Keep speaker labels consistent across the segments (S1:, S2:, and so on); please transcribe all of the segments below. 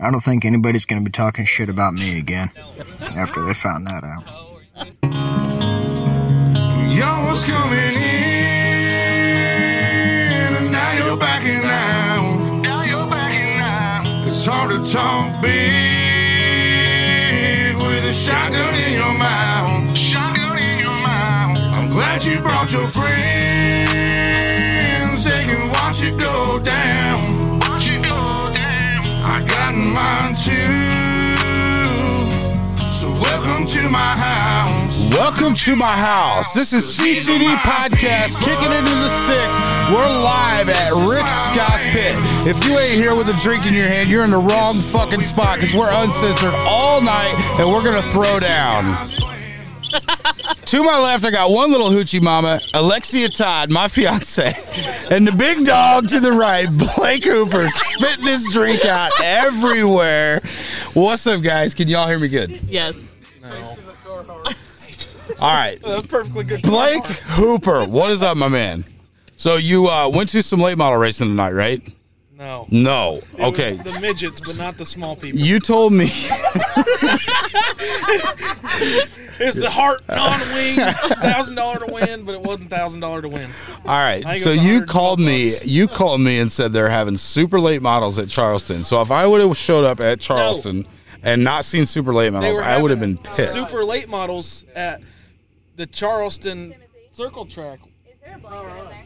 S1: I don't think anybody's going to be talking shit about me again after they found that out.
S2: Y'all was coming in, and now you're backing out. Now you're backing out. It's hard to talk big with a shotgun in your mouth. Shotgun in your mouth. I'm glad you brought your friends. They can watch it go down. Watch it go down. I got mine too. So welcome to my house.
S3: Welcome to my house. This is CCD Podcast kicking into the sticks. We're live at Rick Scott's Pit. If you ain't here with a drink in your hand, you're in the wrong fucking spot because we're uncensored all night and we're going to throw down. To my left, I got one little hoochie mama, Alexia Todd, my fiance, and the big dog to the right, Blake Hooper, spitting his drink out everywhere. What's up, guys? Can y'all hear me good?
S4: Yes.
S3: All right.
S5: That's perfectly good.
S3: Blake Hooper, what is up, my man? So you uh, went to some late model racing tonight, right?
S5: No.
S3: No.
S5: It was
S3: Oh, Okay.
S5: The midgets, but not the small people.
S3: You told me.
S5: It's the heart on wing, thousand dollar to win, but it wasn't thousand dollar to win.
S3: All right.
S5: think
S3: So
S5: it was
S3: you
S5: 112
S3: called me.
S5: bucks.
S3: You called me and said they're having super late models at Charleston. So if I would have showed up at Charleston and not seen super late models, I would have been
S5: having
S3: pissed.
S5: Super late models at the Charleston Circle Track.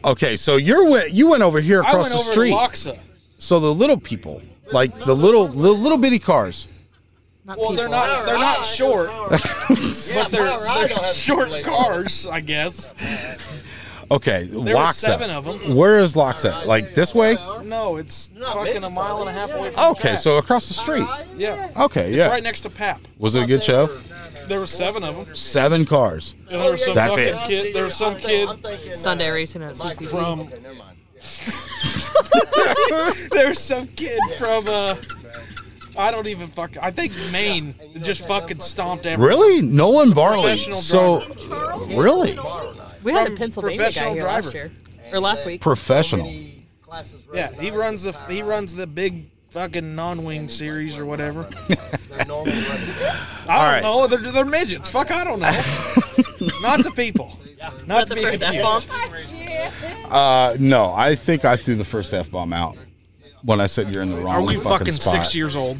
S3: okay. So you're went, you went over here
S5: I
S3: across
S5: went
S3: the
S5: over
S3: street.
S5: to Loxa.
S3: so the little people, like the little little, little bitty cars.
S4: Not
S5: Well, they're
S4: people.
S5: not they're not short, but they're,
S6: Colorado
S5: they're
S6: has
S5: short
S6: late
S5: cars, I guess.
S3: Okay.
S5: There were
S3: Loxa.
S5: seven of 'em.
S3: Where is Loxa? Like this way?
S5: No, it's fucking a mile and a half away. From the
S3: Okay,
S5: track.
S3: so across the street.
S5: yeah, it's
S3: Okay, yeah.
S5: right next to Pap.
S3: Was it a good show?
S5: There were seven of them.
S3: Seven cars.
S5: And there was some
S3: Oh, That's
S5: fucking
S3: it.
S5: kid. There was some kid uh,
S4: Sunday racing at CCC.
S5: from There's some kid from uh I don't even fuck I think Maine just fucking stomped every
S3: Really? Nolan Barley.
S5: professional
S3: So, really?
S4: we had a
S5: from
S4: Pennsylvania guy
S5: professional
S4: here last
S5: driver.
S4: year or last week.
S3: Professional.
S5: Yeah, he runs the he runs the big fucking non-wing series or whatever. I
S3: right.
S5: don't know. They're, they're midgets. Fuck, I don't know. Not the people. Not
S4: Not the
S5: be
S4: first F
S5: confused.
S4: bomb.
S3: Uh, no, I think I threw the first F bomb out when I said you're in the wrong
S5: Are we
S3: fucking,
S5: fucking
S3: spot.
S5: six years old?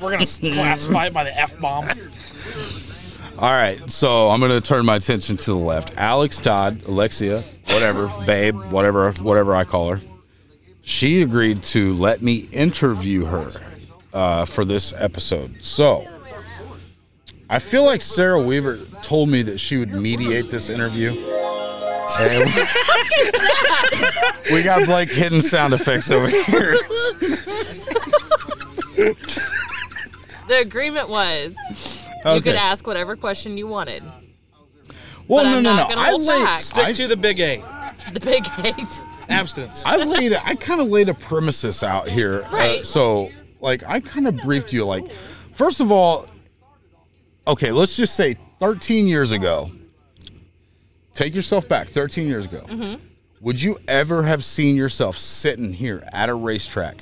S5: We're gonna classify it by the f bomb.
S3: All right, so I'm going to turn my attention to the left. Alex Todd, Alexia, whatever, babe, whatever, whatever I call her. She agreed to let me interview her uh, for this episode. So, I feel like Sarah Weaver told me that she would mediate this interview. And we got Blake hitting sound effects over here.
S4: The agreement was
S3: Okay.
S4: you could ask whatever question you wanted. but
S3: well, no,
S4: I'm
S3: no,
S4: not
S3: no.
S4: gonna
S3: I
S4: hold
S3: laid,
S4: back.
S5: Stick
S3: I-
S5: to the big A.
S4: The big eight.
S5: Abstinence.
S3: I laid I kind of laid a premises out here. uh,
S4: Right.
S3: so like I kind of briefed you like first of all okay, let's just say 13 years ago. Take yourself back 13 years ago.
S4: Mm-hmm.
S3: Would you ever have seen yourself sitting here at a racetrack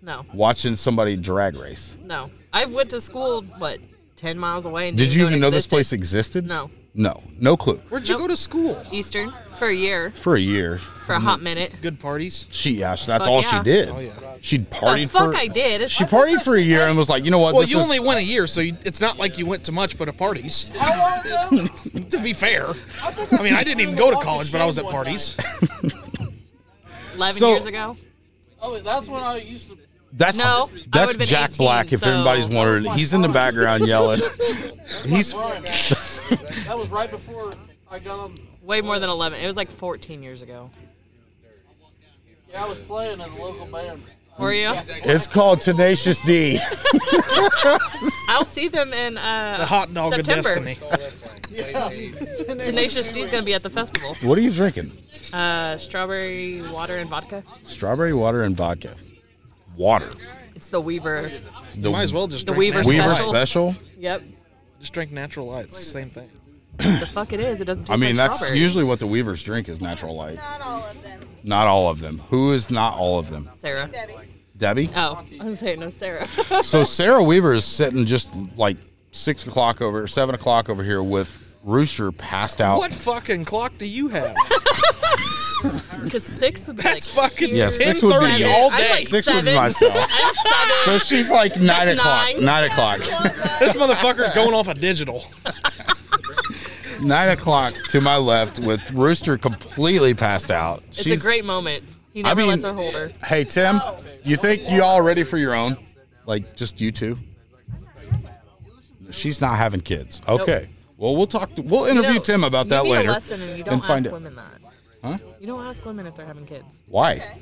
S4: No,
S3: watching somebody drag race?
S4: no. I went to school what ten miles away. And
S3: Did
S4: didn't
S3: you even
S4: it
S3: know this
S4: existed.
S3: place existed?
S4: No,
S3: No. No clue.
S5: Where'd you
S4: Nope.
S5: go to school?
S4: Eastern for a year,
S3: For a year.
S4: for a hot minute.
S5: Good parties.
S3: She yeah, that's
S4: Fuck
S3: all she
S4: yeah.
S3: did.
S5: Oh, yeah.
S3: She'd
S4: The
S3: partied
S4: fuck
S3: for
S4: I did.
S3: She partied for a year and was like, you know what?
S5: Well,
S3: this
S5: you
S3: is-
S5: only went a year, so you, it's not like you went to much but a parties. to be fair, I mean, I didn't even go to college, but I was at parties.
S4: Eleven
S3: So-
S4: years ago.
S6: Oh, that's when I used to.
S3: That's
S4: No, I
S3: that's
S4: would've been
S3: Jack
S4: 18,
S3: Black. If
S4: so-
S3: anybody's wondering, he's in the background yelling. He's
S6: That was right before I got on.
S4: Way more than eleven. It was like fourteen years ago.
S6: Yeah, I was playing in a local band.
S4: Were you?
S3: it's called Tenacious D.
S4: I'll see them in uh,
S5: The hot dog
S4: September.
S5: of destiny.
S4: Tenacious D's gonna be at the festival.
S3: What are you drinking?
S4: Uh, strawberry water and vodka.
S3: Strawberry water and vodka. Water.
S4: It's the Weaver.
S3: The
S5: Might as well just
S4: The
S5: drink
S4: Weaver
S5: natural
S3: Weaver
S5: light.
S4: special.
S3: special.
S4: Yep.
S5: Just drink natural lights. Same thing.
S4: The fuck it is. It doesn't. Taste
S3: I mean,
S4: like
S3: that's
S4: strawberry.
S3: usually what the Weavers drink is natural light.
S7: Not all of them.
S3: Not all of them. Who is not all of them?
S4: Sarah.
S7: Debbie.
S3: Debbie.
S4: Oh, I was saying no, Sarah.
S3: So Sarah Weaver is sitting just like six o'clock over, seven o'clock over here with Rooster passed out.
S5: What fucking clock do you have?
S4: Because six would be
S5: That's
S4: like
S5: fucking
S3: Yeah,
S4: here,
S3: six would be-
S4: seven.
S5: 10:30 all
S4: I'd
S5: day.
S4: like
S3: Six would
S4: seven.
S3: be myself.
S4: I'm seven.
S3: So she's like nine
S4: That's
S3: o'clock.
S4: nine.
S3: Nine o'clock.
S5: This motherfucker's going off a digital.
S3: Nine o'clock to my left with Rooster completely passed out.
S4: It's a great moment. He
S3: I
S4: never
S3: mean-
S4: lets her hold her.
S3: Hey Tim, you think you all ready for your own? Like just you two? She's not having kids. Okay. Well, we'll talk. To, we'll interview
S4: know,
S3: Tim about
S4: you
S3: that
S4: need
S3: later
S4: A lesson and you don't
S3: find
S4: ask
S3: out
S4: women that. You don't ask women if they're having kids
S3: why.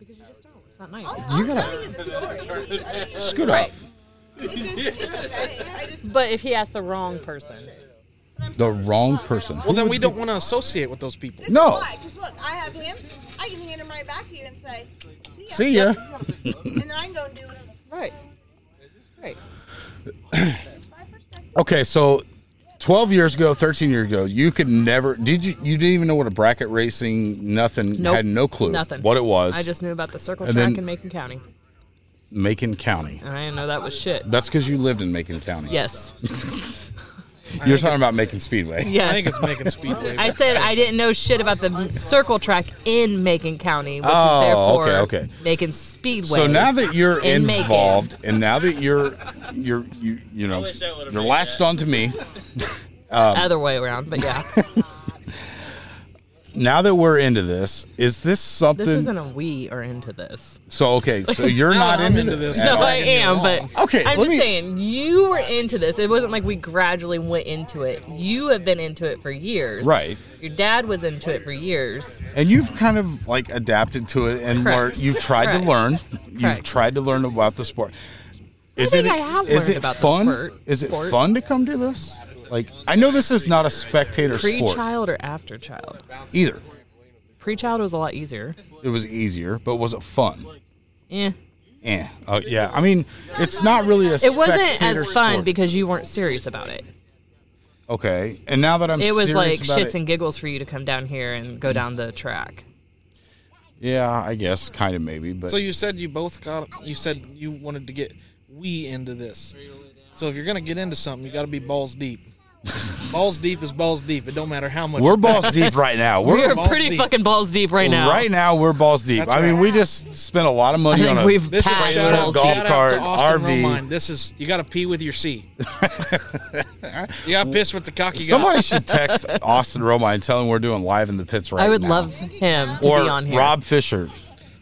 S4: because you just don't. It's not nice.
S3: You gotta scoot up.
S4: But if he asks the wrong person,
S3: The wrong person.
S5: Well, then we don't want to associate with those people.
S3: No.
S8: Because look, I have him. I can hand him right back to you and say, "See ya."
S3: See ya.
S8: And then I can go and do it.
S4: right? Right.
S3: Okay, so twelve years ago, thirteen years ago, you could never did you you didn't even know what a bracket racing nothing
S4: Nope.
S3: had no clue
S4: Nothing.
S3: what it was.
S4: I just knew about the circle
S3: And
S4: track
S3: then-
S4: in Macon County,
S3: Macon County.
S4: and I didn't know that was shit.
S3: That's because you lived in Macon County.
S4: Yes.
S3: You're talking about Macon Speedway.
S4: Yes.
S5: I think it's making speedway.
S4: I said I didn't know shit about the circle track in Macon County, which
S3: Oh,
S4: is therefore
S3: okay, okay.
S4: Macon Speedway.
S3: So now that you're
S4: In Macon.
S3: involved, and now that you're you're you you know you're latched onto me. um,
S4: other way around, but yeah,
S3: Now that we're into this, is this something?
S4: this isn't a we are into this.
S3: so okay, so you're not
S5: I'm
S3: into,
S5: into
S3: this.
S5: this.
S3: at
S4: No,
S5: No,
S3: all.
S4: I
S5: I didn't
S4: am, but
S5: know.
S3: Okay,
S4: I'm
S3: let
S4: just
S3: me-
S4: saying you were into this. It wasn't like we gradually went into it. You have been into it for years,
S3: Right.
S4: Your dad was into it for years.
S3: and you've kind of like adapted to it and
S4: Correct.
S3: learned. You've tried
S4: Correct.
S3: to learn. You've
S4: Correct.
S3: tried to learn about the sport. Is
S4: think
S3: it
S4: I have
S3: is
S4: learned
S3: it
S4: about the
S3: fun?
S4: sport-
S3: Is it
S4: sport.
S3: fun to come to this? Like I know this is not a spectator sport
S4: Pre-child or after child?
S3: either.
S4: Pre-child was a lot easier.
S3: It was easier, but was it fun?
S4: Yeah,
S3: Eh. Oh yeah. I mean, it's not really a.
S4: it wasn't
S3: spectator
S4: as fun
S3: sport.
S4: because you weren't serious about it.
S3: Okay, and now that I'm
S4: it was
S3: serious
S4: like
S3: about
S4: shits
S3: it-
S4: and giggles for you to come down here and go down the track.
S3: yeah, I guess kind of maybe, but
S5: So you said you both got. You said you wanted to get we into this. So if you're gonna get into something, you got to be balls deep. balls deep is balls deep. It don't matter how much.
S3: we're balls deep right now.
S4: We are
S3: We're
S5: balls
S4: pretty
S5: deep.
S4: fucking balls deep right now.
S3: right now we're balls deep.
S5: That's
S3: I mean,
S5: right.
S3: we just spent a lot of money
S4: I think
S3: on a
S4: we've-
S5: This is
S4: Pass
S5: shout out,
S4: balls deep.
S5: golf cart,
S3: Golf
S5: to Austin
S3: cart, RV.
S5: Romine. This is you got to pee with your C. you got pissed with the cock you got.
S3: Somebody should text Austin Romine and tell him we're doing live in the pits right now.
S4: I would love him to
S3: or
S4: be on here.
S3: Rob Fisher.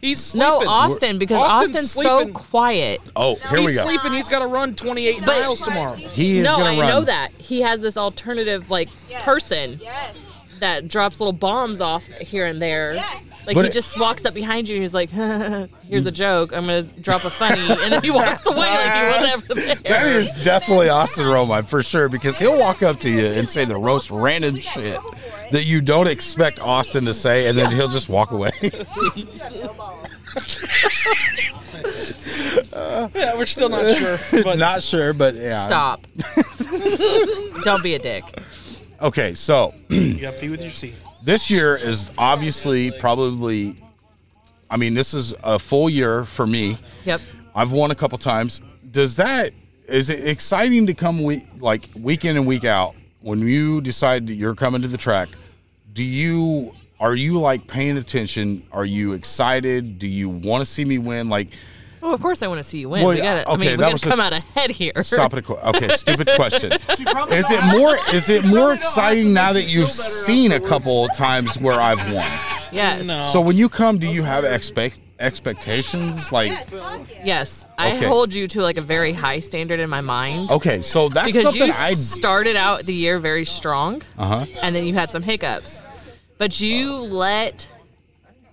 S5: He's sleeping.
S4: no, Austin, because
S5: Austin's
S4: Austin's so
S5: sleeping.
S4: quiet.
S3: Oh, here we
S5: He's
S3: go.
S5: sleeping. He's got to run 28
S4: But-
S5: miles tomorrow.
S3: He is
S4: no,
S3: gonna
S4: I
S3: run.
S4: know that. He has this alternative like
S8: Yes.
S4: person
S8: Yes.
S4: that drops little bombs off here and there.
S8: Yes.
S4: Like
S3: But
S4: he
S3: it-
S4: just walks up behind you and he's like, here's a joke. I'm gonna drop a funny and then he walks away like he wasn't ever there.
S3: That is definitely Austin Romine for sure because he'll walk up to you and say the most random shit that you don't expect Austin to say, and then he'll just walk away.
S8: You have no balls.
S5: Yeah, we're still not sure. But
S3: Not sure, but yeah.
S4: Stop. Don't be a dick.
S3: Okay, so
S5: you got to pee with your C.
S3: this year is obviously probably, I mean, this is a full year for me.
S4: Yep.
S3: I've won a couple times. Does that is it exciting to come week like week in and week out when you decide that you're coming to the track? Do you are you like paying attention? Are you excited? Do you want to see me win? Like
S4: Well, of course I want to see you win.
S3: Well,
S4: we
S3: yeah,
S4: gotta. I
S3: okay,
S4: mean, we
S3: that
S4: gotta
S3: was
S4: come out
S3: just-
S4: ahead here.
S3: stop it. a qu- Okay, stupid question.
S2: probably
S3: Is it more is it more exciting now that you've seen a couple times where I've won?
S4: Yes.
S5: No.
S3: So when you come, do you have expect expectations? Like
S4: Yes. I
S3: Okay.
S4: hold you to like a very high standard in my mind.
S3: okay, so that's
S4: because
S3: something
S4: you
S3: I
S4: started out the year very strong,
S3: Uh-huh.
S4: and then you had some hiccups, but you let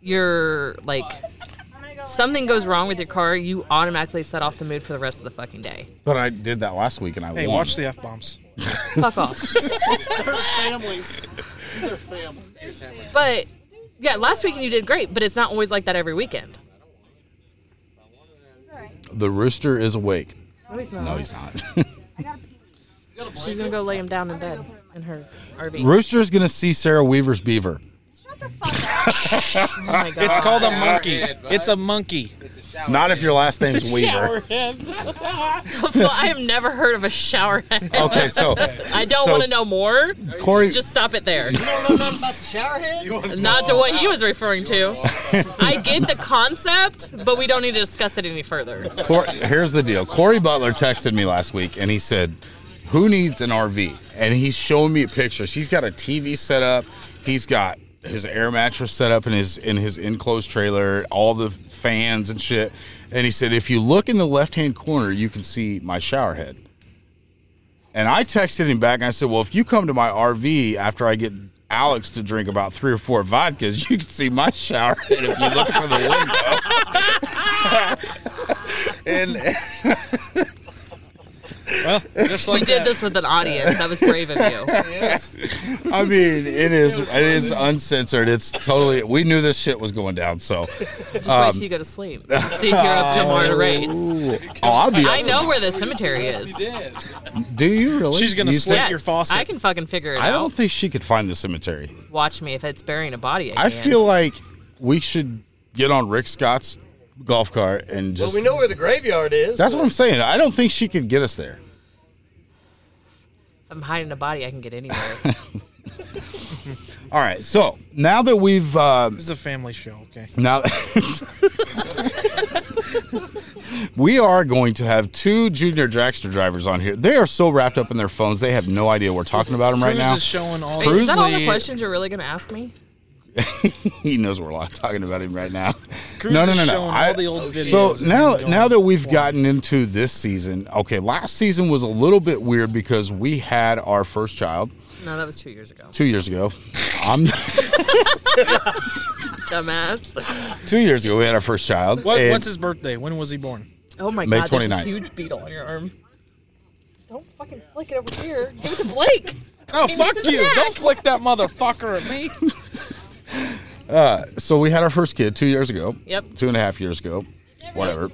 S4: your like something goes wrong with your car, you automatically set off the mood for the rest of the fucking day.
S3: but I did that last week and I
S5: Hey,
S3: won.
S5: watch the f bombs.
S4: Fuck off.
S2: families. They're families.
S4: But yeah, last weekend you did great, but it's not always like that every weekend.
S3: the rooster is awake.
S4: No, he's not.
S3: No, he's not.
S4: She's gonna go lay him down in bed in her RV.
S3: Rooster's gonna see Sarah Weaver's beaver.
S8: Shut the fuck up.
S4: Oh my God.
S5: It's called a monkey. It's a monkey.
S3: Not if your last name's Weaver.
S4: I have never heard of a showerhead.
S3: Okay, so
S4: I don't
S3: So-
S4: want to know more.
S3: Corey,
S4: Just stop it there.
S9: Showerhead?
S4: Not to what he was referring to. I get the concept, but we don't need to discuss it any further.
S3: Cor- here's the deal. Corey Butler texted me last week and he said, "Who needs an RV?" And he's showing me pictures. He's got a TV set up. He's got his air mattress set up in his in his enclosed trailer, all the fans and shit. And he said, "If you look in the left-hand corner, you can see my shower head." And I texted him back and I said, "Well, if you come to my RV after I get Alex to drink about three or four vodkas, you can see my shower head if you look from the window." and
S5: Well, just like
S4: We did
S5: that.
S4: this with an audience. That was brave of you.
S3: I mean, it is it is uncensored. It's totally. We knew this shit was going down. So, um,
S4: Just wait till you go to sleep. See if you're up to tomorrow to race.
S3: oh, I'll be. Up
S4: I
S3: to-
S4: know where the cemetery is.
S3: Do you really?
S5: She's gonna
S3: You
S5: slip
S3: think-
S5: your
S4: Yes,
S5: faucet.
S4: I can fucking figure it
S3: I don't
S4: out.
S3: think she could find the cemetery.
S4: Watch me if it's burying a body. I,
S3: I
S4: can.
S3: feel like we should get on Rick Scott's golf cart and
S9: Well,
S3: just.
S9: we know where the graveyard is.
S3: that's what I'm saying. I don't think she could get us there.
S4: if I'm hiding a body. I can get anywhere.
S3: All right. So now that we've uh,
S5: This is a family show, okay?
S3: Now, we are going to have two junior dragster drivers on here. They are so wrapped up in their phones, they have no idea we're talking about them right
S5: Cruz
S3: now.
S5: is showing all.
S4: Wait, is that all the
S3: Bruce Lee-
S4: questions you're really gonna ask me?
S3: He knows we're not talking about him right now.
S5: Cruz
S3: no, no,
S5: is
S3: no, no.
S5: showing all the old
S3: so
S5: videos of
S3: now,
S5: him going
S3: now that we've gotten into this season, okay, last season was a little bit weird because we had our first child
S4: No, that was two years ago.
S3: two years ago. I'm
S4: Dumbass.
S3: two years ago. We had our first child.
S5: What,
S3: and-
S5: what's his birthday? When was he born?
S4: Oh my
S3: May
S4: god, there's a
S3: 29th.
S4: huge beetle on your arm. Don't fucking flick it over here. Give it to Blake.
S5: Oh
S4: He
S5: fuck
S4: was
S5: you!
S4: snack.
S5: Don't flick that motherfucker at me.
S3: Uh, so we had our first kid two years ago.
S4: Yep.
S3: Two and a half years ago. Whatever.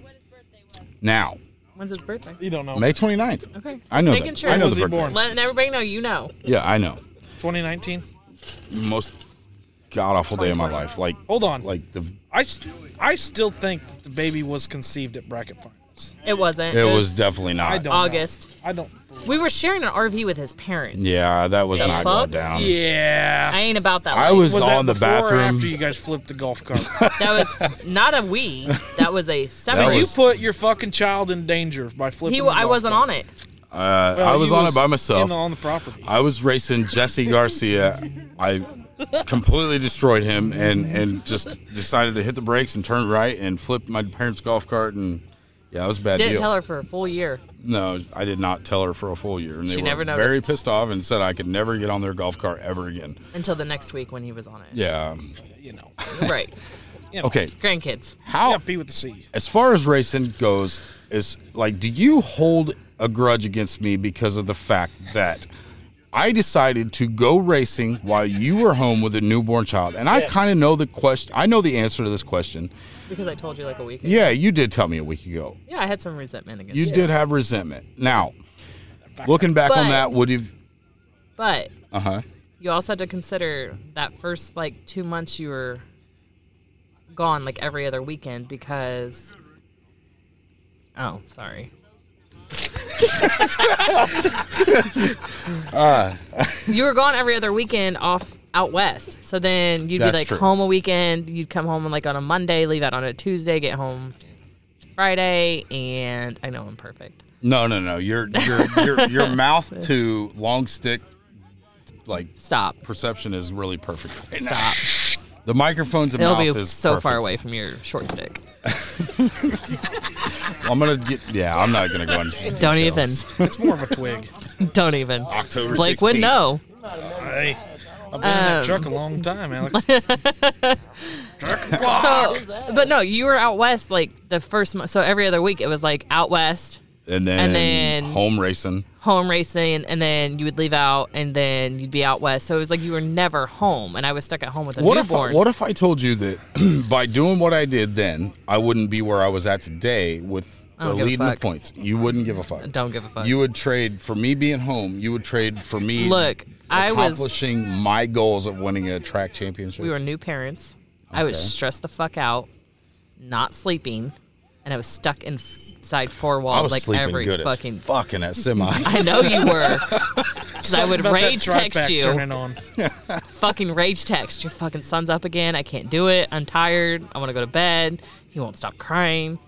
S3: Now,
S4: When's his birthday?
S5: You don't know.
S3: May 29th.
S4: Okay.
S3: I know
S4: Just making
S3: that.
S4: sure.
S3: I know
S5: was
S3: the
S5: he
S3: birthday.
S5: born?
S4: Letting everybody know you know.
S3: Yeah, I know.
S5: 2019.
S3: Most god awful day of my life. Like,
S5: Hold on.
S3: like the
S5: I, s- I still think that the baby was conceived at bracket finals.
S4: It wasn't.
S3: it was definitely not.
S5: I don't.
S4: August.
S5: Know. I don't.
S4: We were sharing an RV with his parents.
S3: Yeah, that was
S4: The
S3: not
S4: fuck?
S3: going down.
S5: Yeah.
S4: I ain't about that.
S3: I
S4: life.
S3: was,
S5: Was that
S3: on the
S5: before or
S3: bathroom.
S5: after you guys flipped the golf cart?
S4: That was not a we. That was a separate.
S3: That
S5: you
S3: was-
S5: put your fucking child in danger by flipping.
S4: he,
S5: the
S4: I
S5: golf
S4: wasn't
S5: cart.
S4: on it.
S3: Uh, I
S5: Well,
S3: was
S5: you
S3: on it by myself.
S5: in the- on the property.
S3: I was racing Jesse Garcia. I completely destroyed him and and just decided to hit the brakes and turn right and flip my parents' golf cart and yeah, it was a bad
S4: Didn't
S3: deal.
S4: tell her for a full year.
S3: No, I did not tell her for a full year, and they
S4: She
S3: were
S4: never noticed.
S3: very pissed off and said I could never get on their golf cart ever again.
S4: until the next week when he was on it.
S3: Yeah. um,
S5: You know,
S4: Right.
S3: Okay.
S4: Grandkids.
S3: How
S5: yeah, P with the C.
S3: as far as racing goes, is like, do you hold a grudge against me because of the fact that I decided to go racing while you were home with a newborn child, and I kind of know the question. I know the answer to this question.
S4: Because I told you like a week ago.
S3: Yeah, you did tell me a week ago.
S4: Yeah, I had some resentment against
S3: You
S4: you.
S3: did have resentment. Now, looking back on
S4: But-
S3: that, would you?
S4: But
S3: Uh huh.
S4: you also had to consider that first like two months you were gone like every other weekend because Oh, sorry.
S5: Uh.
S4: you were gone every other weekend off out west. So then you'd be
S3: That's
S4: like
S3: true.
S4: home a weekend, you'd come home like on a Monday, leave out on a Tuesday, get home Friday, and I know I'm perfect.
S3: No, no, no. Your your your your mouth to long stick like
S4: Stop.
S3: perception is really perfect. right now.
S4: Stop.
S3: The microphone's
S4: It'll
S3: mouth
S4: be
S3: is
S4: so far
S3: perfect.
S4: away from your short stick.
S3: I'm gonna get. Yeah, I'm not gonna go into. details.
S4: Don't even.
S5: It's more of a twig.
S4: Don't even.
S3: October
S4: Blake would
S3: 16th.
S4: know.
S5: hey, I've
S4: Um,
S5: been in that truck a long time, Alex.
S4: So, but no, you were out west like the first month. So every other week it was like out west,
S3: And then,
S4: And then-
S3: home racing.
S4: home racing, and then you would leave out, and then you'd be out west. So it was like you were never home, and I was stuck at home with a
S3: What if I,
S4: newborn.
S3: what if I told you that by doing what I did then, I wouldn't be where I was at today with
S4: I
S3: the
S4: don't give a
S3: lead in the
S4: fuck.
S3: points. You wouldn't give a fuck.
S4: Don't give a fuck.
S3: You would trade for me being home. You would trade for me.
S4: Look, I was.
S3: accomplishing my goals of winning a track championship.
S4: We were new parents. I was stressed the fuck out, not sleeping. and I was stuck inside four
S3: I
S4: walls
S3: was
S4: like
S3: sleeping
S4: every
S3: good
S4: fucking.
S3: as fuck in that semi.
S4: I know you were. 'Cause I would
S5: About that
S4: rage
S5: drive
S4: text
S5: back
S4: you.
S5: Turning on.
S4: fucking rage text. Your fucking son's up again. I can't do it. I'm tired. I want to go to bed. He won't stop crying.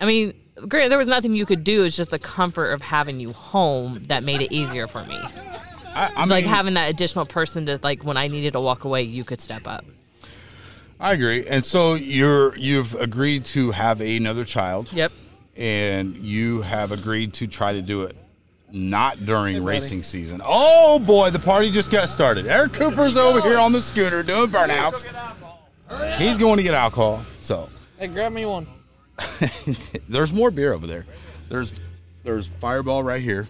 S4: I mean, granted, there was nothing you could do. It's just the comfort of having you home that made it easier for me.
S3: I, I
S4: Like
S3: mean,
S4: having that additional person that, like, when I needed to walk away, you could step up.
S3: I agree. And so you're you've agreed to have another child.
S4: Yep.
S3: And you have agreed to try to do it not during racing season. Oh boy, the party just got started. Eric Cooper's over here on the scooter doing burnouts. He's going to get alcohol. So
S5: Hey, grab me one.
S3: there's more beer over there. There's there's Fireball right here.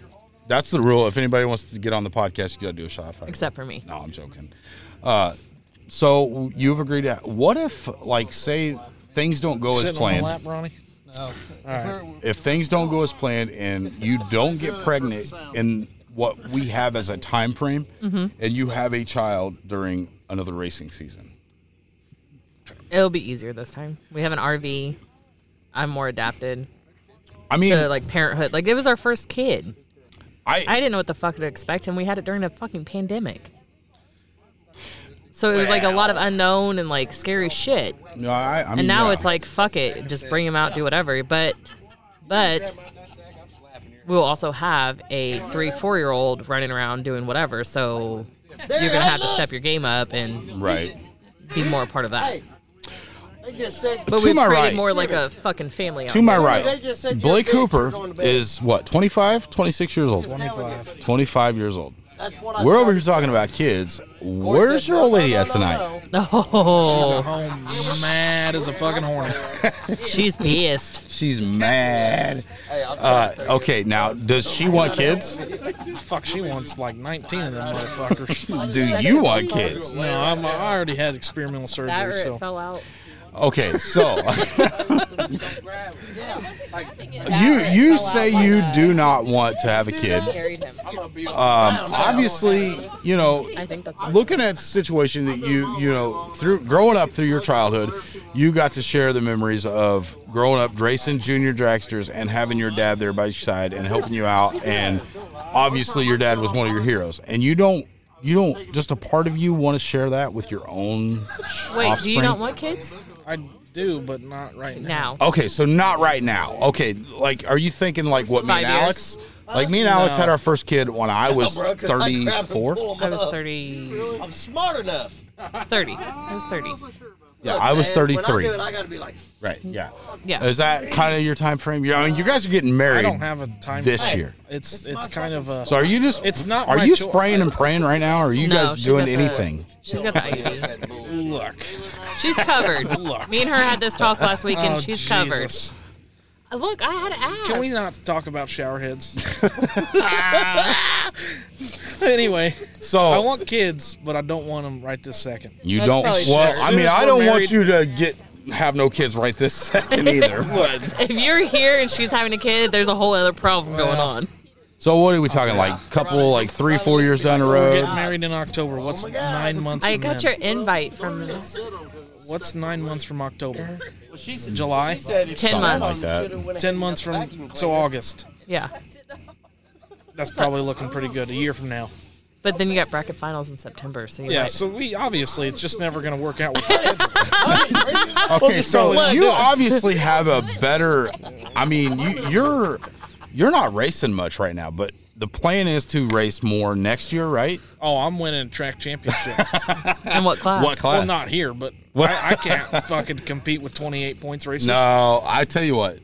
S3: That's the rule. If anybody wants to get on the podcast, you got to do a shot of Fireball.
S4: Except for me.
S3: No, I'm joking. Uh, so you've agreed to. What if, like, say things don't go as
S5: Sitting on my lap,
S3: planned?
S5: Ronnie.
S3: If things don't go as planned and you don't get pregnant in what we have as a time frame, and you have a child during another racing season,
S4: It'll be easier this time. We have an RV. I'm more adapted
S3: I mean,
S4: to like parenthood. Like it was our first kid. I
S3: I
S4: didn't know what the fuck to expect, and we had it during a fucking pandemic. So it was like a lot of unknown and like scary shit.
S3: no, I, I mean,
S4: And now
S3: yeah.
S4: it's like fuck it, just bring him out, do whatever. But, but we'll also have a three, four year old running around doing whatever. So you're gonna have to step your game up and
S3: right.
S4: be more a part of that.
S2: They just said.
S4: But
S3: To
S4: we've
S3: my
S4: created
S3: right.
S4: more like a fucking family.
S3: To
S4: out
S3: my
S4: here.
S2: They
S3: right,
S2: just said you're
S3: Blake
S2: big, you're
S3: Cooper
S2: going to bed.
S3: is what 25, 26 years old,
S2: 25.
S3: 25 years old.
S2: That's what I
S3: We're over
S2: told
S3: here talking about kids. Where's
S2: said,
S3: your old
S2: no,
S3: lady
S2: no,
S3: at
S2: no,
S3: tonight?
S2: no.
S5: She's at
S4: Oh,
S5: home, mad as a fucking hornet.
S4: she's pissed.
S3: She's mad.
S2: Hey, I'll
S3: Uh, okay, now does she want kids?
S5: Fuck, she wants like 19 of them motherfuckers.
S3: Do you want kids?
S5: no, I'm, I already had experimental
S4: That or
S5: surgery,
S4: it
S5: so
S4: fell out.
S3: Okay, so you you say you do not want to have a kid.
S4: Carried him.
S3: Um, obviously, you know,
S4: I think that's
S3: looking at the situation that you you know through growing up through your childhood, you got to share the memories of growing up racing junior dragsters and having your dad there by your side and helping you out. And obviously, your dad was one of your heroes. And you don't you don't just a part of you want to share that with your own
S4: Wait,
S3: offspring?
S4: do you not want kids
S5: I do, but not right now.
S4: now?
S3: Okay, so not right now. Okay, like, are you thinking like what me
S4: Five
S3: and Alex?
S4: years.
S3: Like me and Alex
S5: No.
S3: had our first kid when I was
S2: Oh, Bro, 'cause I grab and pull 'em
S3: thirty-four.
S4: I was
S2: up.
S4: 30,
S2: I'm smart enough.
S4: 30. I was 30.
S3: Yeah,
S2: Look,
S3: I was
S2: man,
S3: thirty-three.
S2: When I do it, I gotta be like,
S3: Right. Yeah.
S4: Yeah.
S3: Is that kind of your time frame? You- I mean, you guys are getting married
S5: I don't have a time
S3: this
S5: frame.
S3: year.
S5: It's it's kind of a.
S3: So are you just?
S5: It's not
S3: Are
S5: my
S3: you
S5: choice.
S3: spraying and praying right now? Or are you
S4: No,
S3: guys
S4: she's
S3: doing
S4: got the-
S3: anything?
S4: She's got the IUD.
S5: look.
S4: She's covered. Me and her had this talk last week, and
S5: Oh,
S4: she's
S5: Jesus.
S4: covered. Look, I had to ask.
S5: Can we not talk about shower heads? Ah. anyway, I
S3: So
S5: want kids, but I don't want them right this second.
S3: you
S4: That's
S3: don't.
S4: probably
S3: Well,
S4: true.
S3: I
S5: As
S3: mean,
S5: soon as
S3: I
S5: we're
S3: don't want
S5: married-
S3: you to get have no kids right this second either.
S4: If you're here and she's having a kid, there's a whole other problem going on.
S3: so what are we talking? Like couple, like three, four years down the
S5: We're
S3: road.
S5: getting married in October. What's nine months?
S4: I
S5: from
S4: got your
S5: then?
S4: invite from
S5: What's nine months from October?
S2: well, she said,
S5: July.
S2: she said if
S4: Ten
S2: she
S4: months.
S2: went on,
S3: Something like
S2: she should've went
S5: Ten
S2: ahead
S5: months
S2: and got the
S5: from
S2: vacuum
S5: so
S2: cleaner.
S5: August.
S4: yeah,
S5: That's probably looking pretty good. A year from now.
S4: but then you got bracket finals in September, so you're
S5: Yeah.
S4: right.
S5: So we obviously it's just never going to work out. With this kid.
S3: Okay, so
S5: probably not
S3: you
S5: do it.
S3: obviously have a better. I mean, you, you're you're not racing much right now, but the plan is to race more next year, right?
S5: oh, I'm winning a track championship.
S4: and what class?
S3: What class?
S5: well, not here, but I, I can't fucking compete with 28 points races.
S3: No, I tell you what.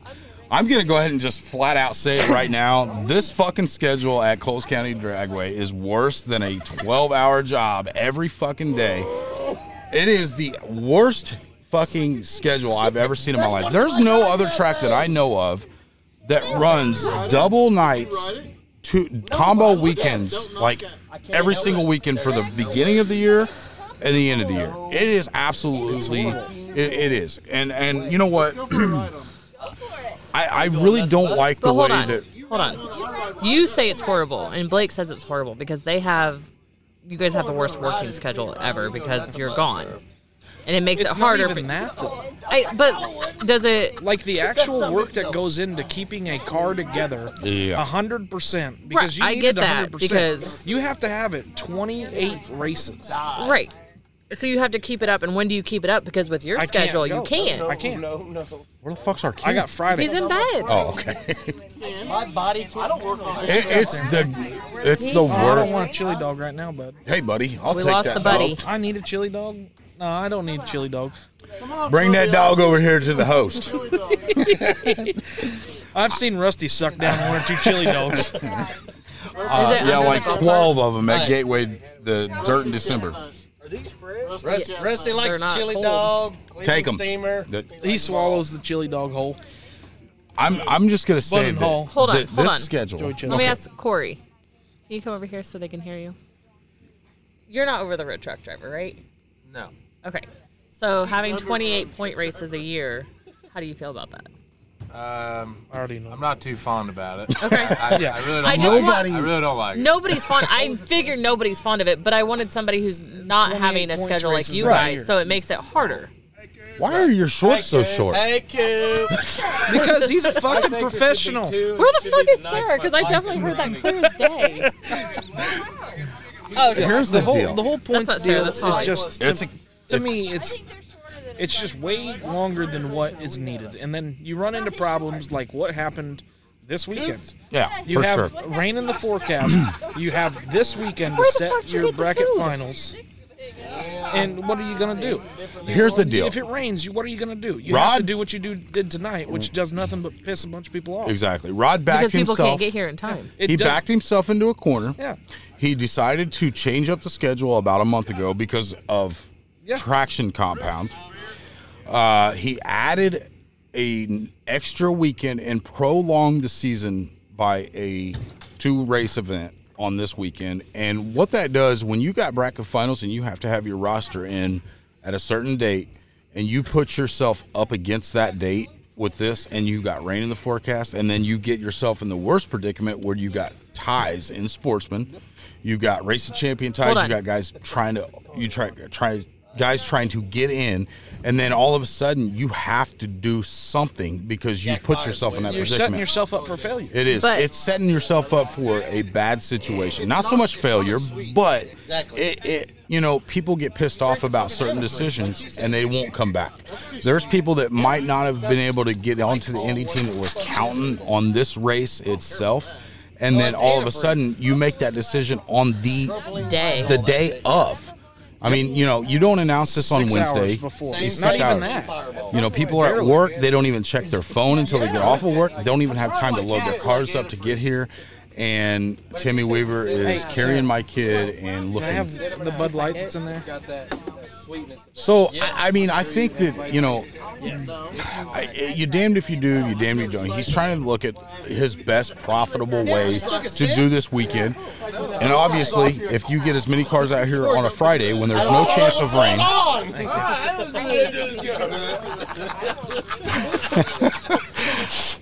S3: I'm gonna go ahead and just flat out say it right now. This fucking schedule at Coles County Dragway is worse than a 12-hour job every fucking day. It is the worst fucking schedule I've ever seen in my life. There's no other track that I know of that runs double nights, two combo weekends, like every single weekend for the beginning of the year and the end of the year. It is absolutely, it, it is, and and you know what? I, I really don't like the
S4: but
S3: way
S4: hold on,
S3: that
S4: hold on. You say it's horrible, and Blake says it's horrible because they have, you guys have the worst working schedule ever because you're gone, and it makes
S5: It's
S4: it
S5: not
S4: harder.
S5: even
S4: for,
S5: that though.
S4: I, but does it
S5: like the actual work that goes into keeping a car together
S3: Yeah.
S5: a hundred percent
S4: Right,
S5: because
S4: I get
S5: you needed
S4: that,
S5: hundred
S4: because-
S5: percent you have to have it twenty eight races.
S4: right? So you have to keep it up, and when do you keep it up? Because with your
S5: I can't
S4: schedule, you
S5: go.
S4: can't.
S5: I can't.
S3: Where the fuck's our kid?
S5: I got Friday.
S4: He's in bed.
S3: Oh, okay.
S2: My body can't. I don't work on
S3: It, it's the it's the
S5: Oh, I don't
S3: worst.
S5: want a chili dog right now, bud.
S3: Hey, buddy, I'll
S4: we
S3: take
S4: lost
S3: that.
S4: the buddy.
S5: I need a chili dog. No, I don't need a chili dog.
S3: dog. Bring that dog over here to the host.
S5: I've seen Rusty suck down one or two chili dogs.
S4: Is it
S3: Uh, yeah,
S4: under
S3: like
S4: the bumper?
S3: twelve of them at Gateway the dirt in December.
S2: Are these fresh? Rusty,
S10: Rusty,
S2: chestnuts.
S10: Rusty likes
S4: not
S10: chili
S4: cold.
S10: dog.
S3: Take 'em.
S10: Steamer.
S3: The-
S5: He swallows the chili dog whole.
S3: I'm I'm just gonna say
S5: and
S3: that,
S5: Hall.
S4: Hold on,
S3: that
S4: hold
S3: this
S4: on.
S3: schedule.
S5: Joey Chill.
S4: Let me ask Corey. Can you come over here so they can hear you? You're not over the road truck driver, right?
S2: No.
S4: Okay. So having 28 point races a year, how do you feel about that?
S11: Um,
S5: I already know.
S11: I'm not too fond about it.
S4: Okay.
S11: I,
S5: Yeah.
S11: I really don't.
S4: I just
S11: like
S4: want-
S11: it. I really don't like it.
S4: Nobody's fond. I figured nobody's fond of it, but I wanted somebody who's not
S5: 28
S4: having a
S5: points
S4: schedule like
S5: races
S4: you
S5: a
S4: guys,
S5: year.
S4: so it makes it harder.
S3: Why are your shorts so short?
S10: Thank you.
S5: Because he's a fucking professional.
S4: Where the fuck is Sarah? Because I definitely heard that clear as day. oh,
S3: Here's the,
S5: The whole
S3: deal.
S5: the whole points
S4: not fair,
S5: deal
S4: that's
S5: is
S4: fine.
S5: just
S3: It's
S5: to,
S3: a-
S5: to me it's it's just way longer than what is needed, and then you run into problems like what happened this weekend.
S3: yeah,
S5: You
S3: for
S5: have
S3: sure.
S5: rain in the forecast. you have this weekend to
S4: Where the fuck
S5: set
S4: you
S5: your
S4: get the
S5: bracket
S4: food?
S5: finals. And what are you gonna do?
S3: Here's the deal.
S5: If it rains, you, what are you gonna do? You have
S3: Rod?
S5: to do what you do did tonight, which does nothing but piss a bunch of people off.
S3: Exactly. Rod backed
S4: because people
S3: himself.
S4: can't get here in time.
S5: It
S3: he
S5: does-
S3: backed himself into a corner.
S5: Yeah.
S3: He decided to change up the schedule about a month ago because of
S5: Yeah.
S3: traction compound. Uh, he added an extra weekend and prolonged the season by a two race event on this weekend. And what that does when you got bracket finals and you have to have your roster in at a certain date and you put yourself up against that date with this and you got rain in the forecast and then you get yourself in the worst predicament where you got ties in sportsmen. You got race of champion ties,
S4: Hold
S3: you
S4: on.
S3: got guys trying to you try try guys trying to get in and then all of a sudden you have to do something because you put yourself in that
S5: You're setting
S3: predicament.
S5: yourself up for failure.
S3: it is.
S4: But-
S3: it's setting yourself up for a bad situation. Not so much failure, but it, it you know, people get pissed off about certain decisions and they won't come back. There's people that might not have been able to get onto the Indy team that was counting on this race itself. And then all of a sudden, you make that decision on the
S4: Day.
S3: the day of. I mean, you know, you don't announce this on
S5: Six hours
S3: Wednesday.
S5: before.
S3: It's
S5: Not
S3: six
S5: even
S3: hours.
S5: that.
S3: You know, people are at work. They don't even check their phone until they get off of work. They don't even have time to load their cars up to get here. And Timmy Weaver is
S5: Hey,
S3: carrying
S5: sir.
S3: my kid and
S5: Can I
S3: looking.
S5: have the Bud Light that's in there?
S2: Got that sweetness.
S3: So I, I mean, I think that you know, I, you're damned if you do, you're damned if you don't. He's trying to look at his best profitable way to do this weekend. And obviously, if you get as many cars out here on a Friday when there's no chance of rain,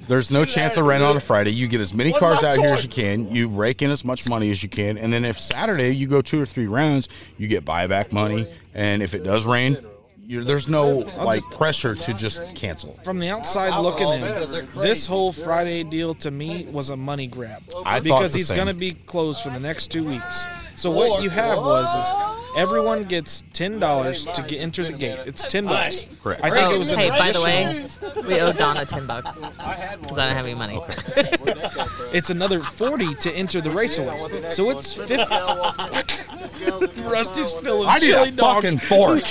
S3: There's no chance of rain on a Friday. You get as many cars out here as you can. You rake in as much money as you can, and then if Saturday you go two or three rounds, you get buyback money. And if it does rain, you're, there's no like pressure to just cancel.
S5: From the outside looking in, this whole Friday deal to me was a money grab
S3: I thought
S5: because
S3: the
S5: he's
S3: same.
S5: going to be closed for the next two weeks. So what you have was is everyone gets ten dollars to get enter the gate. It's ten dollars.
S3: Correct.
S5: I think it
S4: Oh,
S5: was an
S4: hey, by the
S5: additional-
S4: way, we owe Donna 10 bucks because I don't have any money.
S5: It's another forty to enter the raceway. So it's fifty. Rusty's filling
S3: I need
S5: chili
S3: a
S5: dog.
S3: fucking fork.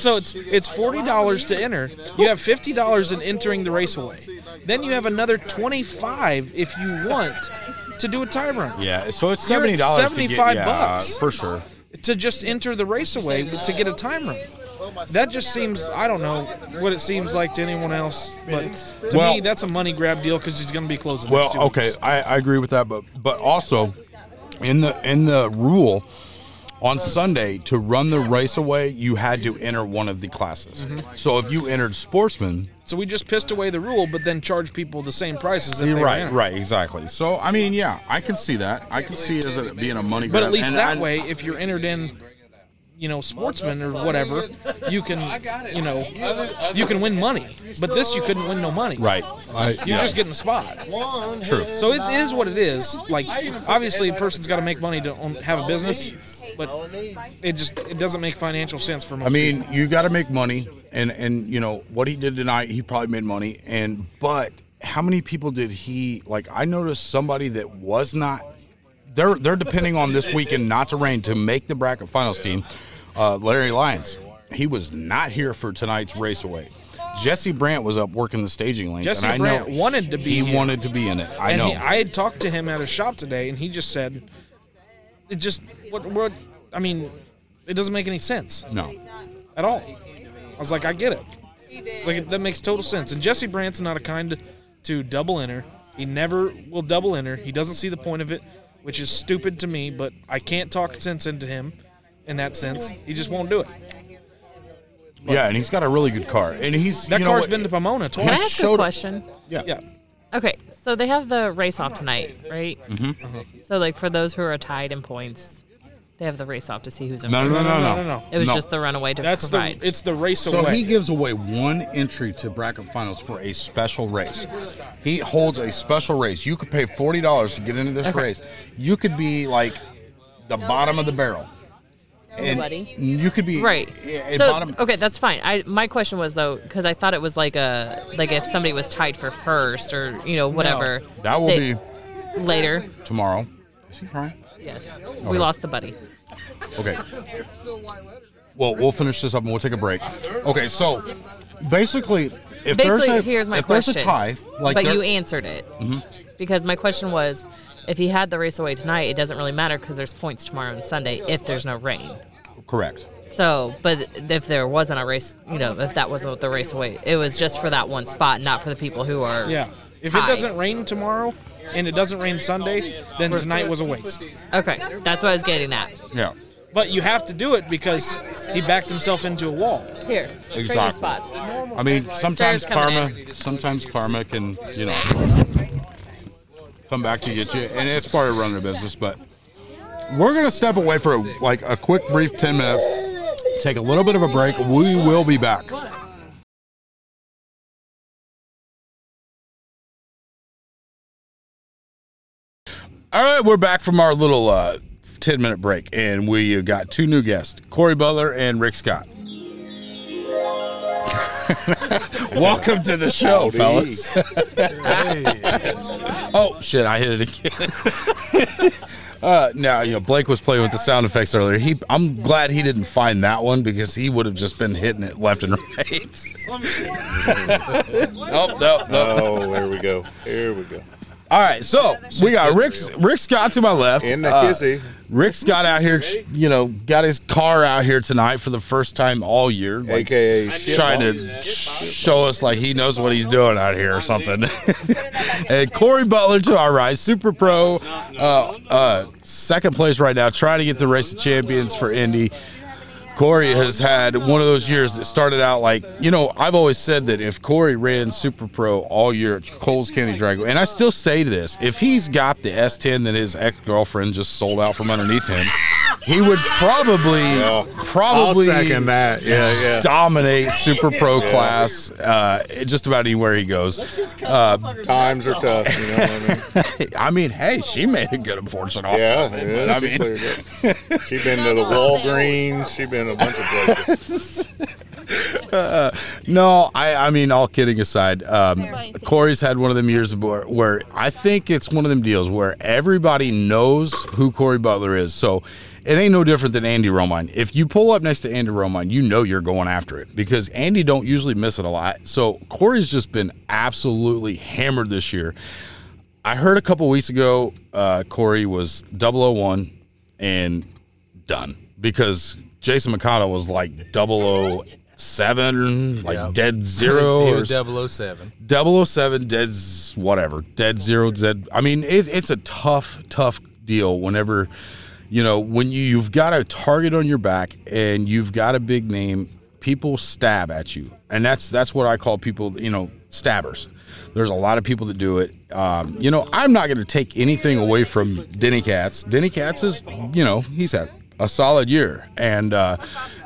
S5: So it's it's forty dollars to enter. You have fifty dollars in entering the raceway. Then you have another twenty five if you want to do a time run
S3: yeah, so it's
S5: You're
S3: seventy
S5: at
S3: dollars.
S5: $75 bucks.
S3: for sure.
S5: to just enter the raceway to get a time run. That just seems I don't know what it seems like to anyone else, but to
S3: Well-
S5: me that's a money grab deal because he's going to be closing. the next two
S3: Well, okay,
S5: weeks.
S3: I, I agree with that, but but also in the in the rule on Sunday to run the race away, you had to enter one of the classes. So if you entered sportsman,
S5: Mm-hmm. So we just pissed away the rule, but then charge people the same prices. If
S3: you're
S5: they
S3: right,
S5: ran.
S3: right, exactly. So I mean, yeah, I can see that. I can see it as a, being a money grab.
S5: But at least
S3: and
S5: that
S3: I-
S5: way, if you're entered in, you know, sportsman or whatever, you can, you know, you can win money. But this, you couldn't win no money.
S3: Right. I,
S5: You're
S3: yeah.
S5: just getting a spot.
S3: true.
S5: So it is what it is. Like obviously, a person's got to make money to own, have a business, but it just it doesn't make financial sense for most.
S3: I mean, you got to make money, and and you know what he did tonight, he probably made money, and but how many people did he like? I noticed somebody that was not. They're they're depending on this weekend not to rain to make the bracket finals team. Uh, Larry Lyons, he was not here for tonight's race away. Jesse Brandt was up working the staging lanes.
S5: Jesse
S3: and I
S5: Brandt
S3: know
S5: wanted to be
S3: He
S5: here.
S3: wanted to be in it. I
S5: and
S3: know.
S5: He, I had talked to him at a shop today, and he just said, "It just what what I mean, it doesn't make any sense
S3: no.
S5: at all." I was like, "I get it. Like it- that makes total sense." And Jesse Brandt's not a kind to double enter. He never will double enter. He doesn't see the point of it, which is stupid to me. But I can't talk sense into him in that sense. He just won't do it.
S3: Yeah, and he's got a really good car, and he's
S5: That
S3: you know
S5: car's
S3: what-
S5: been to Pomona
S4: Can I
S5: twice.
S4: ask a
S3: showed-
S4: question?
S5: Yeah.
S4: Okay, so they have the race off tonight, right? Mm-hmm. So, like, for those who are tied in points, they have the race off to see who's in
S3: No, no,
S4: front.
S3: no, no,
S5: No,
S3: no,
S5: no, no,
S4: It was just the runaway to
S5: That's the
S4: provide.
S5: it's the race
S3: So
S5: away.
S3: he gives away one entry to bracket finals for a special race. He holds a special race. You could pay forty dollars to get into this race. You could be like the bottom of the barrel. And
S4: Nobody.
S3: You could be
S4: right.
S3: a- a
S4: so,
S3: bottom-
S4: okay, that's fine. I my question was though, because I thought it was like a like if somebody was tied for first or you know whatever.
S3: That will
S4: they-
S3: be
S4: later.
S3: tomorrow. Is he crying?
S4: Yes, we lost the buddy.
S3: Okay. Well, we'll finish this up and we'll take a break. Okay, so basically, if there's
S4: Basically,
S3: a
S4: here's my
S3: if
S4: question.
S3: there's a tie, like
S4: but
S3: there-
S4: you
S3: Mm-hmm.
S4: answered it because my question was, if he had the race away tonight, it doesn't really matter because there's points tomorrow and Sunday if there's no rain.
S3: correct.
S4: So, but if there wasn't a race, you know, if that wasn't the race away, it was just for that one spot, not for the people who are.
S5: yeah. If
S4: tied.
S5: it doesn't rain tomorrow and it doesn't rain Sunday, then tonight was a waste.
S4: Okay, that's what I was getting at.
S3: Yeah.
S5: But you have to do it because he backed himself into a wall.
S4: Here, trade
S3: Exactly.
S4: your spots.
S3: I mean, sometimes
S4: Sarah's coming
S3: karma, sometimes karma can, you know, come back to get you, and it's part of running a business. But we're gonna step away for like a quick, brief ten minutes, take a little bit of a break. We will be back. All right, we're back from our little uh, ten minute break, and we got two new guests, Corey Butler and Rick Scott. Welcome to the show, fellas. oh shit, I hit it again. uh, now you know Blake was playing with the sound effects earlier. He, I'm glad he didn't find that one because he would have just been hitting it left and right. oh no, no.
S12: Oh, there we go. Here we go.
S3: All right, so we got Rick. Rick Scott to my left.
S12: In the
S3: Uh,
S12: hizzy.
S3: Rick Scott out here, you know, got his car out here tonight for the first time all year. Like,
S12: AKA shit
S3: trying to
S12: box.
S3: show us like he knows what he's doing out here or something. and Corey Butler to our right, super pro, uh, uh, second place right now, trying to get the race of champions for Indy. Corey has had one of those years that started out like, you know, I've always said that if Corey ran Super Pro all year at Coles County Drago, and I still say this, if he's got the S10 that his ex girlfriend just sold out from underneath him, he would probably,
S12: I'll
S3: probably
S12: second that. Yeah, yeah.
S3: dominate super pro class uh, just about anywhere he goes. Uh,
S12: Times are tough. You know what I mean?
S3: I mean, hey, she made a good fortune off.
S12: Yeah,
S3: of it,
S12: yeah.
S3: but I
S12: she
S3: mean,
S12: cleared it. She been to the Walgreens. She been a bunch of places.
S3: no, I, I mean, all kidding aside, um, Corey's had one of them years where, where I think it's one of them deals where everybody knows who Corey Butler is. So it ain't no different than Andy Romine. If you pull up next to Andy Romine, you know you're going after it because Andy don't usually miss it a lot. So Corey's just been absolutely hammered this year. I heard a couple weeks ago uh, Corey was 001 and done because Jason McConnell was like 007, like dead zero
S11: He
S3: or
S11: was 007.
S3: 007, dead z- whatever, dead zero, dead. I mean, it, it's a tough, tough deal whenever, you know, when you, you've got a target on your back and you've got a big name, people stab at you. And that's, that's what I call people, you know, stabbers. There's a lot of people that do it. Um, you know, I'm not going to take anything away from Denny Katz. Denny Katz is, you know, he's had a solid year, and uh,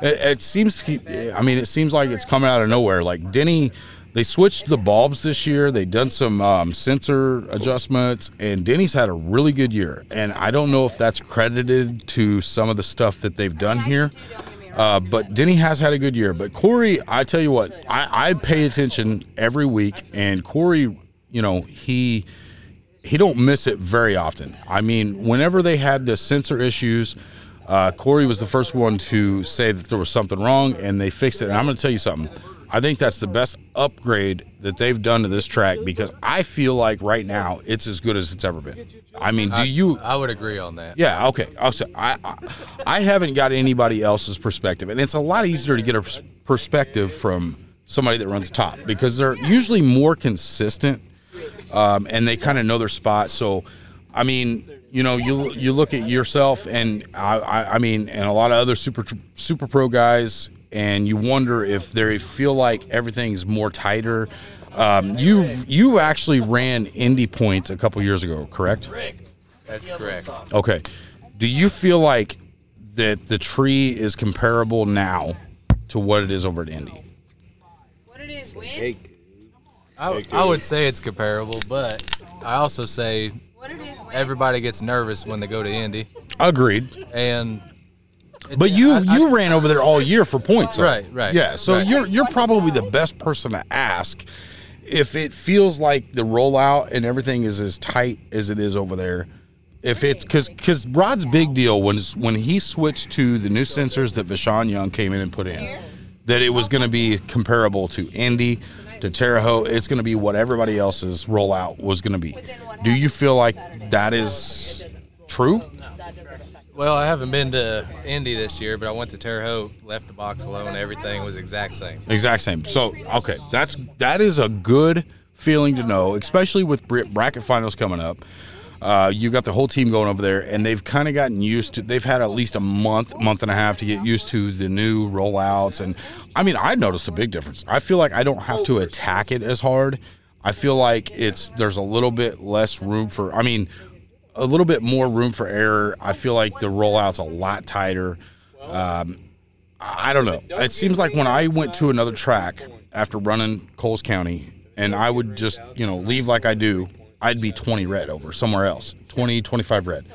S3: it, it seems. I mean, it seems like it's coming out of nowhere. Like Denny, they switched the bulbs this year. They done some um, sensor adjustments, and Denny's had a really good year. And I don't know if that's credited to some of the stuff that they've done here. Uh, but Denny has had a good year. But Corey, I tell you what, I, I pay attention every week, and Corey, you know, he he don't miss it very often. I mean, whenever they had the sensor issues, uh, Corey was the first one to say that there was something wrong, and they fixed it. And I'm going to tell you something. I think that's the best upgrade that they've done to this track because I feel like right now it's as good as it's ever been. I mean, do you?
S11: I would agree on that.
S3: Yeah. Okay. Also, I, I I haven't got anybody else's perspective, and it's a lot easier to get a pers- perspective from somebody that runs top because they're usually more consistent, um, and they kind of know their spot. So, I mean, you know, you you look at yourself, and I, I, I mean, and a lot of other super tr- super pro guys, and you wonder if they feel like everything's more tighter. Um, you you actually ran indie points a couple years ago, correct?
S11: That's correct.
S3: Okay. Do you feel like that the tree is comparable now to what it is over at Indy?
S11: I, I would say it's comparable, but I also say everybody gets nervous when they go to Indy.
S3: Agreed.
S11: And
S3: But you you ran over there all year for points, though.
S11: Right, right,
S3: Yeah, so
S11: right.
S3: you're you're probably the best person to ask if it feels like the rollout and everything is as tight as it is over there. If it's because because Rod's big deal when it's- when he switched to the new sensors that Vishon Young came in and put in, that it was going to be comparable to Indy, to Terre Haute. It's going to be what everybody else's rollout was going to be. Do you feel like that is true?
S11: well, I haven't been to Indy this year, but I went to Terre Haute, left the box alone, everything was exact same.
S3: Exact same. So okay, that's that is a good feeling to know, especially with br- bracket finals coming up. Uh, you got the whole team going over there, and they've kind of gotten used to. They've had at least a month, month and a half to get used to the new rollouts. And I mean, I noticed a big difference. I feel like I don't have to attack it as hard. I feel like it's there's a little bit less room for. I mean, a little bit more room for error. I feel like the rollout's a lot tighter. Um, I don't know. It seems like when I went to another track after running Coles County, and I would just, you know, leave like I do, I'd be 20 red over somewhere else, 20, 25 red.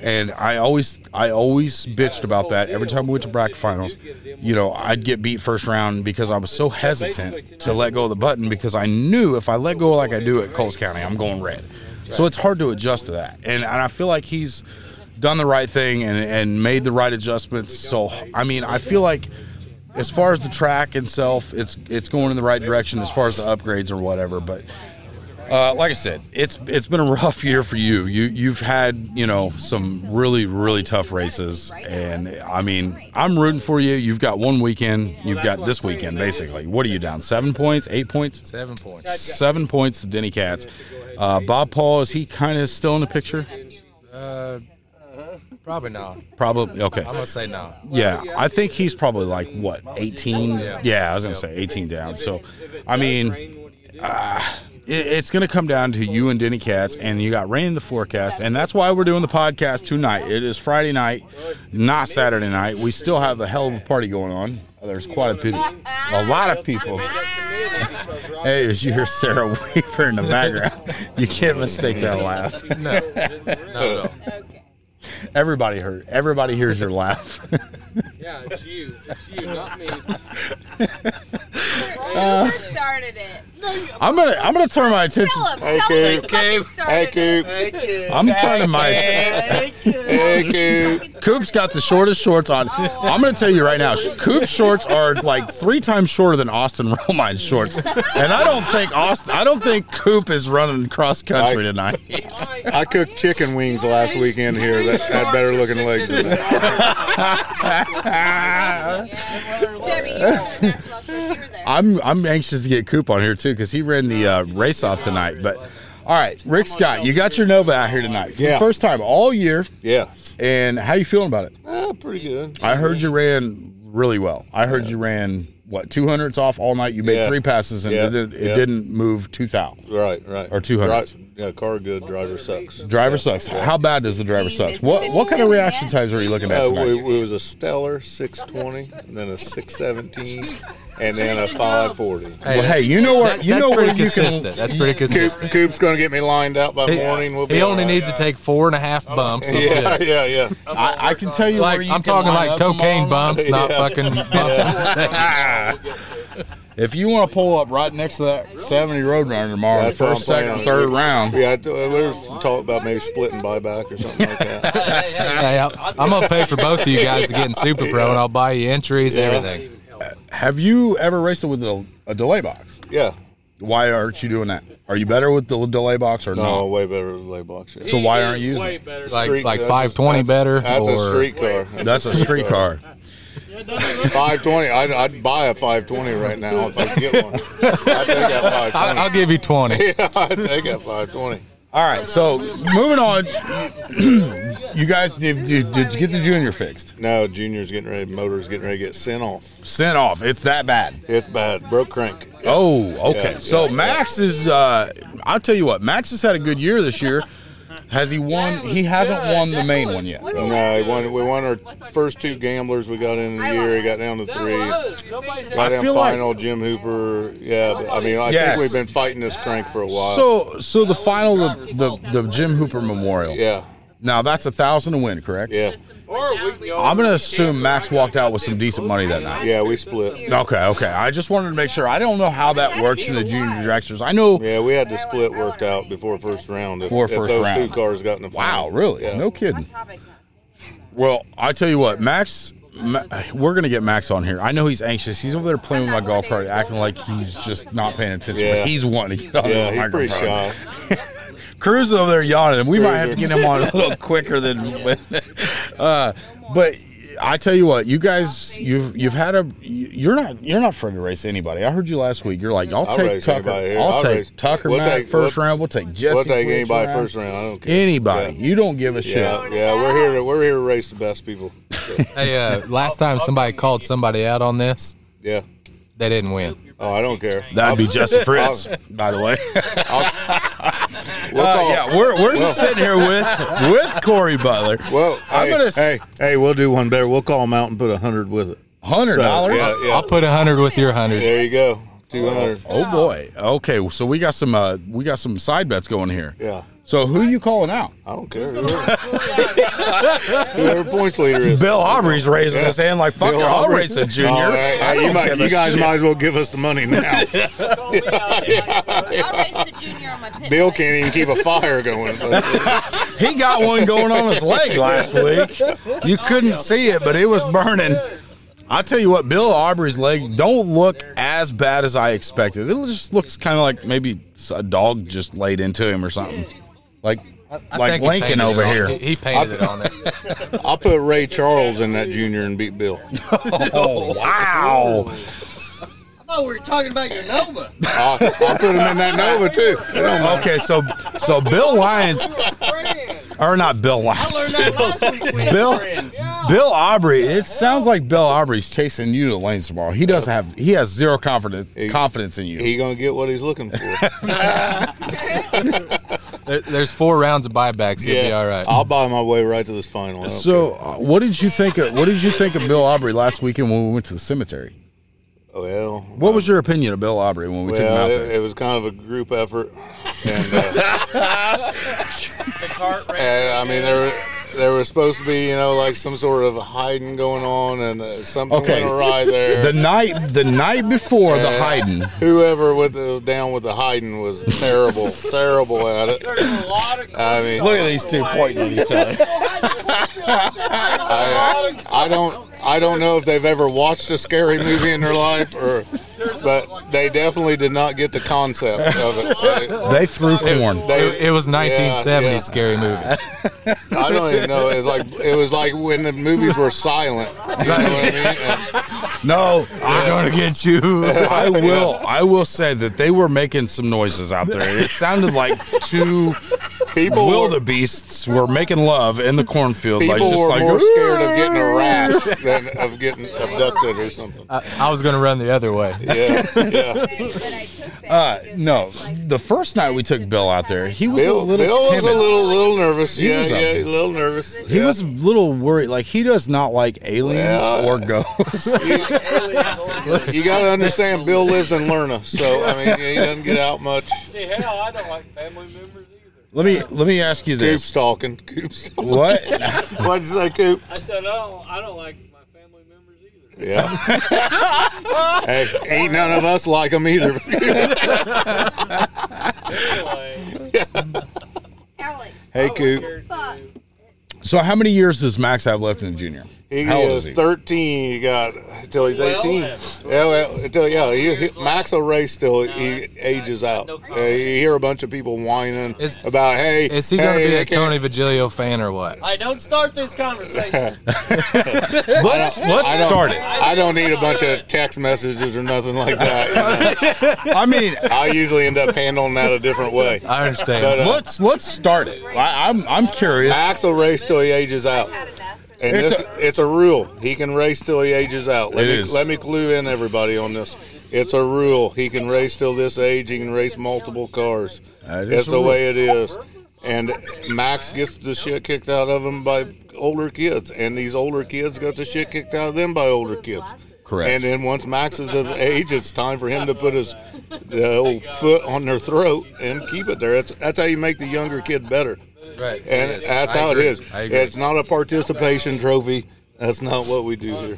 S3: And I always, I always bitched about that every time we went to bracket finals. You know, I'd get beat first round because I was so hesitant to let go of the button because I knew if I let go like I do at Coles County, I'm going red. So it's hard to adjust to that. And, and I feel like he's done the right thing and, and made the right adjustments. So I mean, I feel like as far as the track itself, it's it's going in the right direction as far as the upgrades or whatever. But uh, like I said, it's it's been a rough year for you. You you've had you know some really really tough races, and I mean I'm rooting for you. You've got one weekend. You've got this weekend basically. What are you down? Seven points? Eight points?
S11: Seven points.
S3: Seven points to Denny Cats. Uh, Bob Paul is he kind of still in the picture?
S11: Uh, probably not.
S3: Probably okay.
S11: I'm gonna say no.
S3: Yeah, I think he's probably like what 18.
S11: Yeah.
S3: Yeah, I was gonna say 18 down. So, I mean, uh, it, it's gonna come down to you and Denny Katz, and you got rain in the forecast, and that's why we're doing the podcast tonight. It is Friday night, not Saturday night. We still have a hell of a party going on. There's quite a bit, a lot of people. Hey, as you hear Sarah Weaver in the background, you can't mistake that laugh.
S11: No, not at all.
S3: Everybody heard. Everybody hears your laugh.
S2: Yeah, it's you. It's you, not me.
S3: Uh,
S7: started it.
S3: I'm gonna I'm gonna turn my attention.
S7: Tell him. Tell him.
S12: Hey, Coop.
S3: I'm turning my.
S12: Hey, Coop.
S3: Coop's got the shortest shorts on.
S7: Oh,
S3: I'm gonna tell you right now, Coop's shorts are like three times shorter than Austin Romine's shorts, and I don't think Austin. I don't think Coop is running cross country tonight.
S12: I cooked chicken wings last weekend here. That had better looking legs than that.
S3: I'm I'm anxious to get Coop on here too because he ran the uh, race off tonight. But all right, Rick Scott, you got your Nova out here tonight. For the
S12: Yeah.
S3: first time all year,
S12: Yeah.
S3: and how you feeling about it?
S12: Ah, pretty good.
S3: I heard you ran really well. I heard you ran what 200s off all night. You made
S12: Yeah.
S3: three passes and
S12: Yeah.
S3: it, didn't- it
S12: Yeah.
S3: didn't move two thou.
S12: Right, right.
S3: Or 200s.
S12: Right. yeah, car good, driver sucks.
S3: Driver sucks. How bad does the driver sucks? What what kind of reaction times are you looking at
S12: Uh, it,
S3: tonight?
S12: it was a Stellar 620, then a 617, and then a 540.
S3: Well, hey, you know where
S11: that-
S3: you
S11: that's
S3: know where
S11: pretty
S3: you
S11: consistent.
S3: can.
S11: that's pretty
S12: Coop,
S11: consistent.
S12: Coop's gonna get me lined out by
S11: He,
S12: morning. We'll be
S11: he only
S12: all right.
S11: needs to take four and a half bumps. That's
S12: Yeah,
S11: it.
S12: yeah, yeah.
S3: I, I can tell you
S11: Like
S3: where you
S11: I'm
S3: can
S11: talking
S3: line
S11: like
S3: up
S11: cocaine
S3: tomorrow.
S11: bumps, not
S12: Yeah.
S11: fucking bumps on stage.
S3: If you want to pull up right next to that 70 Roadrunner tomorrow,
S12: That's what I'm
S3: first, second,
S12: planning on.
S3: third round,
S12: Yeah, I t- uh, there's some talk about maybe splitting buyback or something like that.
S11: Hey, I- I'm gonna pay for both of you guys to get in Super Pro, and I'll buy you entries,
S12: Yeah.
S11: everything.
S3: have you ever raced it with a, a delay box?
S12: Yeah.
S3: Why aren't you doing that? Are you better with the delay box or
S12: No,
S3: no?
S12: way better than lay box. Yeah.
S3: So why aren't you using
S2: Way
S3: it?
S2: better.
S11: Like
S12: Street-
S11: like
S12: that's a-
S11: 520 better,
S12: That's a
S11: or
S12: street car.
S3: That's a street car.
S12: 520. I'd, I'd buy a 520 right now if I could get one. I'd take that
S11: I,
S12: 520.
S11: I'll give you 20.
S12: yeah, I'd take that 520.
S3: All right, so moving on. you guys, did, did, did you get the junior fixed?
S12: No, Junior's getting ready. Motor's getting ready to get sent off.
S3: Sent off. It's that bad.
S12: It's bad. Broke crank.
S3: Oh, okay.
S12: Yeah,
S3: so
S12: yeah, yeah.
S3: Max is. Uh, I'll tell you what. Max has had a good year this year. Has he won? He hasn't won the main one yet.
S12: No, we won, we won our first two gamblers we got in the year. He got down to three.
S2: Nobody's
S3: I
S12: Goddamn
S3: feel like-
S12: final, Jim Hooper. Yeah, but, I mean, I
S3: Yes.
S12: think we've been fighting this crank for a while.
S3: So, so the final, the the, the Jim Hooper Memorial.
S12: yeah,
S3: Now that's a thousand to win, correct?
S12: yeah,
S2: Or we can go.
S3: I'm gonna assume Max walked out with some decent money that night.
S12: yeah. We split.
S3: Okay, okay. I just wanted to make sure. I don't know how that works in the junior directors. I know.
S12: Yeah, we had the split worked out before first round. If,
S3: Before
S12: if
S3: first
S12: those
S3: round.
S12: two cars got in the final.
S3: Wow, really?
S12: Yeah.
S3: No kidding. Well, I tell you what, Max. Ma- we're gonna get Max on here. I know he's anxious. He's over there playing with my golf cart, acting like he's just not paying attention.
S12: Yeah.
S3: But he's wanting to get on
S12: Yeah,
S3: this
S12: he's
S3: microphone.
S12: pretty shy.
S3: Cruz is over there yawning, and we might have to get
S12: Cruiser.
S3: him on a little quicker than. uh, but I tell you what, you guys, you've you've had a. You're not you're not afraid to race anybody. I heard you last week. You're like, I'll,
S12: I'll
S3: take
S12: race
S3: Tucker.
S12: anybody here.
S3: I'll,
S12: I'll
S3: take
S12: race-
S3: Tucker
S12: we'll
S3: Matt
S12: take-
S3: 1st
S12: we'll-
S3: round. We'll take Jesse.
S12: We'll take
S3: Quick
S12: anybody
S3: round.
S12: first round. I don't care.
S3: Anybody. You don't give a shit.
S12: Yeah, yeah. We're here. To, we're here to race the best people.
S11: Hey, uh, last time somebody called somebody out on this,
S12: Yeah.
S11: they didn't win.
S12: Oh, I don't care.
S3: That'd be Justin Fritz, by the way.
S12: We'll
S3: Uh,
S12: call-
S3: yeah, we're, we're sitting here with with Corey Butler.
S12: Well,
S3: I'm
S12: hey,
S3: gonna s-
S12: hey, hey, we'll do one better. We'll call them out and put a hundred with it.
S3: Hundred
S12: So,
S3: dollars.
S12: yeah, yeah.
S11: I'll put 100 with your 100.
S12: There you go. Two hundred.
S3: Oh boy. Okay, so we got some uh, we got some side bets going here.
S12: Yeah.
S3: So who you calling out?
S12: I don't care. Whoever, whoever points leader is.
S3: Bill Aubrey's raising
S12: Yeah.
S3: his hand like fuck
S12: Bill
S3: it, I'll
S12: Aubrey.
S3: race a junior.
S12: Oh, hey, hey,
S3: I
S12: you
S3: don't
S12: might,
S3: give
S12: you
S3: a
S12: guys
S3: shit.
S12: might as well give us the money now.
S8: I'll race the junior on my pit.
S12: Bill can't even keep a fire going.
S3: He got one going on his leg last week. You couldn't see it, but it was burning. I tell you what, Bill Aubrey's leg don't look as bad as I expected. It just looks kind of like maybe a dog just laid into him or something. Like
S11: I
S3: like
S11: think he
S3: Lincoln
S11: painted
S3: over
S11: it on-
S3: here.
S11: He painted it on there.
S12: I'll put Ray Charles in that junior and beat Bill.
S3: Oh wow.
S2: I thought we were talking about your Nova.
S12: I'll, I'll put him in that Nova too. It don't matter.
S3: Okay, so so Bill Lyons or not Bill
S2: I learned
S3: Lyons.
S2: that last week. with
S3: Bill
S2: friends.
S3: Bill Aubrey. It sounds like Bill Aubrey's chasing you to lanes tomorrow. He doesn't have he has zero confidence confidence in you.
S12: He gonna get what he's looking for.
S11: There- There's four rounds of buybacks. He'll be all right.
S12: I'll buy my way right to this final. I don't
S3: So uh, what did you think of what did you think of Bill Aubrey last weekend when we went to the cemetery?
S12: care. well,
S3: What was your opinion of Bill Aubrey when we took him
S12: well,
S3: out
S12: it,
S3: there?
S12: it was kind of a group effort, and, uh, and I mean there were, there was supposed to be you know like some sort of hiding going on, and uh, something
S3: Okay.
S12: went awry there.
S3: The night the night before the
S12: Yeah.
S3: hiding.
S12: Whoever with the down with the hiding was terrible, terrible at it.
S2: There's a lot of
S12: I mean,
S3: Look at these two pointing at each other.
S12: I, I don't I don't know if they've ever watched a scary movie in their life or but they definitely did not get the concept of it.
S3: They threw corn.
S12: They,
S11: It,
S12: they,
S11: it was 1970
S12: yeah.
S11: scary movie.
S12: I don't even know. It's like it was like when the movies were silent. You know what I mean?
S3: No,
S11: I'm going to get you.
S3: I will. I will say that they were making some noises out there. It sounded like two
S12: People were-
S3: wildebeests were making love in the cornfield. like
S12: People
S3: just
S12: were
S3: like
S12: more scared of getting a rash than of getting abducted or something.
S11: I, I was going to run the other way.
S12: Yeah, yeah.
S3: Uh, no, the first night we took Bill out there, he was a
S12: Bill,
S3: little
S12: Bill was a
S3: timid.
S12: little, little nervous.
S3: He
S12: Yeah,
S3: was a-
S12: yeah, a little nervous.
S3: He was a little worried. Like he does not like aliens
S12: Yeah.
S3: or ghosts.
S12: You got to understand, Bill lives in Lerna, so I mean, he doesn't get out much.
S2: See, hell, I don't like family members either.
S3: let me let me ask you
S12: Coop's
S3: this:
S12: talking. Coop's talking.
S3: What?
S12: What'd you say, Coop?
S2: I said, oh, I don't like my family members either.
S12: Yeah. hey, ain't none of us like him
S2: Oh,
S12: either.
S2: Anyway,
S7: Alex,
S12: hey, Coop.
S2: scared
S7: fuck.
S3: So how many years does Max have left in junior?
S12: He
S3: How old
S12: is
S3: is he?
S12: 13. He got until he's 18. Yeah, well, until yeah, he, he, Max will race till he ages out. Uh, you hear a bunch of people whining
S11: Is-
S12: about, hey,
S11: Is he
S12: hey,
S11: going to be
S12: they
S11: a
S12: can't-
S11: Tony Vigilio fan or what?
S2: I don't start this conversation.
S3: Let's
S12: I
S3: let's
S12: don't-
S3: start it.
S12: I don't need a bunch of text messages or nothing like that. you know.
S3: I mean,
S12: I usually end up handling that a different way.
S11: I understand.
S12: But, uh,
S3: let's let's start it. I, I'm I'm curious.
S12: Max will race till he ages out. And
S3: It's
S12: it's, this, it's a rule. He can race till he ages out. Let
S3: It
S12: me
S3: is.
S12: let me clue in everybody on this. It's a rule. He can race till this age. He can race multiple cars.
S3: That is
S12: That's
S3: a
S12: the
S3: rule.
S12: way it is. And Max gets the shit kicked out of him by older kids, and these older kids got the shit kicked out of them by older kids.
S3: Correct.
S12: And then once Max is of age, it's time for him to put his the old foot on their throat and keep it there. That's, that's how you make the younger kid better.
S11: right.
S12: And
S11: Yes,
S12: that's
S11: I
S12: how it
S11: agree.
S12: is.
S11: I agree.
S12: It's not a participation trophy. That's not what we do here.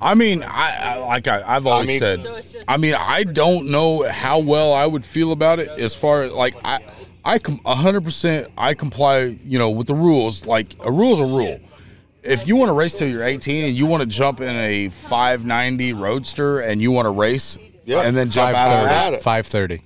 S3: I mean, I, I like I, I've always
S12: mean-
S3: said. I mean, I don't know how well I would feel about it as far as like I, I com- hundred percent I comply. You know, with the rules. Like a rule's a rule. If you want to race till you're 18 and you want to jump in a 590 Roadster and you want to race,
S12: Yeah.
S3: and then jump out of that
S11: 530.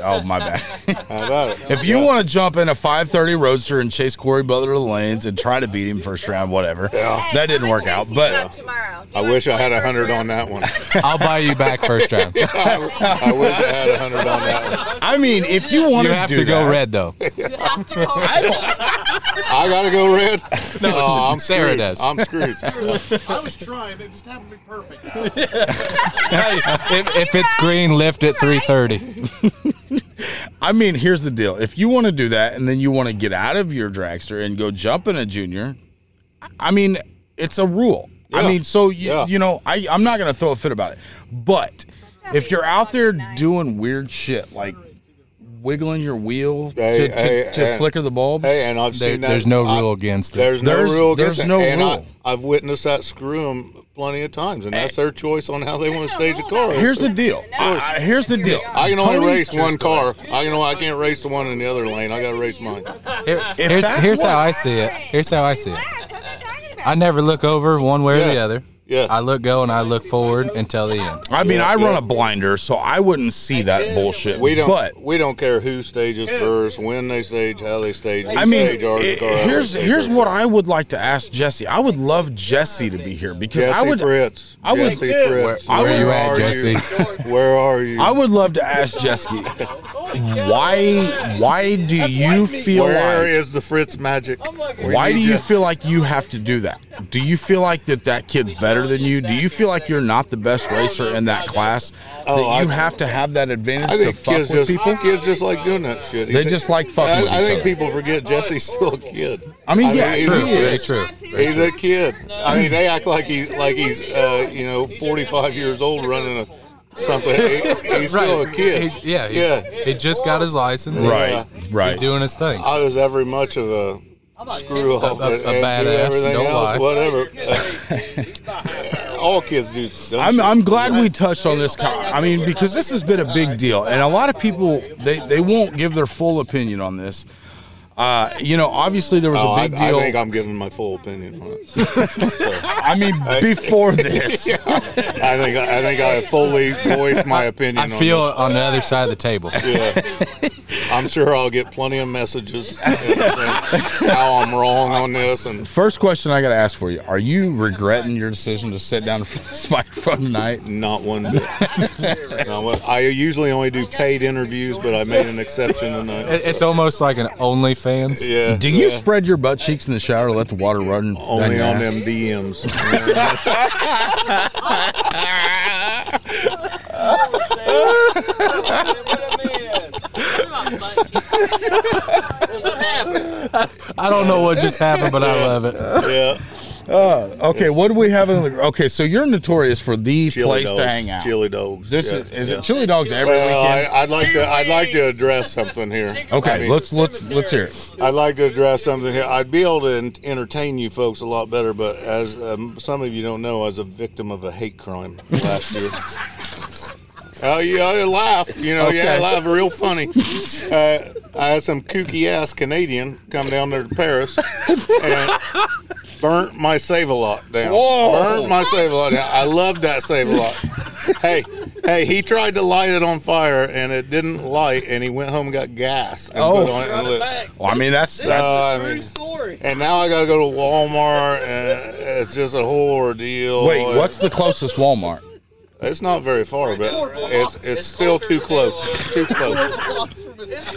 S3: 530. Oh my bad.
S12: How about it?
S3: If you want to jump in a 530 Roadster and chase Corey Butler to the lanes and try to beat him first round, whatever. That didn't work out, but
S7: tomorrow.
S12: I wish I had a hundred on that one.
S11: I'll buy you back first round. you
S12: I wish I had a hundred on that one.
S3: I mean, if you want
S11: have
S3: do
S11: to go
S3: that-
S11: red, though.
S12: I gotta go red. No, Oh, I'm
S11: Sarah
S12: screwed.
S11: does.
S12: I'm screwed.
S2: I was trying. It just happened to be perfect.
S11: if, if it's green, lift at 330.
S3: I mean, here's the deal. If you want to do that and then you want to get out of your dragster and go jump in a junior, I mean, it's a rule. I
S12: Yeah.
S3: mean, so you,
S12: Yeah.
S3: you know, I, I'm not going to throw a fit about it. But if you're out there doing weird shit, like wiggling your wheel
S12: Hey,
S3: to, to,
S12: hey,
S3: to
S12: hey.
S3: flicker the bulbs,
S12: Hey, and I've
S11: There,
S12: seen that.
S11: there's no
S12: I-
S11: rule against it.
S12: There's no
S3: There's-
S12: rule against
S3: there's
S12: it.
S3: no
S12: and
S3: rule. Eh.
S12: I, I've witnessed that screw 'em plenty of times, and that's their choice on how they want to stage a car.
S3: here's the deal. I, I- here's the deal.
S12: I can only
S3: Tony-
S12: race one car. I can I can't race the one in the other lane. I gotta race mine.
S11: Here- here's
S3: that's
S11: here's
S3: what-
S11: how I see it. Here's how I see it. I never look over one way or the
S12: Yeah.
S11: other.
S12: Yeah.
S11: I look go and I look forward until the end.
S3: I mean,
S12: Yeah,
S3: I run
S12: yeah.
S3: a blinder, so I wouldn't see that bullshit.
S12: We don't.
S3: But
S12: we don't care who stages first, when they stage, how they stage. We
S3: I mean,
S12: stage our
S3: it-
S12: car.
S3: here's here's what I would like to ask Jesse. I would love Jesse to be here because
S12: Jesse
S3: I would
S12: Fritz.
S3: I would-
S12: Jesse Fritz.
S3: I
S11: Where
S3: would-
S11: you at, Jesse?
S12: Where are you?
S3: I would love to ask Jesse why why do you feel
S12: Where
S3: like
S12: is the Fritz magic? We
S3: why do
S12: need
S3: you
S12: ya.
S3: feel like you have to do that? Do you feel like that that kid's better than you? Do you feel like you're not the best racer in that class?
S12: Oh,
S3: That you
S12: I-
S3: have to have that advantage
S12: I
S3: to
S12: think
S3: fuck
S12: kids
S3: with
S12: just
S3: people?
S12: kids just like doing that shit.
S3: They just like fucking
S12: I,
S3: with
S12: I
S3: each
S12: think
S3: other.
S12: people forget Jesse's still a kid.
S3: I mean,
S12: I
S3: yeah,
S12: mean,
S3: true.
S12: he
S11: Very
S12: is.
S11: true.
S12: He's a kid. I mean, they act like he's like he's uh, you know 45 years old running a something. He- He's still a kid.
S11: He's- yeah, he,
S12: yeah.
S11: He just got his license. He's-
S3: Right,
S11: He's
S3: right.
S11: doing his thing.
S12: I was every much of a screw off
S11: A- a- a
S12: and do
S11: badass,
S12: everything
S11: don't
S12: else, whatever.
S11: lie.
S12: Uh, all kids do. dumb
S3: I'm,
S12: shit.
S3: I'm glad we touched on this. co- I mean, because this has been a big deal, and a lot of people they, they won't give their full opinion on this. Uh, you know, obviously there was
S12: Oh,
S3: a big
S12: I,
S3: deal.
S12: I think I'm giving my full opinion on it.
S3: I mean, before this,
S12: I think I think I fully voiced my opinion.
S11: I feel
S12: On
S11: on the other side of the table.
S12: this. Yeah. I'm sure I'll get plenty of messages and- and how I'm wrong on this. And
S3: First question I got to ask for you: Are you regretting your decision to sit down for this microphone tonight?
S12: Not one bit. No, well, I usually only do paid interviews, but I made an exception tonight.
S11: It, it's
S12: so-
S11: almost like an OnlyFans.
S12: yeah.
S3: Do you
S12: yeah.
S3: spread your butt cheeks in the shower, let the water run? down
S12: only
S3: your
S12: on
S3: ass?
S12: them DMs?
S11: I don't know what just happened, but I love it.
S12: yeah.
S3: Oh, Okay, what do we have? In the, okay, so you're notorious for the
S12: Chili
S3: place
S12: dogs.
S3: to hang out.
S12: Chili dogs.
S3: This
S12: yeah,
S3: is, is
S12: yeah.
S3: it chili dogs every
S12: Well,
S3: weekend?
S12: I, I'd like to. I'd like to address something here.
S3: okay,
S12: I mean,
S3: let's let's let's hear it.
S12: I'd like to address something here. I'd be able to en- entertain you folks a lot better, but as um, some of you don't know, I was a victim of a hate crime last year. Oh, yeah, I laugh. You know, yeah, I
S3: Okay.
S12: laugh real funny. Uh, I had some kooky ass Canadian come down there to Paris and burnt my Save a Lot down. Burnt my Save a Lot down. I love that Save a Lot. Hey, hey, he tried to light it on fire and it didn't light, and he went home and got gas and
S3: Oh.
S12: put on it and lit.
S3: Well, I mean, that's that's
S12: Uh, I
S2: True
S12: mean,
S2: story.
S12: and now I gotta go to Walmart, and it's just a whole ordeal.
S3: wait. What's the closest Walmart?
S12: It's not very far, but
S2: Four blocks.
S12: it's it's still too close. Too close.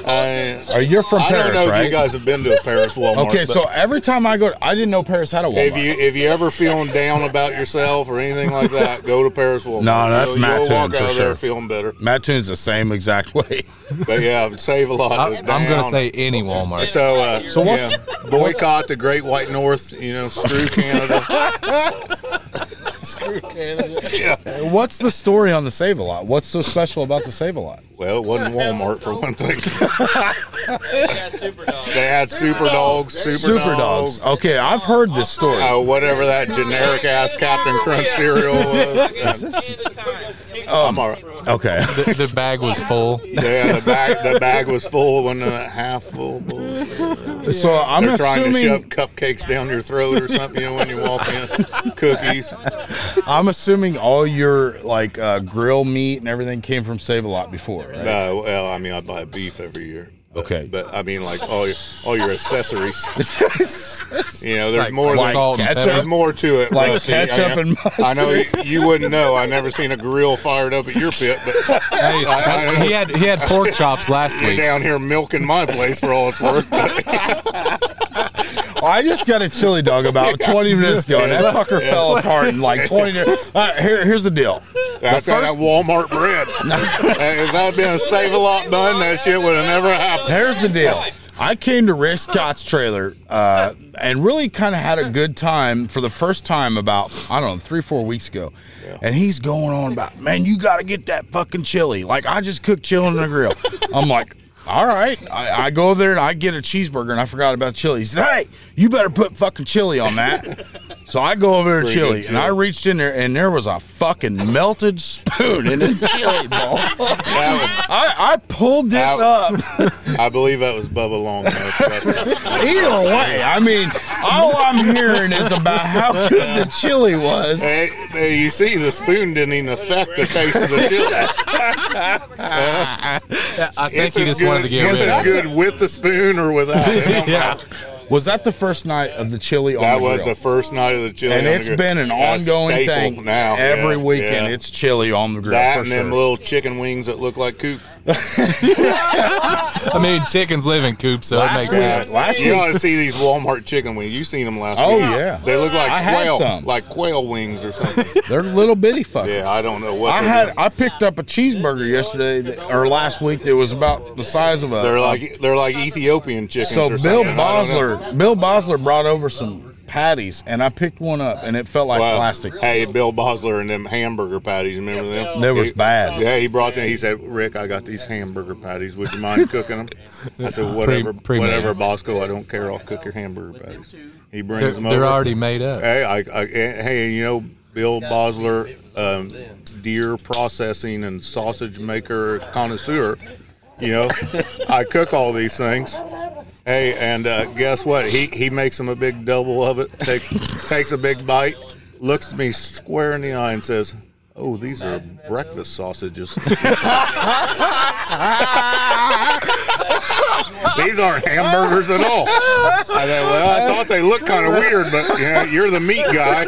S12: I,
S3: Are you from
S12: I
S3: Paris,
S12: don't know
S3: right?
S12: if you guys have been to a Paris Walmart.
S3: okay,
S12: but
S3: so every time I go, I didn't know Paris had a Walmart.
S12: if you if you ever feeling down about yourself or anything like that, go to Paris Walmart.
S3: No, that's
S12: you'll,
S3: my
S12: you'll walk
S3: tune
S12: out
S3: for
S12: of there
S3: sure.
S12: feeling better.
S3: Matt Tune's the same exact way.
S12: But yeah, save a lot.
S11: I,
S12: It's
S11: I'm gonna
S12: down.
S11: say any Walmart.
S12: So, uh,
S3: So what's-
S12: yeah, boycott the Great White North. You know, screw Canada.
S3: What's the story on the Save a Lot? What's so special about the Save a Lot?
S12: Well, it wasn't Walmart for one thing.
S2: Yeah, super dog.
S12: They had super dogs, super,
S3: Super
S12: dogs,
S3: dogs. Okay, I've heard this story.
S12: uh, whatever that generic ass Captain Crunch cereal was. I'm all right.
S3: Okay,
S11: The, the bag was full.
S12: Yeah, the bag the bag was full, wasn't uh, half full. bullshit.
S3: so I'm
S12: They're trying to shove
S3: assuming
S12: cupcakes down your throat or something, you know, when you walk in. Cookies.
S3: I'm assuming all your like uh, grill meat and everything came from Save a Lot before, right?
S12: No, well, I mean, I buy beef every year. But-
S3: Okay.
S12: but I mean, like all your all your accessories. you know, there's more
S11: like
S12: than-
S11: salt and
S3: ketchup.
S11: pepper.
S12: There's more to it.
S3: Like
S12: Rusty.
S3: ketchup
S12: I,
S3: and
S12: I know you, you wouldn't know. I never seen a grill fired up at your pit, but
S11: Hey,
S12: I-
S11: he had he had pork chops last
S12: you're
S11: week.
S12: down here milking my place for all it's worth.
S3: Oh, I just got a chili dog about 20 minutes ago, and that fucker fell apart in like 20 minutes. All right, here, here's the deal.
S12: That's that Walmart bread. Hey, if that'd been a save a lot bun, that shit would have never happened.
S3: Here's the deal. I came to Rick Scott's trailer uh, and really kind of had a good time for the first time about, I don't know, three, four weeks ago. And he's going on about, man, you got to get that fucking chili. Like, I just cooked chili on the grill. I'm like, all right. I, I go over there and I get a cheeseburger and I forgot about the chili. He said, hey, you better put fucking chili on that. So I go over there to
S12: Pretty good
S3: chili and I
S12: chili.
S3: reached in there and there was a fucking melted spoon in the chili bowl.
S12: That
S3: I, I pulled this
S12: Ouch.
S3: up.
S12: would- I believe that was Bubba Long. That's-
S3: Either way, I mean, all I'm hearing is about how good the chili was.
S12: Hey, hey, you see, the spoon didn't even affect the taste of the chili. Uh,
S11: I think he
S12: It's
S11: just
S12: as
S11: wanted to
S12: good-
S11: get
S12: it's
S11: rid
S12: as
S11: of. it.
S12: good with the spoon or without. It don't
S11: Yeah,
S3: Was that the first night of the chili on
S12: That
S3: the
S12: was
S3: grill?
S12: the first night of the chili.
S3: and
S12: on the
S3: it's
S12: grill.
S3: been an
S12: That's
S3: ongoing
S12: staple
S3: thing
S12: now.
S3: Every
S12: Yeah,
S3: weekend,
S12: yeah.
S3: it's chili on the grill
S12: that
S3: for
S12: and
S3: sure.
S12: them little chicken wings that look like coop.
S11: I mean chickens live in coops, so it
S3: Last
S11: makes
S3: week-
S11: sense.
S3: last
S12: you
S3: week-
S12: ought to see these Walmart chicken wings. You seen them last
S3: Oh,
S12: week?
S3: yeah.
S12: They look like
S3: I had
S12: quail,
S3: some.
S12: like quail wings or something.
S3: They're little bitty fuckers.
S12: yeah, I don't know what
S3: I
S12: they're
S3: had
S12: doing.
S3: I picked up a cheeseburger yesterday that, or last week that was about the size of a.
S12: They're like they're like Ethiopian chickens.
S3: so
S12: or
S3: Bill
S12: something. I don't know.
S3: Bosler Bill Bosler brought over some patties and I picked one up and it felt like
S12: Well,
S3: plastic.
S12: Hey, Bill Bosler and them hamburger patties. Remember them?
S3: They was
S12: He-
S3: bad.
S12: Yeah, he brought them. He said, "Rick, I got these hamburger patties. Would you mind cooking them?" I said, "Whatever,
S11: pre-made.
S12: whatever, Bosco. I don't care. I'll cook your hamburger patties." He brings
S11: They're,
S12: them
S11: they're
S12: over.
S11: already made up.
S12: Hey, I, I, hey, you know Bill Bosler, um, deer processing and sausage maker connoisseur. You know, I cook all these things. Hey, and uh, guess what? He he makes him a big double of it. Takes takes a big bite, looks me square in the eye, and says. Oh, these are breakfast sausages. These aren't hamburgers at all. I thought, well, I thought they looked kind of weird, but you know, you're the meat guy. I,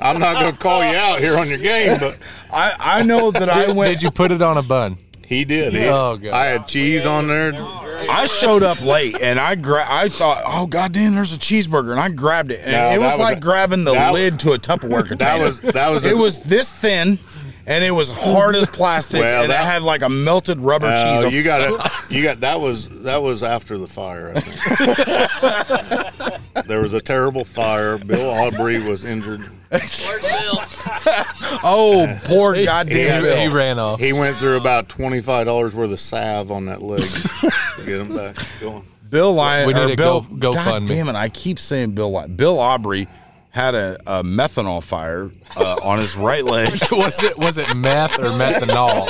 S12: I, am not going to call you out here on your game, but
S3: I, I know that I went.
S11: Did you put it on a bun?
S12: he did. He,
S11: Oh, God.
S12: I had cheese on there.
S3: I showed up late and I gra- I thought, oh goddamn, there's a cheeseburger, and I grabbed it, and
S12: No,
S3: it was
S12: that was
S3: like
S12: a-
S3: grabbing the
S12: that was-
S3: lid to a Tupperware container.
S12: That was that was. a-
S3: it was this thin, and it was hard as plastic,
S12: Well,
S3: and it
S12: that-
S3: had like a melted rubber
S12: uh,
S3: cheese. on-
S12: you got it. You got that was that was after the fire. I think. there was a terrible fire. Bill Aubrey was injured.
S3: oh, poor
S11: He,
S3: goddamn
S11: he
S3: Bill.
S11: ran off.
S12: He went through about twenty five dollars worth of salve on that leg to get him back going.
S3: Bill Lyon.
S11: We need
S3: or
S11: to
S3: Bill,
S11: go-
S3: God
S11: GoFundMe.
S3: Damn it! I keep saying Bill Lyon. Bill Aubrey had a, a methanol fire uh, on his right leg.
S11: was it was it meth or methanol?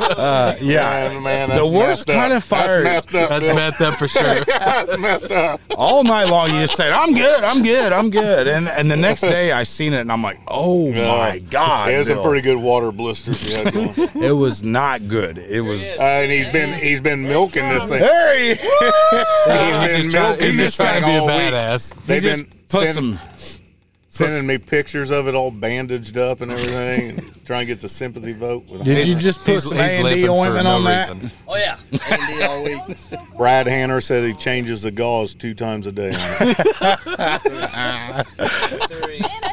S3: Uh, yeah,
S12: Man, man,
S3: The
S12: that's
S3: worst
S12: messed up.
S3: kind of fire.
S12: That's messed up.
S11: That's
S12: Bill.
S11: meth up for sure.
S12: That's messed up.
S3: all night long you just said i'm good i'm good i'm good and and the next day i seen it and i'm like oh my god
S12: He has some
S3: Bill.
S12: pretty good water blisters he had going. Uh,
S3: it was not good it was
S12: and he's been he's been milking this thing.
S3: hey
S12: He's
S11: He's
S12: been
S11: just trying,
S12: milking
S11: he's
S12: this
S11: just trying
S12: thing
S11: to be a
S12: all week.
S11: badass.
S12: They've
S3: just
S12: been
S3: put
S12: sending-
S3: some
S12: sending me pictures of it all bandaged up and everything, and trying to get the sympathy vote. With
S3: did you just put
S11: He's,
S3: some
S11: he's
S3: a
S11: limping for
S3: ointment
S11: no
S3: on that
S11: reason.
S13: Oh yeah, A&D all week.
S12: Brad Hanner said he changes the gauze two times a day.
S2: Man, I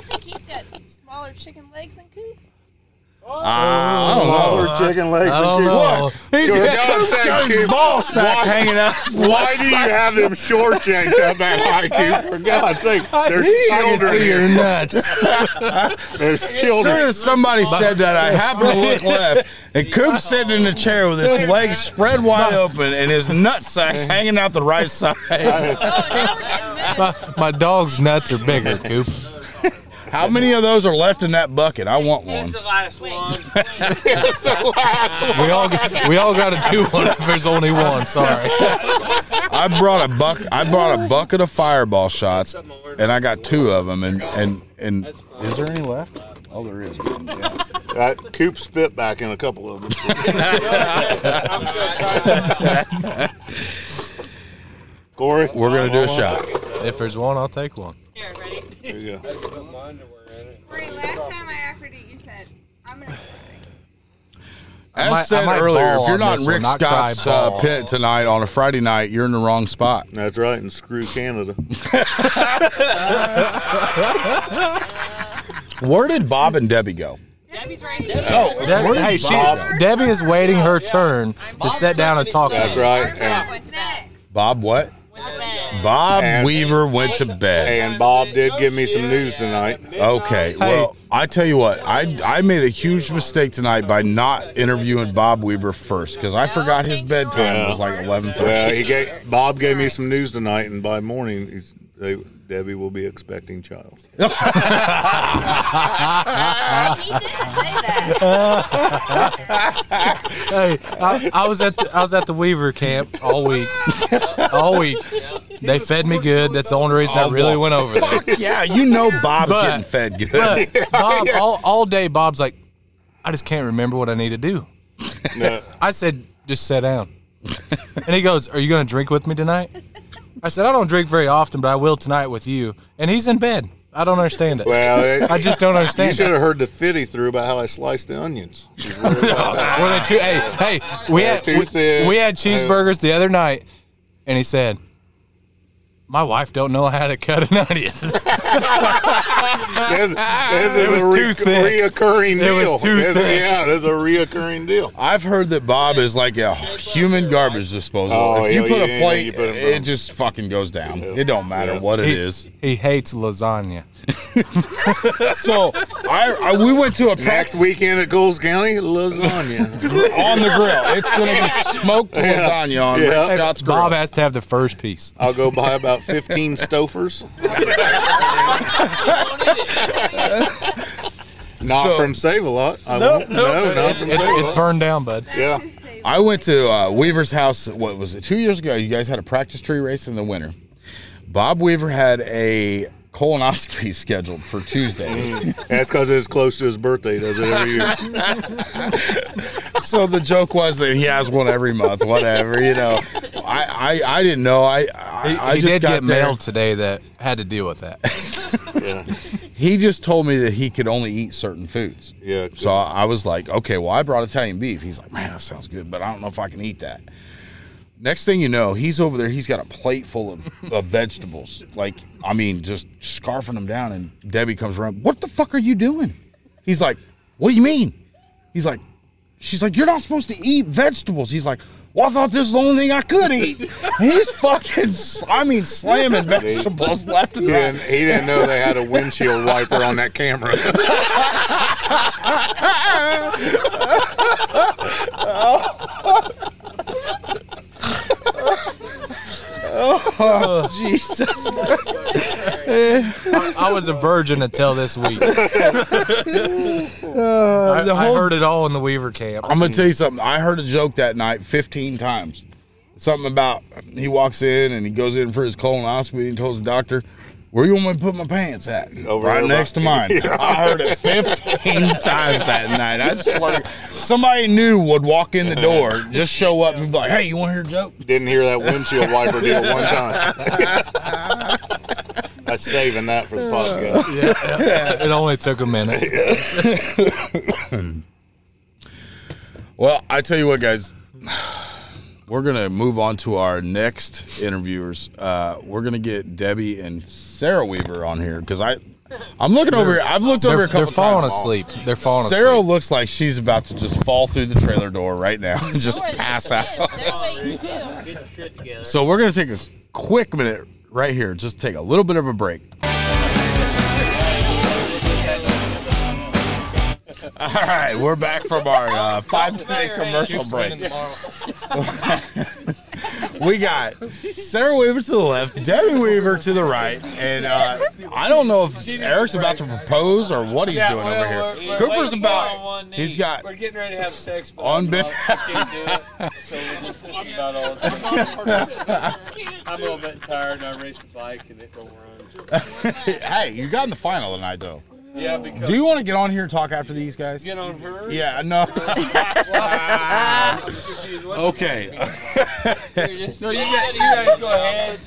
S2: think he's got smaller chicken legs than Coop.
S3: Ah,
S12: Oh, Smaller chicken legs.
S11: I don't know.
S3: he's
S12: For
S3: got,
S12: God's
S3: he's got
S12: sakes,
S3: his
S12: Cooper.
S3: ball sack
S12: Why-
S3: hanging out
S12: Why do you have them shortchanged up that high, Cooper? For God's sake, there's children here.
S11: nuts.
S12: There's
S3: as soon
S12: children.
S3: as somebody said that, I happened to look left, and Coop's sitting in the chair with his legs spread wide open and his nut sacks
S11: Mm-hmm.
S3: hanging out the right side.
S2: Oh, now we're getting mad.
S11: my, my dog's nuts are bigger, Coop.
S3: How many of those are left in that bucket? I want one.
S13: the last one.
S11: We all we all got to do one if there's only one. Sorry.
S3: I brought a buck. I brought a bucket of fireball shots, and I got two of them. And and and is there any left? Oh, there is. one, yeah.
S12: Uh, Coop spit back in a couple of them. Corey,
S3: We're gonna do a shot.
S11: If there's one, I'll take one.
S8: Here, ready?
S12: there you go.
S2: Wait, last time I offered it, you said, I'm gonna.
S3: As
S11: might- I
S3: said
S11: might
S3: earlier,
S11: ball
S3: if you're
S11: on
S3: not
S11: this
S3: Rick
S11: one, not cry
S3: Scott's uh,
S11: ball.
S3: pit tonight on a Friday night, you're in the wrong spot.
S12: That's right, and screw Canada.
S3: Where did Bob and Debbie go?
S2: Debbie's right
S11: Debbie, hey, she, Debbie Oh, is waiting her turn to sit down and talk. to
S12: That's
S11: you.
S12: right. And,
S2: What's next?
S3: Bob what? Bob Weaver went to bed.
S12: and Bob did give me some news tonight.
S3: Okay, well, I tell you what, I I made a huge mistake tonight by not interviewing Bob Weaver first because I forgot his bedtime was like 11:30.
S12: Well, he gave Bob gave me some news tonight, and by morning, he's, they, Debbie will be expecting child.
S2: Uh, He didn't say that.
S11: Hey, I, I was at the, I was at the Weaver camp all week, all week. They fed me good. That's the only reason I really went over there.
S3: Yeah, you know Bob's
S11: But-
S3: getting fed good.
S11: But Bob, all, all day, Bob's like, I just can't remember what I need to do.
S12: No,
S11: I said, just sit down. and he goes, Are you going to drink with me tonight? I said, I don't drink very often, but I will tonight with you. And he's in bed. I don't understand it.
S12: well, it-
S11: I just don't
S12: you
S11: understand
S12: should
S11: it.
S12: have heard the fit he threw about how I sliced the onions. He's worried about that.
S11: Were they too? Hey, hey, we had
S12: too
S11: we,
S12: thick.
S11: we had cheeseburgers the other night, and he said, "My wife don't know how to cut an onion."
S12: This, Uh, this
S11: It
S12: is
S11: was
S12: a
S11: too
S12: re-
S11: thick.
S12: reoccurring
S11: It
S12: deal.
S11: was too
S12: This-
S11: thick.
S12: Yeah, this is a reoccurring deal.
S3: I've heard that Bob is like a human garbage disposal.
S12: Oh,
S3: if you
S12: yeah,
S3: put
S12: yeah,
S3: a
S12: yeah,
S3: plate,
S12: you put it
S3: it
S12: down.
S3: just fucking goes down. It don't matter
S12: Yeah.
S3: what it
S11: he,
S3: is.
S11: he hates lasagna.
S3: So I, I we went to a
S12: Next
S3: practice
S12: weekend at Coles County, lasagna.
S3: on the grill. It's gonna be smoked lasagna on
S12: Yeah.
S3: Rick
S12: Hey,
S3: Scott's grill.
S11: Bob has to have the first piece.
S12: I'll go buy about 15 Stofers. Not
S3: So-
S12: from Save a Lot. I won't. No, not from
S11: It's,
S12: Save a
S11: it's
S12: Lot.
S11: burned down, bud.
S12: Yeah.
S3: I went to uh, Weaver's house. What was it? Two years ago. You guys had a practice tree race in the winter. Bob Weaver had a colonoscopy scheduled for Tuesday.
S12: That's because Mm. it's close to his birthday. He does it every year.
S3: so the joke was that he has one every month, whatever, you know. I, I, I didn't know. I, I,
S11: He,
S3: I
S11: he
S3: just
S11: did
S3: got
S11: get
S3: there.
S11: mail today that had to deal with that.
S3: He just told me that he could only eat certain foods.
S12: Yeah, 'cause-
S3: So I I was like, okay, well, I brought Italian beef. He's like, man, that sounds good, but I don't know if I can eat that. Next thing you know, he's over there. He's got a plate full of, of vegetables. Like, I mean, just scarfing them down. And Debbie comes around. What the fuck are you doing? He's like, what do you mean? He's like, she's like, you're not supposed to eat vegetables. He's like, well, I thought this was the only thing I could eat. He's fucking, sl- I mean, slamming vegetables left and
S12: He
S3: right.
S12: didn't, he didn't know they had a windshield wiper on that camera.
S3: Oh, Jesus.
S11: I, I was a virgin until this week. I,
S3: Uh, the
S11: I
S3: whole-
S11: heard it all in the Weaver camp.
S3: I'm gonna tell you something. I heard a joke that night 15 times. Something about he walks in and he goes in for his colonoscopy and tells the doctor, "Where you want me to put my pants at?"
S12: Over
S3: right
S12: here,
S3: next to mine. I heard it 15 times that night. I swear, somebody new would walk in the door, just show up and be like, "Hey, you want to hear a joke?"
S12: Didn't hear that windshield wiper deal one time. I'm saving that for the podcast.
S11: It only took a minute.
S3: Well, I tell you what, guys, we're gonna move on to our next interviewers. Uh, we're gonna get Debbie and Sarah Weaver on here because I, I'm looking over here. I've looked over
S11: They're,
S3: a couple
S11: they're falling
S3: times.
S11: asleep. They're falling asleep.
S3: Sarah looks like she's about to just fall through the trailer door right now and just pass out.
S2: Get your shit together.
S3: So we're gonna take a quick minute right here, just take a little bit of a break. All right, we're back from our uh, five-minute commercial break. we got Sarah Weaver to the left, Debbie Weaver to the right, and uh, I don't know if Eric's about to propose or what he's doing over
S2: Well,
S3: here.
S2: we're-
S3: Cooper's
S2: we're on
S3: about.
S2: one knee.
S3: he's got-
S2: We're getting ready to have sex. But
S3: On
S2: I'm
S3: bit-
S2: not- I can't do it. So we're just thinking about all the I'm a little bit tired. and I raced the bike and it don't run.
S3: hey, you got in the final tonight, though.
S2: Yeah, because
S3: Do you want to get on here and talk after these guys?
S2: get on her.
S3: Yeah, no.
S2: I'm confused. What's
S3: okay.
S2: So Ah! you guys, you guys go ahead.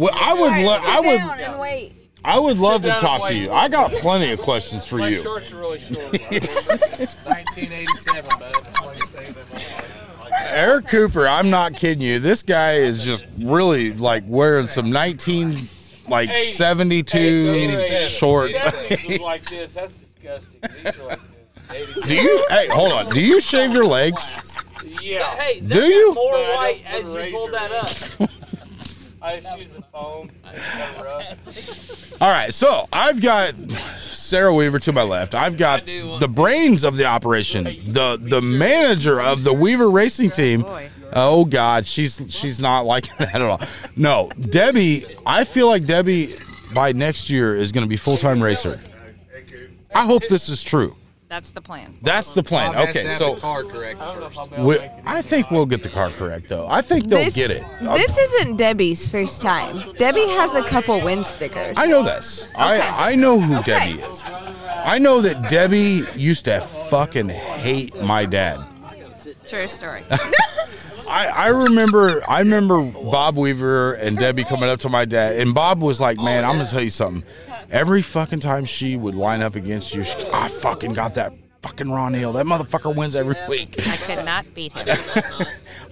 S3: Well, I would
S7: All
S3: lo-
S7: right,
S3: I
S7: sit
S3: would
S7: down and wait.
S3: I would love to
S2: down and
S3: talk to
S2: wait.
S3: you. I got plenty of questions for
S2: My
S3: you.
S2: shorts are really short. 1987, bud.
S3: Eric Cooper, I'm not kidding you. This guy is just really like wearing some 19 like 72 short.
S2: Shorts like this. That's disgusting. These are like this.
S3: Do you Hey, hold on. Do you shave your legs?
S2: Yeah. Hey,
S3: Do you?
S2: more
S11: don't
S2: white
S11: put
S2: as
S11: a
S2: you
S11: razor
S2: pulled that up. I just use the phone. I just cover up.
S3: All right, so I've got Sarah Weaver to my left. I've got the brains of the operation, the the manager of the Weaver Racing Team. Oh God, she's she's not liking that at all. No, Debbie, I feel like Debbie by next year is going to be full time racer. I hope this is true.
S8: That's the plan.
S3: That's the plan. Okay, so
S14: car correct.
S3: we, I think we'll get the car correct though. I think they'll
S8: This-
S3: get it.
S8: This isn't Debbie's first time. Debbie has a couple win stickers.
S3: I know this. I I know who Debbie is. I know that Debbie used to fucking hate my dad.
S8: True story.
S3: I, I remember I remember Bob Weaver and Debbie coming up to my dad, and Bob was like, "Man, I'm gonna tell you something. Every fucking time she would line up against you, she, I fucking got that fucking Ron Hill. That motherfucker wins every week."
S8: I could not beat him.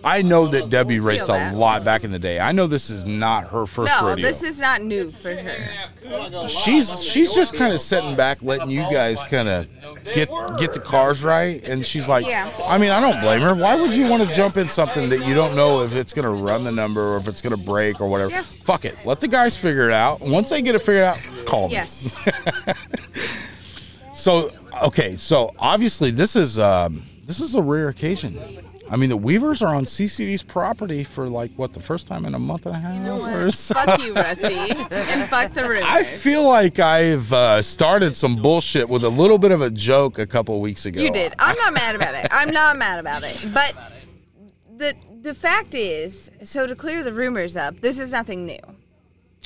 S3: I know that Debbie raced a
S8: that.
S3: lot back in the day. I know this is not her first
S8: No,
S3: rodeo.
S8: this is not new for her.
S3: she's she's just kind of sitting back, letting you guys kind of get get the cars right, and she's like,
S8: Yeah.
S3: I mean, I don't blame her. Why would you want to jump in something that you don't know if it's gonna run the number or if it's gonna break or whatever?
S8: Yeah.
S3: Fuck it, let the guys figure it out. Once they get it figured out, call me.
S8: Yes.
S3: So okay, so obviously this is um, this is a rare occasion. I mean, the Weavers are on CCD's property for like what the first time in a month and a half. or so.
S8: fuck you, Rusty. And fuck the rumors.
S3: I feel like I've uh, started some bullshit with a little bit of a joke a couple weeks ago.
S8: you did. I'm not mad about it. I'm not mad about it. But the the fact is, so to clear the rumors up, this is nothing new.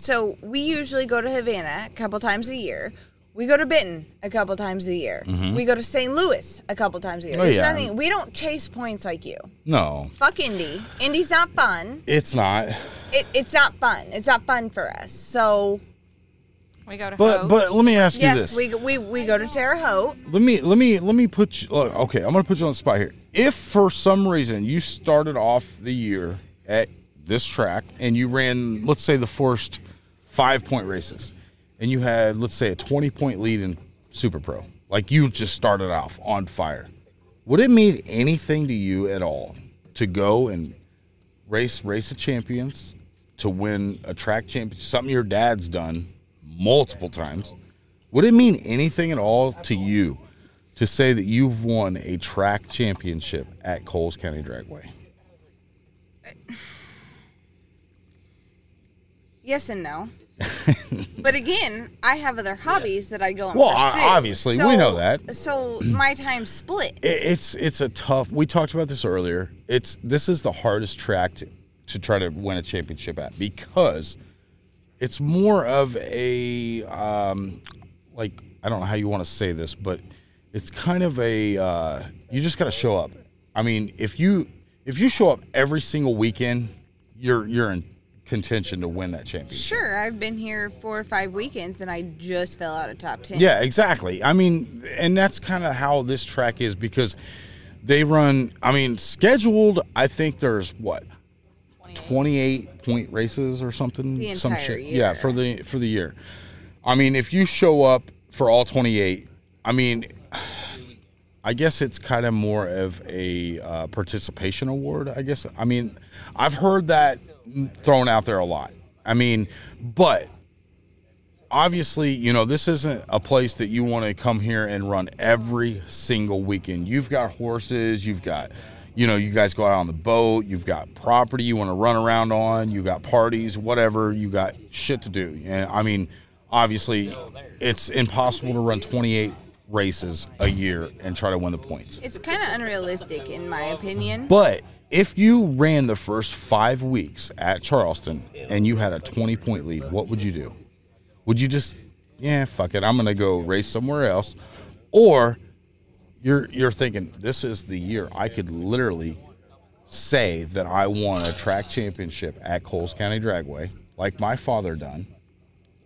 S8: So we usually go to Havana a couple times a year. We go to Benton a couple times a year.
S3: Mhm.
S8: We go to St. Louis a couple times a year.
S3: Oh,
S8: It's
S3: yeah.
S8: nothing. We don't chase points like you.
S3: No,
S8: Fuck Indy. Indy's not fun.
S3: it's not.
S8: It, it's not fun. It's not fun for us. So we go to.
S3: But- Hope. but let me ask you
S8: yes,
S3: this.
S8: we we we go to Terre Haute.
S3: Let me let me let me put you. look, Okay, I'm gonna put you on the spot here. If for some reason you started off the year at this track and you ran, let's say the first five point races, and you had, let's say, a 20 point lead in Super Pro, like you just started off on fire, would it mean anything to you at all to go and race race of champions to win a track championship? Something your dad's done multiple times. Would it mean anything at all to you to say that you've won a track championship at Coles County Dragway?
S8: Yes and no. but again, I have other hobbies that I go and
S3: Well, o-
S8: pursue.
S3: obviously, we know that.
S8: So my time's split.
S3: It- It's it's a tough. We talked about this earlier. It's this is the hardest track to, to try to win a championship at because it's more of a um, like I don't know how you want to say this, but it's kind of a uh, you just got to show up. I mean, if you if you show up every single weekend, you're you're in contention to win that championship.
S8: Sure, I've been here four or five weekends and I just fell out of top ten.
S3: Yeah, exactly. I mean, and that's kind of how this track is because they run, I mean, scheduled, I think there's what? 28 point races or something
S15: The
S3: some
S15: entire
S3: shit yeah for the for the year i mean if you show up for all 28 i mean i guess it's kind of more of a uh, participation award i guess i mean i've heard that thrown out there a lot i mean but obviously, you know, this isn't a place that you want to come here and run every single weekend. You've got horses, you've got, you know, you guys go out on the boat, you've got property you want to run around on, you got parties, whatever, you got shit to do. And I mean, obviously, it's impossible to run 28 races a year and try to win the points.
S8: It's kind of unrealistic, in my opinion.
S3: But if you ran the first five weeks at Charleston and you had a 20 point lead, what would you do? Would you just, yeah, fuck it, I'm going to go race somewhere else? Or you're, you're thinking, this is the year I could literally say that I won a track championship at Coles County Dragway, like my father done?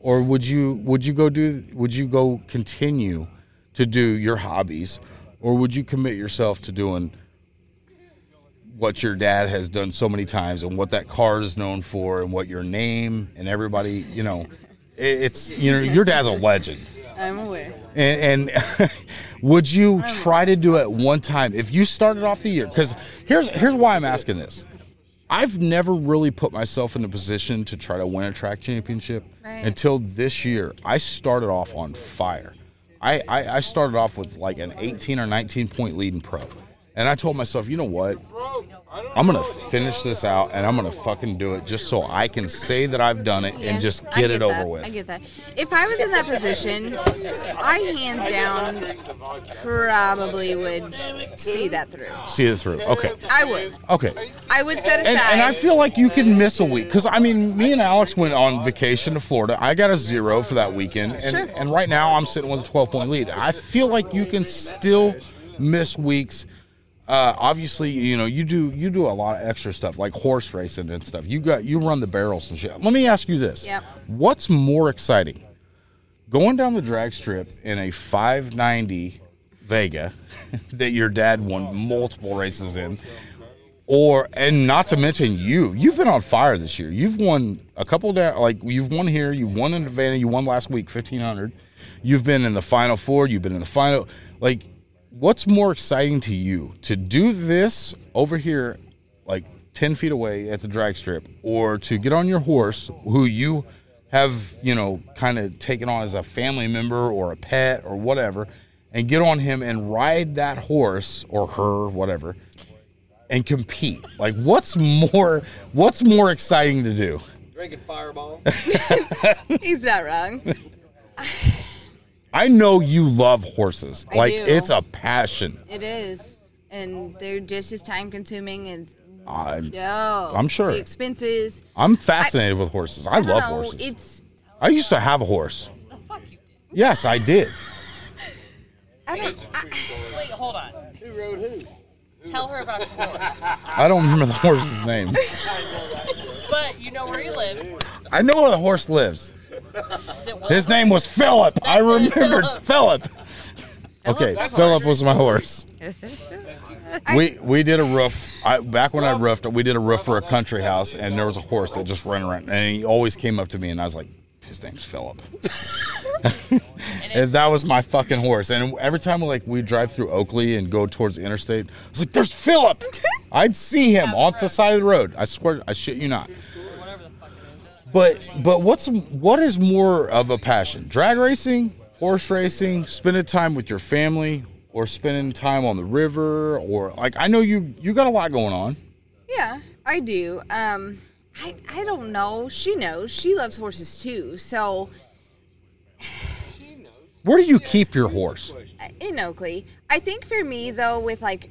S3: Or would you would you go do would you go continue to do your hobbies, or would you commit yourself to doing what your dad has done so many times and what that car is known for and what your name and everybody you know it- it's you know your dad's a legend
S8: I'm aware.
S3: and, and would you try to do it one time if you started off the year because here's here's why i'm asking this i've never really put myself in a position to try to win a track championship
S15: Right.
S3: until this year i started off on fire I, I i started off with like an 18 or 19 point lead in pro and i told myself you know what I'm gonna finish this out and I'm gonna fucking do it just so I can say that I've done it
S8: Yeah,
S3: and just
S8: I
S3: get, it over
S8: that.
S3: with.
S8: I get that. If I was in that position, I hands down probably would see that through.
S3: See it through. Okay.
S8: I would.
S3: Okay.
S8: I would set
S3: And,
S8: aside.
S3: and I feel like you could miss a week because I mean, me and Alex went on vacation to Florida. I got a zero for that weekend, and,
S8: Sure.
S3: and right now I'm sitting with a 12 point lead. I feel like you can still miss weeks. Uh, obviously, you know you do you do a lot of extra stuff like horse racing and stuff. You got you run the barrels and shit. Let me ask you this:
S15: Yep.
S3: What's more exciting, going down the drag strip in a 590 Vega that your dad won multiple races in, or and not to mention you, you've been on fire this year. You've won a couple down, like you've won here, you won in Havana, you won last week 1500. You've been in the final four, you've been in the final. Like, what's more exciting to you to do this over here, like 10 feet away at the drag strip, or to get on your horse who you have, you know, kind of taken on as a family member or a pet or whatever, and get on him and ride that horse or her, whatever, and compete. Like what's more what's more exciting to do?
S8: Drinking Fireball. He's not wrong.
S3: I know you love horses.
S8: I
S3: like
S8: do.
S3: it's a passion.
S8: It is, and they're just as time consuming as
S3: I'm
S8: no.
S3: I'm sure.
S8: the expenses.
S3: I'm fascinated with horses. I,
S8: don't
S3: love
S8: know,
S3: horses.
S8: It's
S3: I used to have a horse. Yes, I did.
S8: I don't. I,
S4: Wait, hold on. Who rode who? Tell her about your horse.
S3: I don't remember the horse's name.
S4: but you know where he lives.
S3: I know where the horse lives. His name was Philip. I remembered Philip. Okay,
S2: that
S3: Philip
S2: horse.
S3: was my horse. We we did a roof. I, back when I roofed, we did a roof for a country house, and there was a horse that just ran around, and he always came up to me, and I was like, "His name's Philip," and that was my fucking horse. And every time like we drive through Oakley and go towards the interstate, I was like, "There's Philip." I'd see him on the side of the road. I swear, I shit you not. But but what's what is more of a passion? Drag racing, horse racing, spending time with your family, or spending time on the river, or like I know you you got a lot going on.
S8: yeah, I do. Um, I I don't know. She knows. She loves horses too. So
S3: Where do you keep your horse?
S8: in Oakley. I think for me though, with like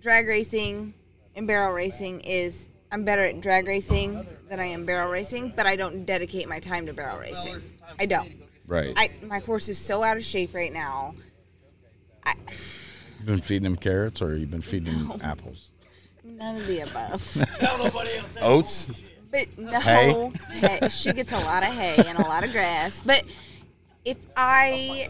S8: drag racing and barrel racing, is I'm better at drag racing than I am barrel racing, but I don't dedicate my time to barrel racing. I don't.
S3: Right.
S8: I my horse is so out of shape right now.
S3: You been feeding him carrots, or you been feeding him apples,
S8: None of the above.
S3: oats?
S8: But no,
S3: Hay?
S8: hay- she gets a lot of hay and a lot of grass. But if Oh, I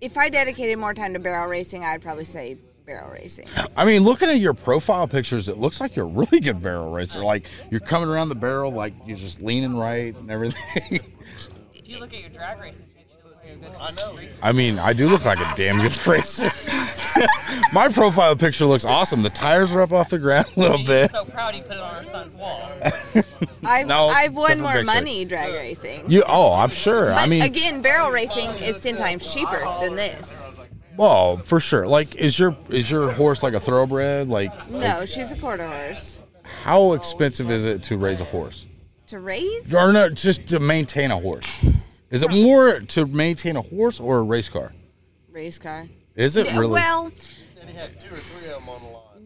S8: if I dedicated more time to barrel racing, I'd probably say barrel racing.
S3: I mean, looking at your profile pictures, it looks like you're a really good barrel racer. Like you're coming around the barrel, like you're just leaning right and everything.
S4: If you look at your drag racing picture, you look like a good I know.
S3: I mean, I do look like a damn good racer. My profile picture looks awesome. The tires are up off the ground a little bit.
S4: so proud he put it on our son's wall.
S8: I've
S3: No,
S8: I've won
S3: different
S8: more
S3: picture.
S8: money drag racing.
S3: You oh, I'm sure.
S8: But
S3: I mean,
S8: again, barrel racing is ten times cheaper than this.
S3: well, for sure. Like, is your is your horse like a thoroughbred? Like,
S8: No, she's a quarter horse
S3: how expensive is it to raise a horse,
S8: to raise.
S3: or no, just to maintain a horse? Is it more to maintain a horse or a race car?
S8: Race car.
S3: Is it
S8: No,
S3: really?
S8: Well,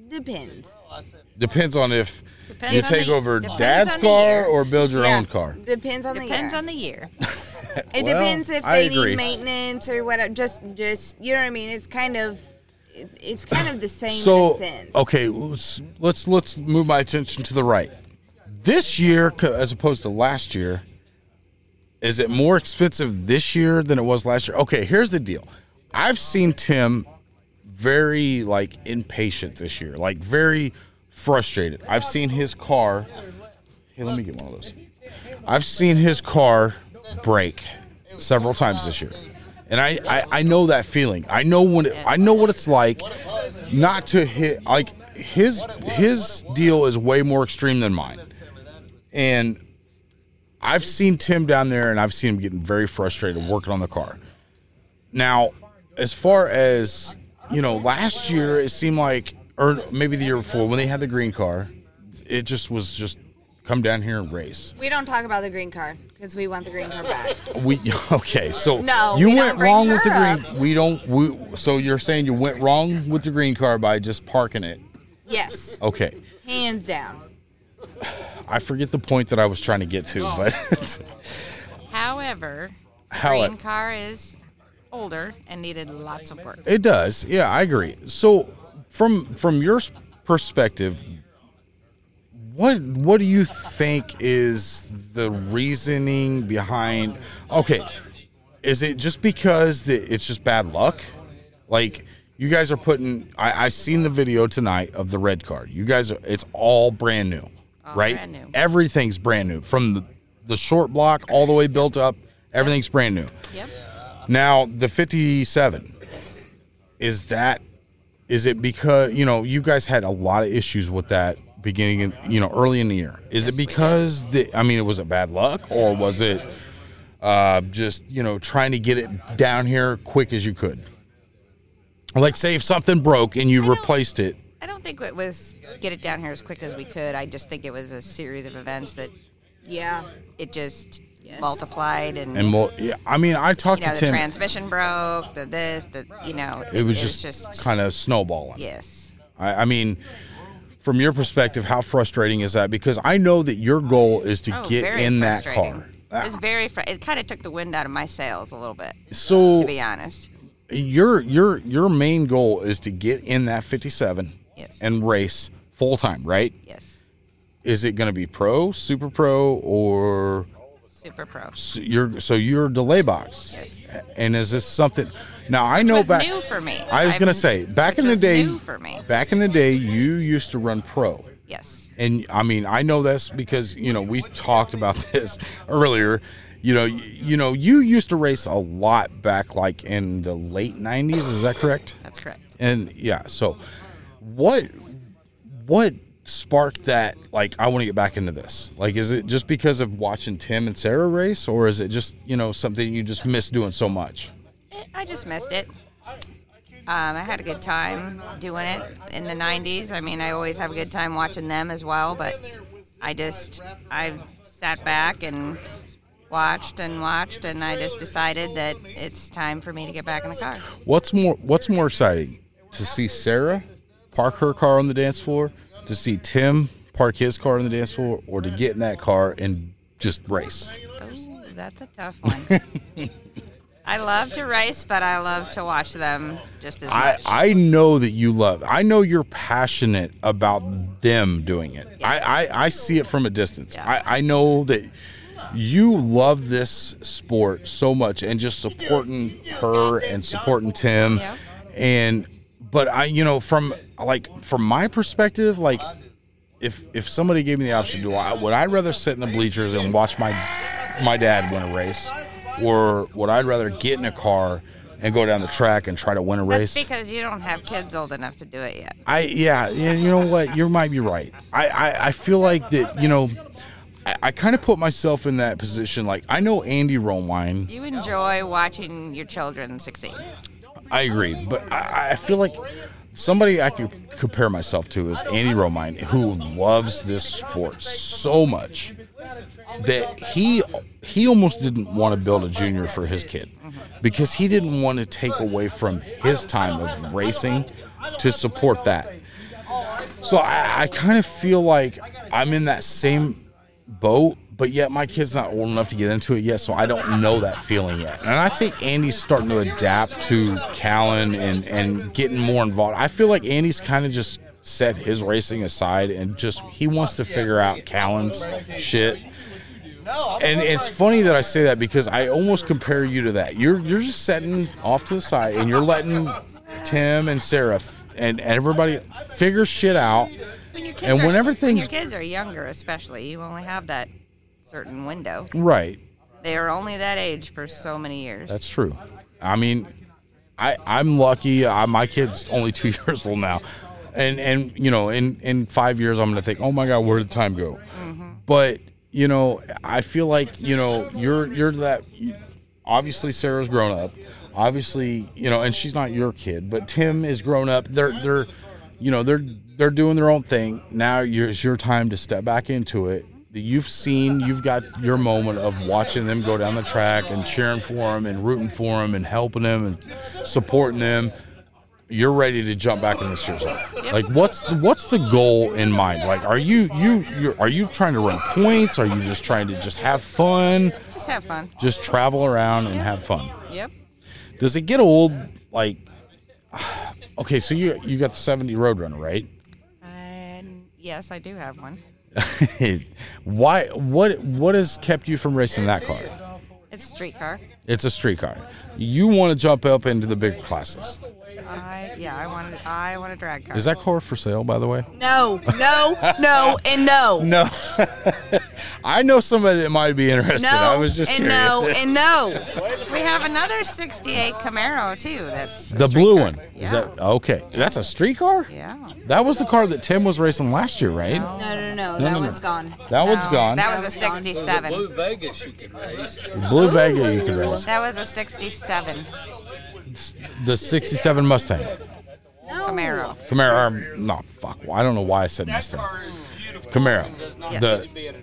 S8: depends.
S3: Depends on if
S8: Depends
S3: you
S8: on
S3: take
S8: the-
S3: over
S8: depends
S3: dad's
S8: on the
S3: car
S8: year.
S3: or build your
S8: Yeah.
S3: own car.
S8: Depends on the year.
S14: Depends on the year.
S8: It
S3: Well,
S8: depends if
S3: I
S8: they
S3: agree.
S8: need maintenance or whatever. Just, just you know what I mean. It's kind of, it, it's kind of the same
S3: so
S8: in a sense.
S3: okay let's, let's let's move my attention to the right this year co- as opposed to last year is it more expensive this year than it was last year okay here's the deal i've seen tim very like impatient this year like very frustrated i've seen his car hey let me get one of those i've seen his car break several times this year and I, I, I know that feeling. I know when it, I know what it's like not to hit like his his deal is way more extreme than mine. And I've seen Tim down there and I've seen him getting very frustrated working on the car. Now, as far as you know, last year it seemed like or maybe the year before when they had the green car, it just was just come down here and race.
S8: We don't talk about the green card because we want the green card back.
S3: We okay, so
S8: No,
S3: you
S8: we don't
S3: went
S8: bring
S3: wrong with the
S8: her
S3: green. We don't. We, so you're saying you went wrong with the green car by just parking it?
S8: Yes,
S3: Okay,
S8: hands down.
S3: I forget the point that I was trying to get to, but it's-
S14: However,
S3: How
S14: green
S3: it-
S14: car is older and needed lots of work.
S3: it does. Yeah, I agree. So from from your s- perspective, what what do you think is the reasoning behind? Okay, is it just because that it's just bad luck? Like you guys are putting. I, I've seen the video tonight of the red card. You guys, are, it's all brand new,
S14: All
S3: right?
S14: brand new.
S3: Everything's brand new from the, the short block all the way built up. Everything's brand new.
S14: Yep.
S3: Now the fifty-seven is that is it because you know you guys had a lot of issues with that beginning in, you know early in the year is it because the i mean was it bad luck or was it uh, just you know trying to get it down here quick as you could like say if something broke and you replaced it
S14: I don't think it was get it down here as quick as we could. I just think it was a series of events that
S8: Yeah,
S14: it just multiplied and,
S3: and well yeah, i mean i
S14: you
S3: talked
S14: know
S3: to
S14: the
S3: tim
S14: transmission broke, the this, the you know
S3: it was just, kind of snowballing
S14: yes.
S3: I, I mean from your perspective how frustrating is that because i know that your goal is to
S14: Oh,
S3: get
S14: very
S3: in that
S14: frustrating.
S3: car Ah.
S14: It was very. Fr- it kind of took the wind out of my sails a little bit.
S3: So-
S14: to be honest,
S3: your your your main goal is to get in that 57
S14: Yes.
S3: and race full time, right?
S14: Yes.
S3: Is it going to be pro, super pro, or
S14: super pro?
S3: So you're so you're delay box.
S14: Yes.
S3: And is this something? Now I know
S14: was
S3: back.
S14: new for me.
S3: I was
S14: I'm-
S3: going to say back
S14: which
S3: in the
S14: was
S3: day.
S14: new for me.
S3: Back in the day, you used to run pro.
S14: Yes.
S3: And I mean, I know this because you know we talked about this earlier. You know, you, you know, you used to race a lot back, like in the late '90s. Is that correct?
S14: That's correct.
S3: And yeah, so what what sparked that? Like, I want to get back into this. Like, is it just because of watching Tim and Sarah race, or is it just you know something you just miss doing so much?
S14: Eh, I just missed it. Um, I had a good time doing it in the 90s. I mean, I always have a good time watching them as well, but I just, I've sat back and watched and watched, and I just decided that it's time for me to get back in the car.
S3: What's more What's more exciting to see Sarah park her car on the dance floor, to see Tim park his car on the dance floor, or to get in that car and just race?
S14: Ooh, that's a tough one. I love to race, but I love to watch them just as
S3: I,
S14: much.
S3: I know that you love. I know you're passionate about them doing it. I, I, I see it from a distance. I, I know that you love this sport so much and just supporting her and supporting Tim and but I you know from like from my perspective like if if somebody gave me the option do I would I rather sit in the bleachers and watch my my dad win a race or would I rather get in a car and go down the track and try to win a race
S14: That's because you don't have kids old enough to do it yet.
S3: I yeah, yeah, you know what? You might be right. I I, I feel like that. You know, I, I kind of put myself in that position. Like I know Andy Romine.
S14: You enjoy watching your children succeed.
S3: I agree, but I, I feel like somebody I could compare myself to is Andy Romine, who loves this sport so much that he he almost didn't want to build a junior for his kid because he didn't want to take away from his time of racing to support that. So I, I kind of feel like I'm in that same boat, but yet my kid's not old enough to get into it yet, so I don't know that feeling yet. And I think Andy's starting to adapt to Callan and and getting more involved. I feel like Andy's kind of just set his racing aside and just he wants to figure out Callan's shit. And it's funny that I say that because I almost compare you to that. You're you're just setting off to the side and you're letting Tim and Sarah f- and everybody figure shit out.
S14: When your kids
S3: And
S14: are,
S3: when
S14: when
S3: everything's
S14: your kids are younger, especially, you only have that certain window.
S3: right,
S14: They are only that age for so many years.
S3: That's true. I mean, I I'm lucky. I, my kid's only two years old now, and and you know, in in five years, I'm gonna think, oh my god, where did time go? But you know, I feel like you know, you're you're that. Obviously, Sarah's grown up. Obviously, you know, and she's not your kid, but Tim is grown up. They're they're, you know, they're they're doing their own thing. Now you're, it's your time to step back into it. You've seen, you've got your moment of watching them go down the track and cheering for them and rooting for them and helping them and supporting them. You're ready to jump back in this year's life. Like, what's the, what's the goal in mind? Like, are you you you're, are you trying to run points? Are you just trying to just have fun?
S14: Just have fun.
S3: Just travel around and have fun.
S14: Yep.
S3: Does it get old? Like, okay, so you you got the 70 Roadrunner, right?
S14: And yes, I do have one.
S3: Why? What? What has kept you from racing that car?
S14: It's a street car.
S3: It's a street car. You want to jump up into the big classes.
S14: I yeah, I want I want a drag car.
S3: Is that car for sale, by the way?
S8: No, no, no, and no.
S3: No. I know somebody that might be interested. I was just
S8: and
S3: curious.
S8: no, and no.
S14: We have another '68 Camaro too. That's
S3: the blue one. Is that okay? That's a street car.
S14: Yeah.
S3: That was the car that Tim was racing last year, right?
S8: No, no, no, no.
S3: No, no,
S8: That
S3: no.
S8: one's gone.
S3: That one's gone.
S14: That was a '67.
S2: Blue Vegas you could race.
S3: Blue Vega you could race.
S14: That was a '67
S3: The '67 Mustang.
S14: Camaro.
S3: Camaro. No, fuck. I don't know why I said Mustang. Camaro.
S14: Yes.
S3: The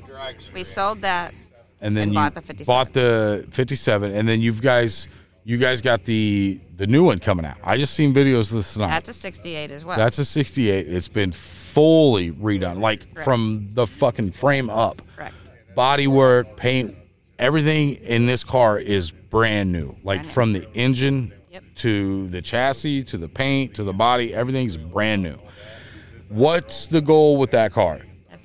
S14: we sold that.
S3: and then
S14: And
S3: you
S14: bought the 57.
S3: bought the 57 and then you guys you guys got the the new one coming out i just seen videos of this tonight
S14: That's a '68 as well.
S3: That's a 68 it's been fully redone like
S14: Correct.
S3: from the fucking frame up
S14: Correct.
S3: body work paint everything in this car is brand new. Like from the engine to the chassis to the paint to the body, everything's brand new. What's the goal with that car?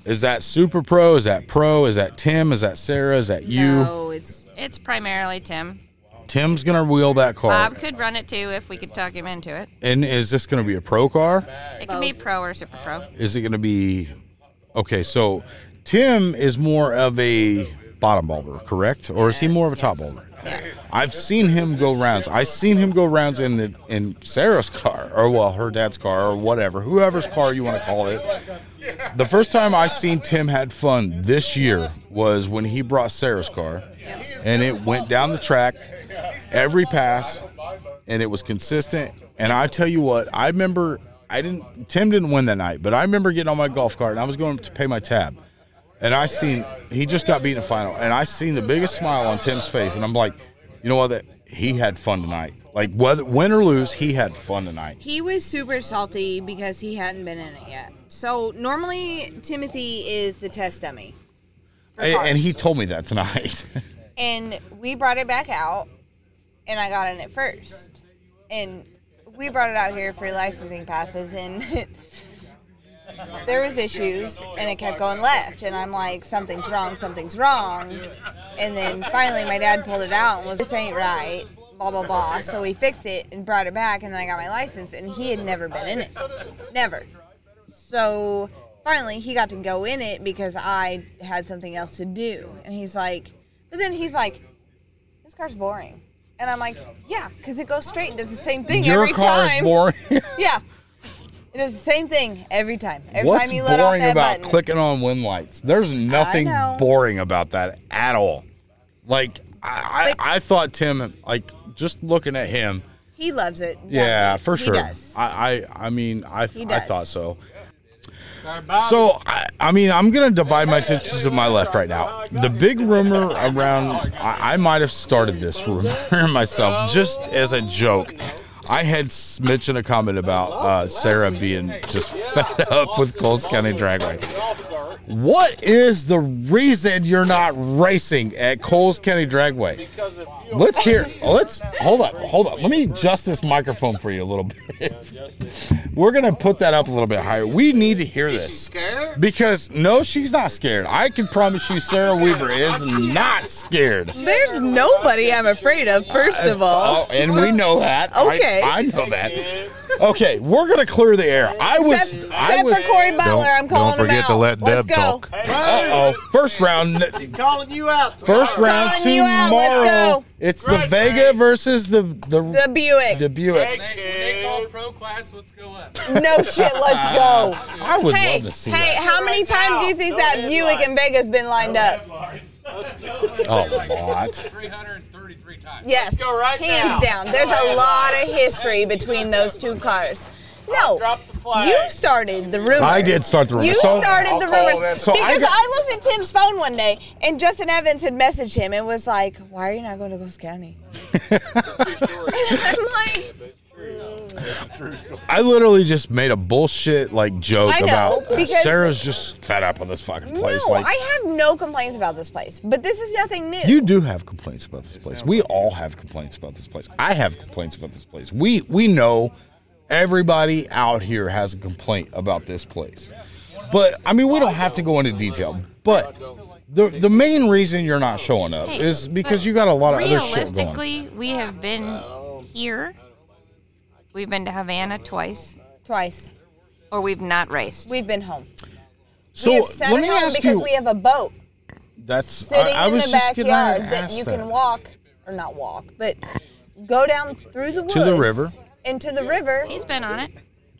S3: Is that super pro? Is that pro? Is that Tim? Is that Sarah? Is that you?
S14: No, it's it's primarily Tim.
S3: Tim's gonna wheel that car.
S14: Bob could run it too if we could talk him into it.
S3: and is this gonna be a pro car?
S14: It can be pro or super pro.
S3: Is it gonna be okay? So Tim is more of a bottom bulber, correct? Or is he more of a top bulber? I've seen him go rounds. I've seen him go rounds in the in Sarah's car, or well, her dad's car, or whatever, whoever's car you want to call it. The first time I seen Tim had fun this year was when he brought Sarah's car, and it went down the track, every pass, and it was consistent. And I tell you what, I remember I didn't Tim didn't win that night, but I remember getting on my golf cart and I was going to pay my tab. And I seen he just got beat in the final, and I seen the biggest smile on Tim's face, and I'm like, you know what? That he had fun tonight. Like whether win or lose, he had fun tonight.
S8: He was super salty because he hadn't been in it yet. So normally Timothy is the test dummy. for
S3: A-
S8: cars.
S3: and he told me that tonight.
S8: and we brought it back out, and I got in it first. And we brought it out here for licensing passes, and there was issues, and it kept going left. And I'm like, something's wrong, something's wrong. And then finally, my dad pulled it out and was, this ain't right. Blah blah blah. So we fixed it and brought it back, and then I got my license. And he had never been in it, never. So finally, he got to go in it because I had something else to do. And he's like, but then he's like, this car's boring. And I'm like, yeah, because it goes straight and does the same thing
S3: Your
S8: every
S3: car
S8: time.
S3: is boring.
S8: Yeah. It does the same thing every time. Every
S3: What's
S8: time you let off
S3: boring
S8: that
S3: about
S8: button.
S3: clicking on wind lights? There's nothing
S8: know.
S3: boring about that at all. Like I, I, I thought Tim, like just looking at him,
S8: he loves it.
S3: yeah,
S8: definitely.
S3: for
S8: He
S3: sure.
S8: does.
S3: I, I, I mean, I,
S8: He
S3: I
S8: does.
S3: thought so. So I, I mean, I'm gonna divide my attention to my left right now. The big rumor around, I, I might have started this rumor myself just as a joke. I had s- mentioned a comment about uh, Sarah being just fed up with Coles County Drag Race. What is the reason you're not racing at Coles County Dragway? Let's hear. Let's hold up. Hold up. Let me adjust this microphone for you a little bit. We're gonna put that up a little bit higher. We need to hear this because no, she's not scared. I can promise you, Sarah Weaver is not scared.
S8: There's nobody I'm afraid of, first of all.
S3: Oh, and we know that. I-
S8: Okay.
S3: I, know that. Okay, we're gonna clear the air. I was.
S8: Except,
S3: I
S8: except
S3: was.
S8: for Corey Butler, I'm calling him out. Let's go.
S3: Uh oh. First round.
S2: calling you out.
S3: First round
S8: Calling you out, let's
S3: tomorrow.
S8: go.
S3: It's the Vega versus the the
S8: The Buick.
S3: The Buick.
S2: they call pro class, let's go up.
S8: No shit, let's go.
S3: I would
S8: hey,
S3: love to see
S8: Hey,
S3: that.
S8: how many times do you think
S2: No
S8: that
S2: headlights.
S8: Buick and Vega's been lined up?
S3: A lot.
S8: Mm-hmm. Yes. Hands down. There's a lot of history between those two cars. No. You started the rumors.
S3: I did start the rumors.
S8: You
S3: So-
S8: started the
S3: Oh,
S8: rumors.
S3: that's- so I
S8: because I,
S3: got-
S8: looked at Tim's phone one day and Justin Evans had messaged him and was like, Why are you not going to Ghost County? and I'm like,
S3: I literally just made a bullshit like joke
S8: I know,
S3: about uh,
S8: because-
S3: Sarah's just fed up with this fucking place.
S8: No,
S3: like
S8: I have no complaints about this place, but this is nothing new.
S3: you do have complaints about this place. We all have complaints about this place. I have complaints about this place. We we know everybody out here has a complaint about this place. But I mean, we don't have to go into detail. But the the main reason you're not showing up
S14: Hey,
S3: is
S14: but
S3: because you got a lot of other shit going. on.
S14: Realistically, we have been here. We've been to Havana twice.
S8: Twice.
S14: Or we've not raced.
S8: We've been home.
S3: So,
S8: we have sat
S3: let
S8: at
S3: me
S8: home
S3: ask
S8: because
S3: you-
S8: we have a boat
S3: That's
S8: sitting
S3: I, I
S8: in
S3: was
S8: the
S3: just getting ready
S8: backyard
S3: to
S8: that
S3: ask
S8: you can walk or not walk, but go down through the woods
S3: To the river.
S8: into the river.
S14: He's been on it.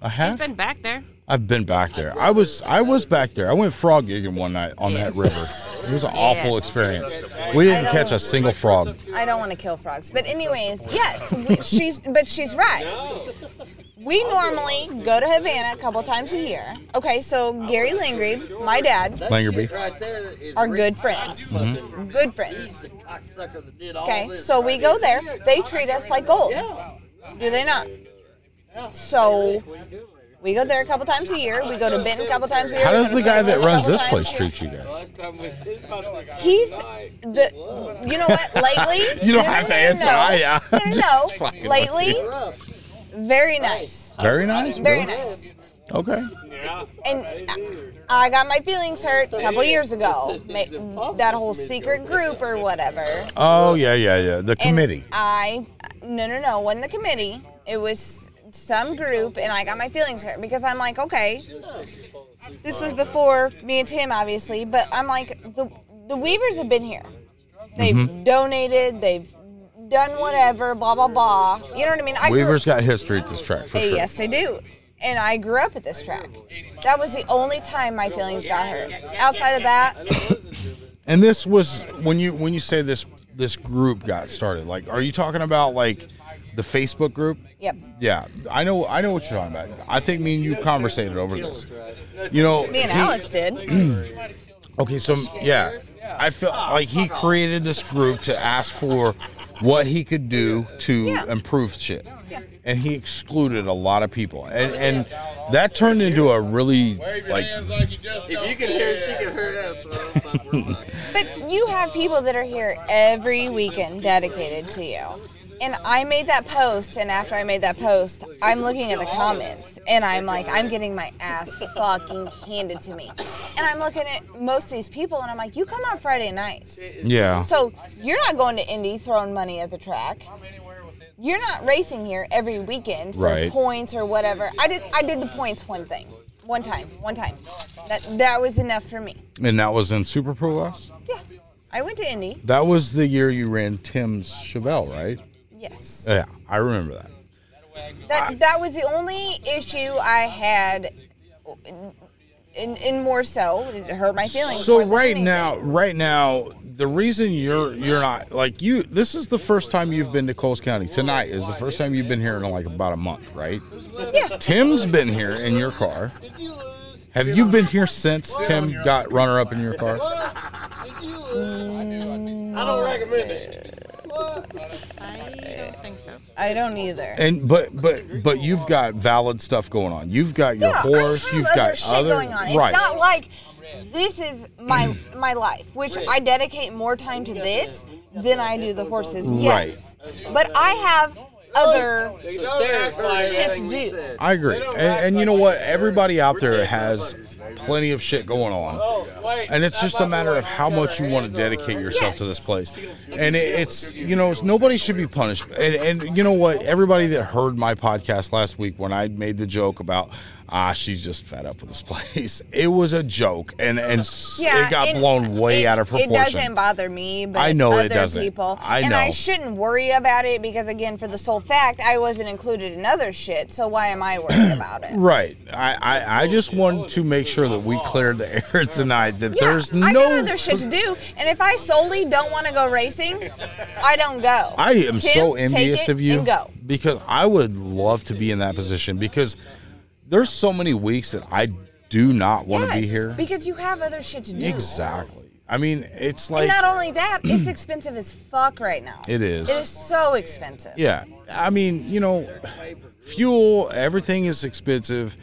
S3: I have.
S14: He's been back there.
S3: I've been back there. I was I was back there. I went frog gigging one night on that river. It was an awful
S8: Yes.
S3: experience. We didn't
S8: I
S3: catch
S8: don't-
S3: a single frog.
S8: I don't want to kill frogs, but anyways, yes, we, she's but she's right. We normally go to Havana a couple times a year. Okay, so Gary Langrebe, my dad,
S3: Langerby.
S8: are good friends. Good friends. Okay, so we go there. They treat us like gold. Do they not? So We go there a couple times a year. We go to Benton a couple times a year.
S3: How
S8: We
S3: does
S8: go
S3: the
S8: to
S3: guy
S8: St.
S3: that
S8: Louis a
S3: runs
S8: couple
S3: this
S8: times.
S3: place treat you guys?
S8: He's the. You know what? Lately,
S3: You don't have to answer.
S8: No.
S3: I, uh,
S8: No,
S3: I'm
S8: no,
S3: just
S8: no.
S3: fucking with
S8: Lately,
S3: you.
S8: very nice.
S3: Very nice.
S8: Very
S3: really?
S8: nice.
S3: Okay.
S8: And I got my feelings hurt a couple years ago. Ma- That whole secret group or whatever.
S3: Oh yeah, yeah, yeah. The committee.
S8: I no no no wasn't the committee. It was some group, and I got my feelings hurt because I'm like, okay, this was before me and Tim, obviously, but I'm like, the the Weavers have been here. They've
S3: Mhm.
S8: donated. They've done whatever. Blah blah blah. You know what I mean? I grew-
S3: Weaver's got history at this track for
S8: Hey,
S3: sure.
S8: Yes, they do. And I grew up at this track. That was the only time my feelings got hurt. Outside of that,
S3: And this was when you when you say this this group got started. Like, are you talking about like the Facebook group?
S8: yep.
S3: Yeah, I know. I know what you're talking about. I think me and you conversated over this. You know,
S8: me and
S3: he-
S8: Alex did.
S3: Okay, so yeah, I felt like he created this group to ask for what he could do to improve shit, and he excluded a lot of people, and and that turned into a really like
S2: If you can hear, she can hear us.
S8: But you have people that are here every weekend dedicated to you. And I made that post, and after I made that post, I'm looking at the comments, and I'm like, I'm getting my ass fucking handed to me. And I'm looking at most of these people, and I'm like, you come on Friday nights.
S3: Yeah.
S8: So you're not going to Indy throwing money at the track. You're not racing here every weekend for
S3: Right.
S8: points or whatever. I did I did the points one thing, one time, one time. That that was enough for me.
S3: and that was in Super Pro West.
S8: I went to Indy.
S3: That was the year you ran Tim's Chevelle, right?
S8: Yes.
S3: Yeah, I remember that.
S8: That that was the only issue I had, and and more so, it hurt my feelings.
S3: So
S8: more than
S3: right
S8: anything.
S3: now, right now, the reason you're you're not like you. This is the first time you've been to Coles County. Tonight is the first time you've been here in like about a month, right?
S8: Yeah.
S3: Tim's been here in your car. Have you been here since Tim got runner up in your car?
S4: Mm.
S2: I don't recommend it.
S4: I don't think so.
S8: I don't either.
S3: And but but but you've got valid stuff going on. You've got your
S8: yeah,
S3: horse.
S8: I have
S3: you've
S8: other
S3: got
S8: shit
S3: other
S8: going on.
S3: right.
S8: It's not like this is my my life, which I dedicate more time to this than I do the horses. Yes, but I have other shit to do.
S3: I agree. And, and you know what? Everybody out there has plenty of shit going on. And it's just a matter of how much you want to dedicate yourself to this place. And it, it's, you know, it's, nobody should be punished. And, and you know what? Everybody that heard my podcast last week when I made the joke about, ah, she's just fed up with this place, it was a joke. And, and s
S8: Yeah,
S3: it got
S8: and
S3: blown way out of proportion.
S8: It doesn't bother me, but
S3: I know it
S8: other
S3: doesn't.
S8: people.
S3: I
S8: and I
S3: know.
S8: shouldn't worry about it because, again, for the sole fact, I wasn't included in other shit. So why am I worried about it?
S3: Right. I, I, I just wanted to make sure that we cleared the air tonight that
S8: Yeah,
S3: there's no
S8: I got other shit to do, and if I solely don't want to go racing, I don't go.
S3: I am
S8: Tim,
S3: so
S8: take
S3: envious
S8: it
S3: of you
S8: And go.
S3: because I would love to be in that position because there's so many weeks that I do not want to be
S8: Yes,
S3: here.
S8: because you have other shit to do.
S3: Exactly. I mean, it's
S8: and
S3: like
S8: not only that, it's expensive as fuck right now.
S3: It is.
S8: It is so expensive.
S3: yeah. I mean, you know, fuel, everything is expensive.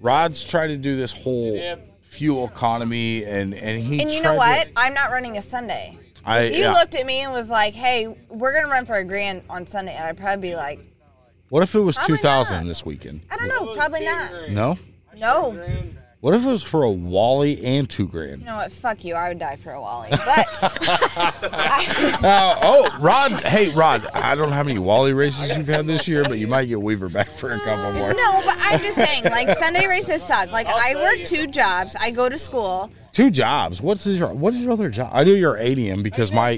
S3: Rod's tried to do this whole fuel economy and and he
S8: and you
S3: tried
S8: know what?
S3: To,
S8: I'm not running a Sunday.
S3: I
S8: you
S3: yeah.
S8: looked at me and was like, "Hey, we're gonna run for a grand on Sunday," and I'd probably be like,
S3: What if it was
S8: Probably
S3: 2000 this weekend?
S8: "I don't know, probably not."
S3: No.
S8: No,
S3: What if it was for a Wally and two grand?
S8: you know what? Fuck you. I would die for a Wally, but
S3: Uh, oh, Rod. Hey, Rod. I don't know how many Wally races you've had this year, but you might get Weaver back for a couple more.
S8: no. But I'm just saying, like Sunday races suck. Like I work two jobs. I go to school.
S3: Two jobs. What's your What is your other job? I do your ADM because my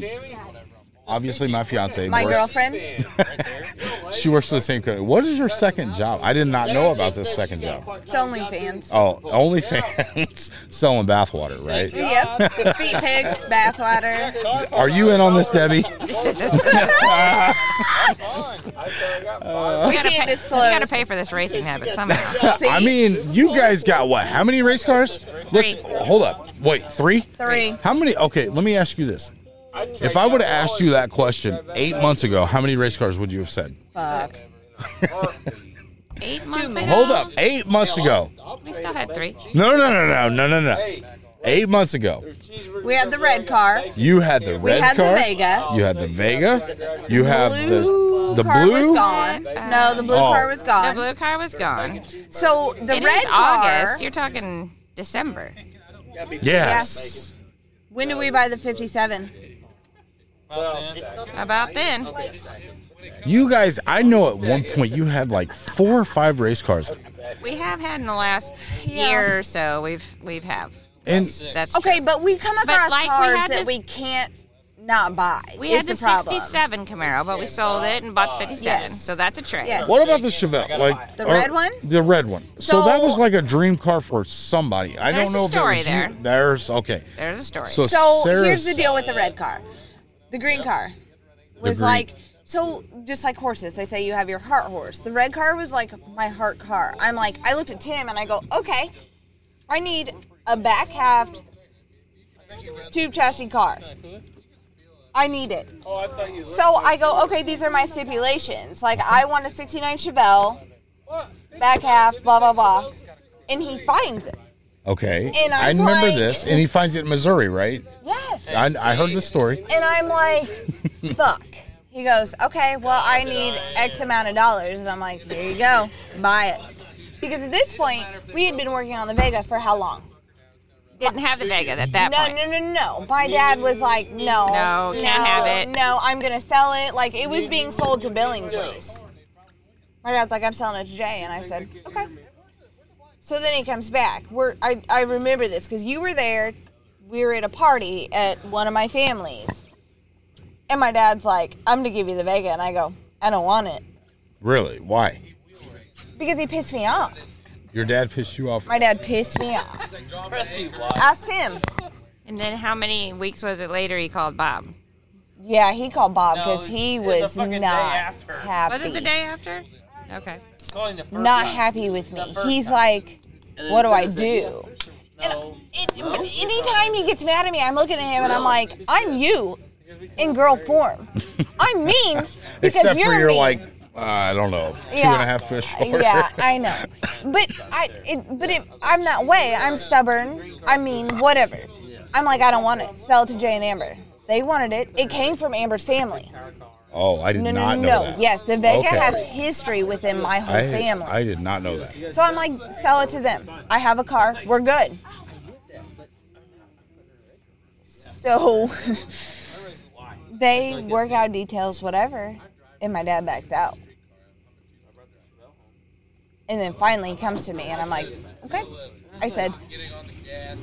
S3: obviously my fiance
S8: My
S3: works.
S8: girlfriend.
S3: she works for the same company. What is your second job? I did not know about this second job.
S8: It's OnlyFans.
S3: Oh, OnlyFans selling bathwater, right?
S8: Yeah. Feet pics, bathwater.
S3: Are you in on this, Debbie? Uh,
S14: we, gotta
S8: can't
S14: pay,
S8: disclose.
S14: we gotta pay for this racing habit somehow.
S3: I mean, you guys got what? How many race cars? Let's hold up. Wait, three?
S8: Three.
S3: How many? Okay, let me ask you this. If I would have asked you that question eight months ago, how many race cars would you have said?
S8: Fuck.
S14: eight months ago.
S3: Hold up, eight months ago.
S14: We still had three.
S3: No, no, no, no, no, no, no. Eight months ago,
S8: We had the red car.
S3: you had the red
S8: We had the
S3: car.
S8: Vega.
S3: You had the Vega. You have
S8: Blue
S3: the the
S8: car was
S3: blue.
S8: gone. No, the blue
S3: Oh.
S8: car was gone.
S14: The blue car was gone.
S8: So the
S14: It
S8: red
S14: is
S8: car.
S14: August. You're talking December.
S3: Yes.
S8: When did we buy the 57?
S14: About then.
S3: You guys, I know at one point you had like four or five race cars.
S14: We have had in the last year or so. We've we've have.
S3: And-
S14: that's
S8: Okay, but we come
S14: But,
S8: across
S14: like, we
S8: cars
S14: had
S8: that
S14: this-
S8: we can't not buy.
S14: We
S8: is
S14: had the,
S8: the problem.
S14: 67 Camaro, but we sold it and bought the 57. So that's a trade.
S8: Yes.
S3: What about the Chevelle? Like
S14: The
S3: or-
S14: red one?
S3: The red one. So,
S14: So-
S3: that was like a dream car for somebody. I
S8: There's
S3: don't
S8: a
S3: know if
S8: story
S3: it was
S8: there.
S3: You. There's okay.
S14: There's a story.
S3: So,
S8: So
S3: Sarah's,
S8: here's the deal with the red car. The green car was
S3: green.
S8: like so just like horses, they say you have your heart horse. The red car was like my heart car. I'm like I looked at Tim and I go, "Okay, I need a back halved tube chassis car. I need it."
S2: Oh, I thought you.
S8: So I go, "Okay, these are my stipulations. Like I want a 69 Chevelle, back half, blah blah blah." And he finds it.
S3: Okay.
S8: And
S3: I
S8: I'm
S3: remember
S8: like-
S3: this, and he finds it in Missouri, right?
S8: Yes.
S3: I, I heard this story.
S8: And I'm like, fuck. He goes, okay, well, I need X amount of dollars. And I'm like, there you go, buy it. Because at this point, we had been working on the Vega for how long?
S14: Didn't have the Vega at that
S8: no,
S14: point.
S8: No, no, no, My dad was like, no.
S14: No, can't have it.
S8: No, I'm going to sell it. Like, it was being sold to Billingsley's. My dad's like, I'm selling it to Jay. And I said, okay. So then he comes back. We're, I, I remember this because you were there. We were at a party at one of my families. And my dad's like, I'm going to give you the Vega. And I go, I don't want it.
S3: Really? Why?
S8: Because he pissed me off.
S3: Your dad pissed you off.
S8: My dad pissed me off. Ask him.
S14: And then how many weeks was it later he called Bob?
S8: Yeah, he called Bob
S14: No,
S8: because he
S14: it was the
S8: was
S14: fucking day
S8: not
S14: after.
S8: happy.
S14: Was it the day after? Okay.
S8: Not happy with me. He's like,
S14: then
S8: what do I
S14: Sarah said,
S8: do? And it, anytime he gets mad at me, I'm looking at him and I'm like, I'm you in girl form. I'm mean because
S3: Except
S8: you're
S3: for you're
S8: mean.
S3: like, uh, I don't know, two
S8: Yeah.
S3: and a half fish short.
S8: yeah, I know. But I, it, but it, I'm that way. I'm stubborn. I mean, whatever. I'm like, I don't want it. Sell it to Jay and Amber. They wanted it. It came from Amber's family.
S3: oh, I did
S8: No, no,
S3: not
S8: no. no.
S3: know that.
S8: Yes, the Vega
S3: Okay.
S8: has history within my whole
S3: I,
S8: family.
S3: I did not know that.
S8: So I'm like, sell it to them. I have a car. We're good. So they work out details, whatever, and my dad backs out. And then finally he comes to me and I'm like, okay. I said,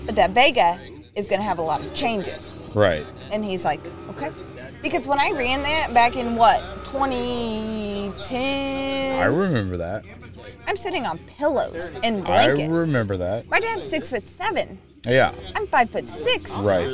S8: but that Vega is going to have a lot of changes.
S3: Right.
S8: And he's like, okay. Because when I ran that back in what, 2010?
S3: I remember that.
S8: I'm sitting on pillows and
S3: I
S8: blankets.
S3: remember that.
S8: My dad's six foot seven.
S3: Yeah.
S8: I'm five foot six.
S3: Right.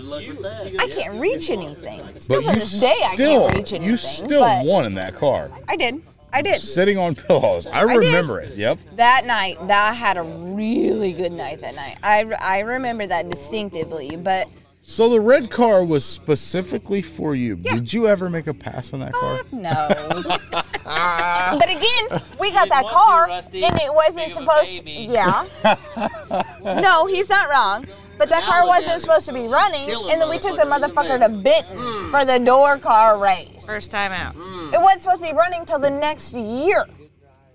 S8: I can't reach anything. Still
S3: but
S8: to
S3: you
S8: this day, I
S3: still,
S8: can't reach anything.
S3: you still
S8: but
S3: won in that car.
S8: I did. I did.
S3: Sitting on pillows. I
S8: I did.
S3: remember it. Yep.
S8: That night, that I had a really good night that night. I, I remember that distinctively, but
S3: So the red car was specifically for you. Did you ever make a pass on that car?
S8: Uh, no. but again, we got that car, and it wasn't supposed to. Yeah. No, he's not wrong. But that car wasn't supposed to be running, and then we took the motherfucker to Benton for the door car race.
S14: First time out.
S3: Mm.
S8: It wasn't supposed to be running till the next year.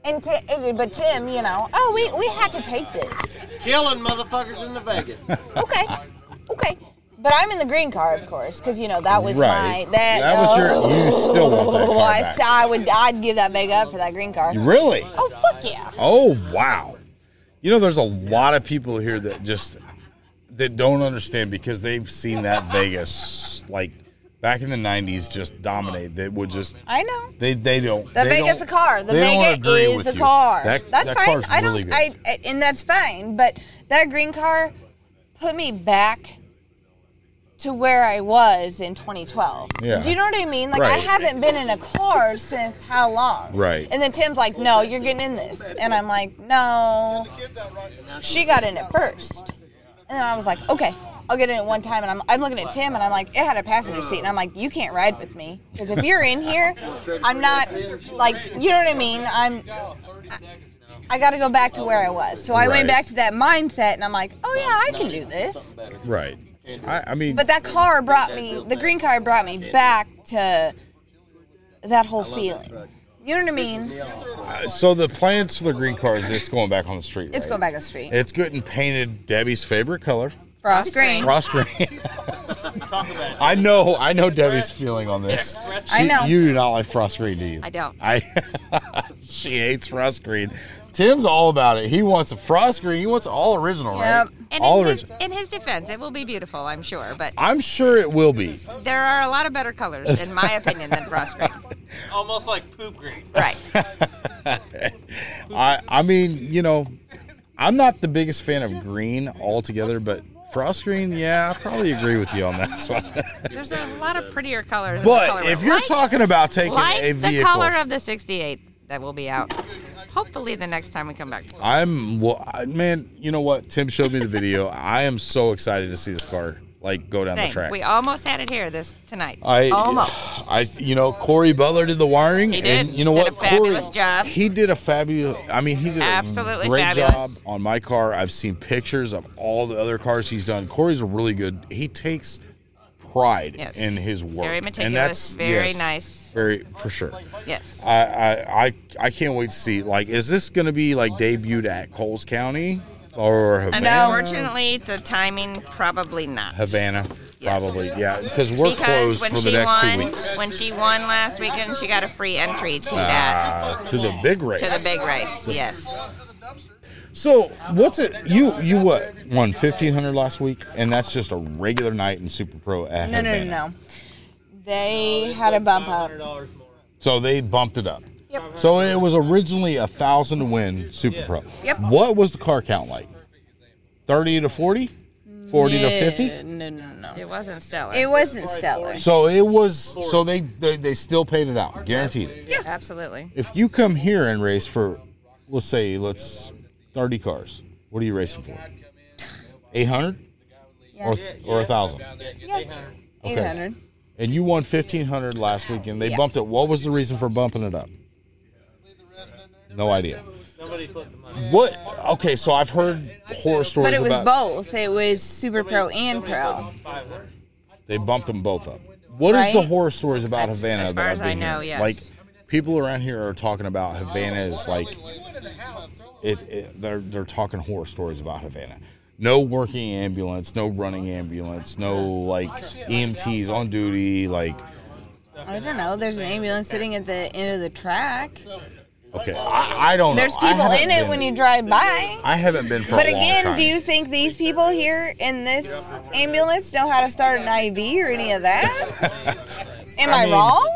S8: And Ti- uh, but Tim, you know, oh, we, we had to take this.
S16: Killing motherfuckers in the Vegas.
S8: Okay, okay. But I'm in the green car, of course, because you know that was
S3: Right.
S8: my that.
S3: That was your- you still want that car
S8: Oh, I,
S3: back.
S8: saw- I would. I'd give that big up for that green car.
S3: Really?
S8: Oh fuck yeah!
S3: Oh wow. You know, there's a lot of people here that just that don't understand because they've seen that Vegas like back in the '90s just dominate. They would just
S8: I know.
S3: they they don't.
S8: The
S3: they
S8: Vega's a
S3: don't-
S8: car. The
S3: they don't
S8: Vega
S3: agree
S8: is
S3: with
S8: a
S3: you.
S8: car.
S3: That,
S8: that's
S3: that
S8: fine.
S3: Car's
S8: I don't.
S3: really good.
S8: I I- and that's fine. But that green car put me back to where I was in 2012.
S3: Yeah.
S8: Do you know what I mean? Like I
S3: Right.
S8: haven't been in a car since how long?
S3: Right.
S8: And then Tim's like, "No, you're getting in this," and I'm like, "No." She got in it first, and then I was like, "Okay." I'll get in it one time, and I'm, I'm looking at Tim, and I'm like, it had a passenger seat, and I'm like, you can't ride with me, because if you're in here, I'm not like you know what I mean. I'm I got to go back to where I was. So I
S3: Right.
S8: went back to that mindset, and I'm like, oh yeah, I can do this.
S3: Right. I, I mean,
S8: But that car brought me, the green car brought me back to that whole feeling. You know what I mean?
S3: uh, so the plans for the green car is it's going back on the street.
S8: It's
S3: right?
S8: going back on the street.
S3: It's getting painted Debbie's favorite color,
S8: Frost green.
S3: frost green. I know, I know Debbie's feeling on this.
S8: I
S3: She-
S8: know.
S3: you do not like frost green, do you?
S14: I don't.
S3: I she hates frost green. Tim's all about it. He wants a frost green. He wants all original, right?
S14: And
S3: all
S14: in his,
S3: original.
S14: in his defense, it will be beautiful, I'm sure. But
S3: I'm sure it will be.
S14: there are a lot of better colors, in my opinion, than frost green.
S2: Almost like poop green.
S14: Right.
S3: I I mean, you know, I'm not the biggest fan of green altogether, but frost green, yeah, I probably agree with you on that one.
S14: There's a lot of prettier colors. in the
S3: but
S14: color
S3: if
S14: wheel.
S3: you're
S14: Like-
S3: talking about taking
S14: like
S3: a
S14: the
S3: vehicle,
S14: color of the 68 that will be out. Hopefully, the next time we come back.
S3: I'm well, I- man. You know what? Tim showed me the video. I am so excited to see this car like go down
S14: Same.
S3: the track.
S14: We almost had it here this tonight.
S3: I
S14: almost.
S3: I you know Corey Butler did the wiring.
S14: He
S3: and
S14: did.
S3: you know
S14: Did
S3: what?
S14: a fabulous
S3: Corey-
S14: job.
S3: He did a fabulous. I mean, he did
S14: Absolutely
S3: a great
S14: fabulous.
S3: job on my car. I've seen pictures of all the other cars he's done. Corey's a really good. He takes pride
S14: Yes.
S3: in his work.
S14: Very
S3: And
S14: meticulous.
S3: that's
S14: Very
S3: yes,
S14: nice.
S3: Very for sure.
S14: Yes.
S3: I, I I I can't wait to see. Like, is this going to be like debuted at Coles County or Havana?
S14: Unfortunately, the timing probably not.
S3: Havana,
S14: Yes.
S3: probably. Yeah, because we're
S14: because
S3: closed
S14: when
S3: for the
S14: she
S3: next
S14: won,
S3: two weeks.
S14: when she won last weekend, she got a free entry to that
S3: Ah, to the big race.
S14: to the big race. Yes,
S3: So what's it? You you what won fifteen hundred last week, and that's just a regular night in Super Pro at
S8: No, no, no,
S3: Havana.
S8: no. They had a bump up.
S3: So they bumped it up.
S8: Yep.
S3: So it was originally a thousand to win Super Pro.
S8: Yep.
S3: What was the car count like? Thirty to 40? 40 to
S8: Yeah,
S3: fifty.
S8: No, no, no.
S14: it wasn't stellar.
S8: It wasn't stellar.
S3: So it was. So they, they they still paid it out, guaranteed. it.
S14: absolutely.
S3: If you come here and race for, let's say, let's thirty cars. What are you racing for? Eight hundred, or or a thousand. Okay.
S8: 800.
S3: and you won fifteen hundred last week, and they
S8: Yeah.
S3: bumped it. What was the reason for bumping it up? No idea. What? Okay, so I've heard horror stories
S8: But it was
S3: about
S8: both. It was Super Pro and Pro.
S3: they bumped them both up. What is the
S8: Right?
S3: horror stories about
S8: As-
S3: Havana?
S8: as far
S3: that
S8: as
S3: I've been
S8: I know,
S3: hearing?
S8: yes.
S3: Like people around here are talking about Havana is like it, it, they're they're talking horror stories about Havana. No working ambulance, no running ambulance, no like EMTs on duty, like
S8: I don't know. There's an ambulance sitting at the end of the track.
S3: Okay, I, I don't know.
S8: There's
S3: I
S8: people
S3: haven't
S8: in it
S3: been-
S8: when you drive by.
S3: I haven't been for
S8: But
S3: a long
S8: again,
S3: time.
S8: do you think these people here in this ambulance know how to start an IV or any of that? Am I,
S3: I mean-
S8: wrong?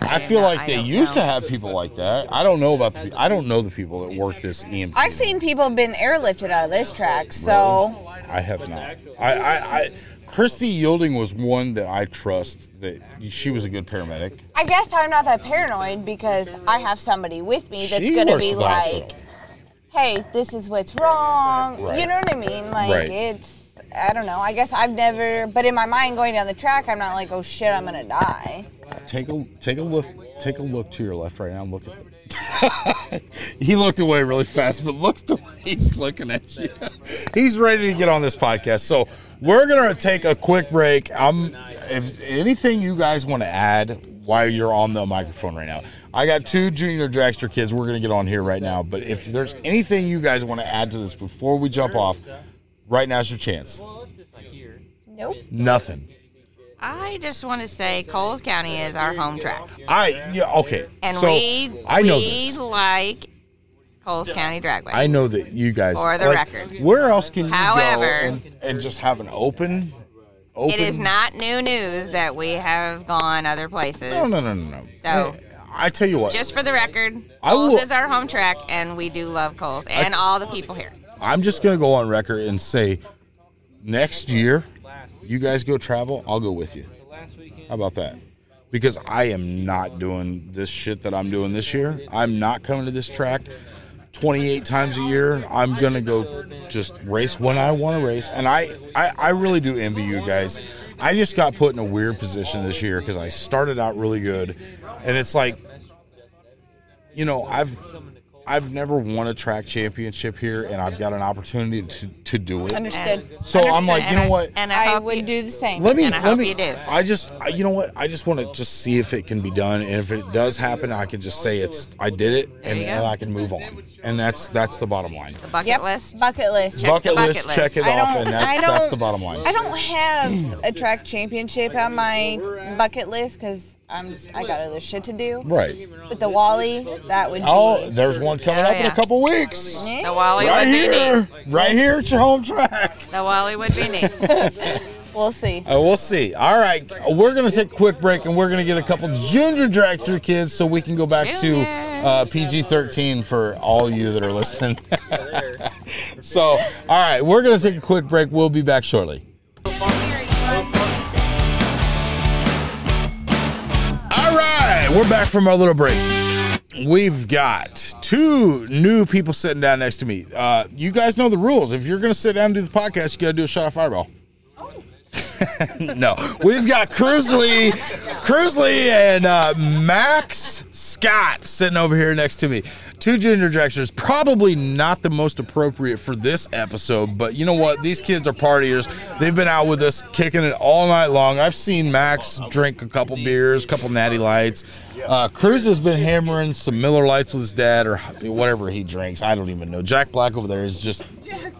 S3: I feel like they used to have people like that. I don't know about the. pe- I don't know the people that work this E EMT.
S8: I've seen people been airlifted out of this track, so
S3: I have not. I, I, I Christy Yielding was one that I trust. That she was a good paramedic.
S8: I guess I'm not that paranoid because I have somebody with me that's
S3: She
S8: going to
S3: works
S8: be
S3: at the
S8: like,
S3: hospital.
S8: "Hey, this is what's wrong."
S3: Right.
S8: You know what I mean? Like
S3: Right.
S8: it's I don't know. I guess I've never, but in my mind going down the track, I'm not like, "Oh shit, I'm going to die."
S3: Take a take a look. Take a look to your left right now. and Look at. The, he looked away really fast, but look the way he's looking at you. he's ready to get on this podcast. So we're gonna take a quick break. I'm if anything you guys want to add while you're on the microphone right now. I got two junior dragster kids. We're gonna get on here right now. But if there's anything you guys want to add to this before we jump off, right now's your chance.
S8: Nope.
S3: Nothing.
S14: I just want to say Coles County is our home track,
S3: I yeah okay.
S14: and
S3: so
S14: we
S3: I know
S14: we
S3: this.
S14: like Coles County Dragway.
S3: I know that you guys.
S14: For the
S3: like,
S14: record.
S3: Where else can you
S14: However-
S3: go and, and just have an open, open?
S14: It is not new news that we have gone other places.
S3: No, no, no, no, no.
S14: So-
S3: I tell you what.
S14: Just for the record,
S3: I
S14: Coles
S3: will-
S14: is our home track, and we do love Coles and all the people here.
S3: I'm just gonna go on record and say, next year, you guys go travel. I'll go with you. How about that? Because I am not doing this shit that I'm doing this year. I'm not coming to this track 28 times a year. I'm gonna go just race when I want to race, and I, I I really do envy you guys. I just got put in a weird position this year because I started out really good, and it's like, you know, I've I've never won a track championship here, and I've got an opportunity to, to do it.
S8: Understood.
S3: So I'm like, you know what?
S14: And
S8: I, would do the same.
S3: Let me.
S8: And I
S3: let
S8: hope
S3: me,
S8: you do.
S3: I just. I, you know what? I just want to just see if it can be done, and if it does happen, I can just say it's. I did it, and,
S8: you go.
S3: and I can move on. And that's that's the bottom line.
S14: bucket list.
S8: Bucket list.
S3: Check Bucket the bucket list, list. check it
S8: I
S3: off,
S8: don't-
S3: and that's-
S8: I
S3: that's
S8: don't-
S3: the bottom line.
S8: I don't have a track championship on my bucket list because I'm I got other shit to do.
S3: Right.
S8: But the Wally, that would be.
S3: Oh, there's one coming up in a couple weeks.
S8: The
S14: Wally
S3: right
S14: would be
S3: here, right here at your home track.
S14: The Wally would be neat.
S8: we'll see.
S3: Uh, we'll see. All right, we're gonna take a quick break, and we're gonna get a couple junior dragster kids, so we can go back to uh, PG-13 for all you that are listening. so, all right, we're gonna take a quick break. We'll be back shortly. All right, we're back from our little break. We've got two new people sitting down next to me. Uh, you guys know the rules. If you're gonna sit down and do the podcast, you gotta do a shot of fireball. no, we've got Cruisley, Cruisley, and uh, Max Scott sitting over here next to me. Two junior directors, probably not the most appropriate for this episode, but you know what? These kids are partiers. They've been out with us kicking it all night long. I've seen Max drink a couple beers, couple natty lights. Uh, Cruz has been hammering some Miller Lights with his dad, or whatever he drinks. I don't even know. Jack Black over there is just.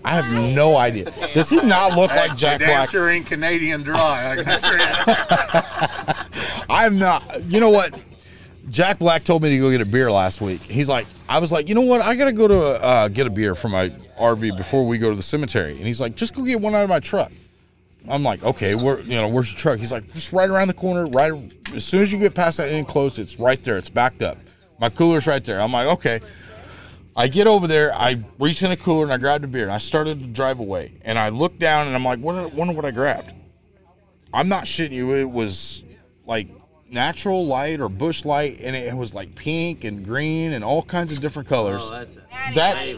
S3: I have no idea. Does he not look like Jack
S12: Damn
S3: Black?
S12: sure in Canadian dry. I can say that.
S3: I'm not. You know what? Jack Black told me to go get a beer last week. He's like, I was like, you know what? I gotta go to uh, get a beer for my RV before we go to the cemetery. And he's like, just go get one out of my truck. I'm like, okay, where you know, where's your truck? He's like, just right around the corner. Right as soon as you get past that enclosed, it's right there. It's backed up. My cooler's right there. I'm like, okay. I get over there, I reach in the cooler and I grabbed a beer and I started to drive away. And I look down and I'm like, wonder, wonder what I grabbed. I'm not shitting you. It was like natural light or bush light, and it was like pink and green and all kinds of different colors.
S16: Oh, that's it.
S3: that.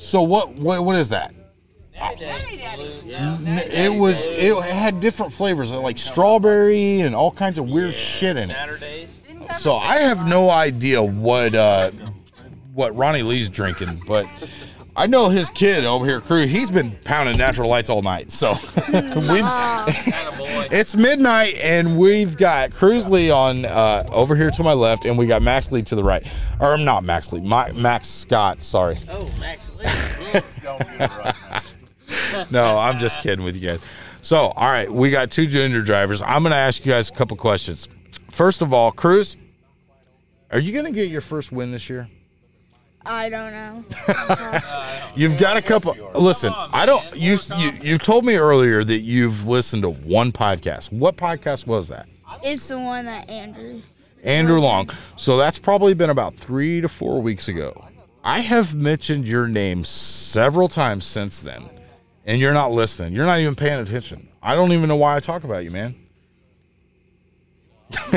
S3: So what? What? What is that? N- It was. It had different flavors, like strawberry and all kinds of weird shit in it. So I have no idea what uh, what Ronnie Lee's drinking, but I know his kid over here, crew. He's been pounding natural lights all night, so we've it's midnight, and we've got Cruz Lee on uh, over here to my left, and we got Max Lee to the right. Or I'm not Max Lee, my, Max Scott. Sorry.
S16: Oh, Max Lee.
S3: no, I'm just kidding with you guys. So, all right, we got two junior drivers. I'm going to ask you guys a couple questions. First of all, Cruz, are you going to get your first win this year?
S17: I don't know.
S3: You've got a couple. Listen, I don't. You you you told me earlier that you've listened to one podcast. What podcast was that?
S17: It's the one that Andrew.
S3: Andrew Long. So that's probably been about three to four weeks ago. I have mentioned your name several times since then, and you're not listening. You're not even paying attention. I don't even know why I talk about you, man.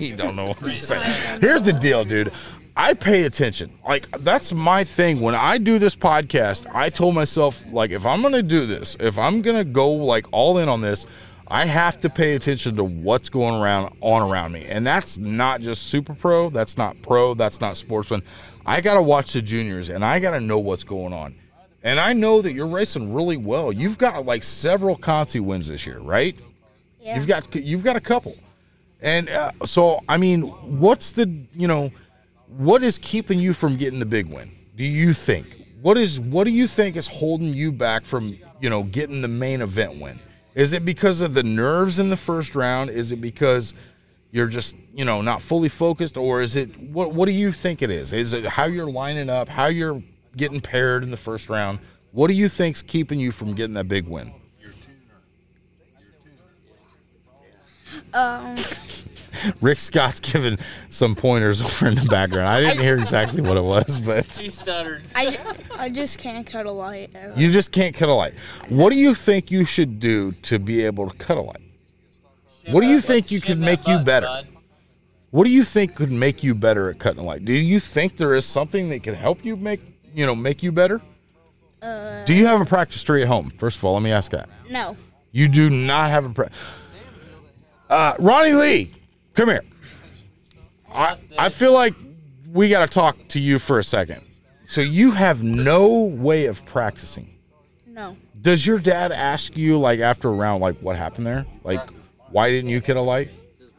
S3: you don't know what to say. Here's the deal, dude. I pay attention. Like that's my thing. When I do this podcast, I told myself like if I'm going to do this, if I'm going to go like all in on this, I have to pay attention to what's going around on around me. And that's not just super pro, that's not pro, that's not sportsman. I got to watch the juniors and I got to know what's going on. And I know that you're racing really well. You've got like several Conti wins this year, right?
S17: Yeah.
S3: You've got you've got a couple. And uh, so, I mean, what's the you know, what is keeping you from getting the big win? Do you think what is what do you think is holding you back from you know getting the main event win? Is it because of the nerves in the first round? Is it because you're just you know not fully focused, or is it what what do you think it is? Is it how you're lining up, how you're getting paired in the first round? What do you think's keeping you from getting that big win?
S17: Um,
S3: Rick Scott's giving some pointers over in the background. I didn't hear exactly what it was, but
S16: She stuttered.
S17: I, I just can't cut a light. ever.
S3: you just can't cut a light. What do you think you should do to be able to cut a light? What do you think you could make you better? What do you think could make you better at cutting a light? Do you think there is something that can help you make you know make you better? Do you have a practice tree at home? First of all, let me ask that.
S17: No.
S3: You do not have a pre. Uh, Ronnie Lee, come here. I, I feel like we got to talk to you for a second. So you have no way of practicing.
S17: No.
S3: Does your dad ask you like after a round like what happened there? Like why didn't you get a light?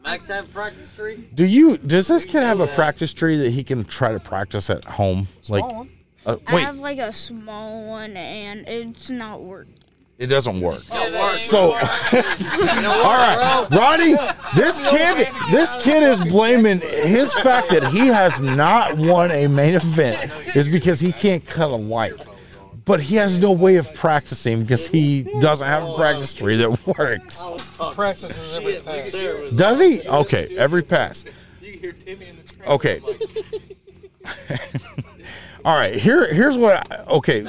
S16: Max have a practice tree?
S3: Do you does this kid have a practice tree that he can try to practice at home? Like uh,
S17: I
S3: wait,
S17: have like a small one and it's not working.
S3: it doesn't work.
S17: work.
S3: So, all right, Ronnie, this kid, this kid is blaming his fact that he has not won a main event is because he can't cut a light, but he has no way of practicing because he doesn't have a practice tree that works.
S11: Practices every pass.
S3: Does he? Okay, every pass. Okay. All right. Here, here's what. I, okay.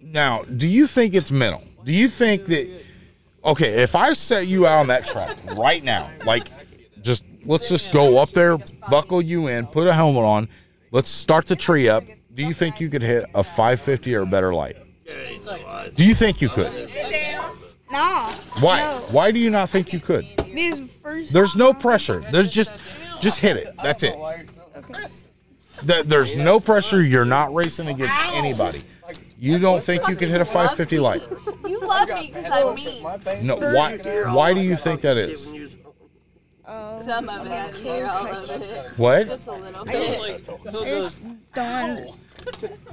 S3: Now, do you think it's mental? Do you think that? Okay, if I set you out on that track right now, like, just let's just go up there, buckle you in, put a helmet on, let's start the tree up. Do you think you could hit a 550 or better light? Do you think you could?
S17: No.
S3: Why? Why do you not think you could?
S17: These first
S3: There's no pressure. There's just just hit it. That's it. There- There's no pressure. You're not racing against anybody. You don't think you can hit a 550 light?
S8: You love me because I'm mean.
S3: No. Why? Why do you think that is?
S8: Some of it. I care, all of it.
S3: What?
S8: Just a little bit.
S17: It's done.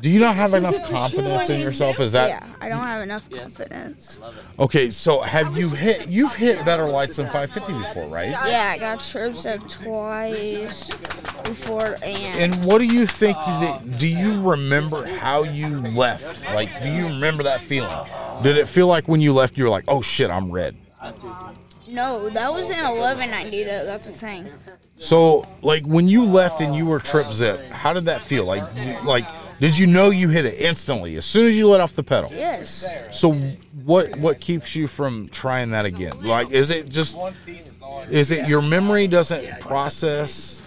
S3: Do you not have enough confidence in yourself? Is that
S17: Yeah, I don't have enough confidence.
S3: okay? So have you hit? You've hit better lights than 550 before, right?
S17: Yeah, I got trips up twice before and
S3: And what do you think that do you remember how you left? Like do you remember that feeling? Did it feel like when you left you were like, "Oh shit, I'm red."
S17: no, that was in 1190 though. That's the thing.
S3: So, like when you left and you were trip zip, how did that feel? Like like did you know you hit it instantly as soon as you let off the pedal?
S17: Yes.
S3: So what what keeps you from trying that again? Like is it just is it your memory doesn't process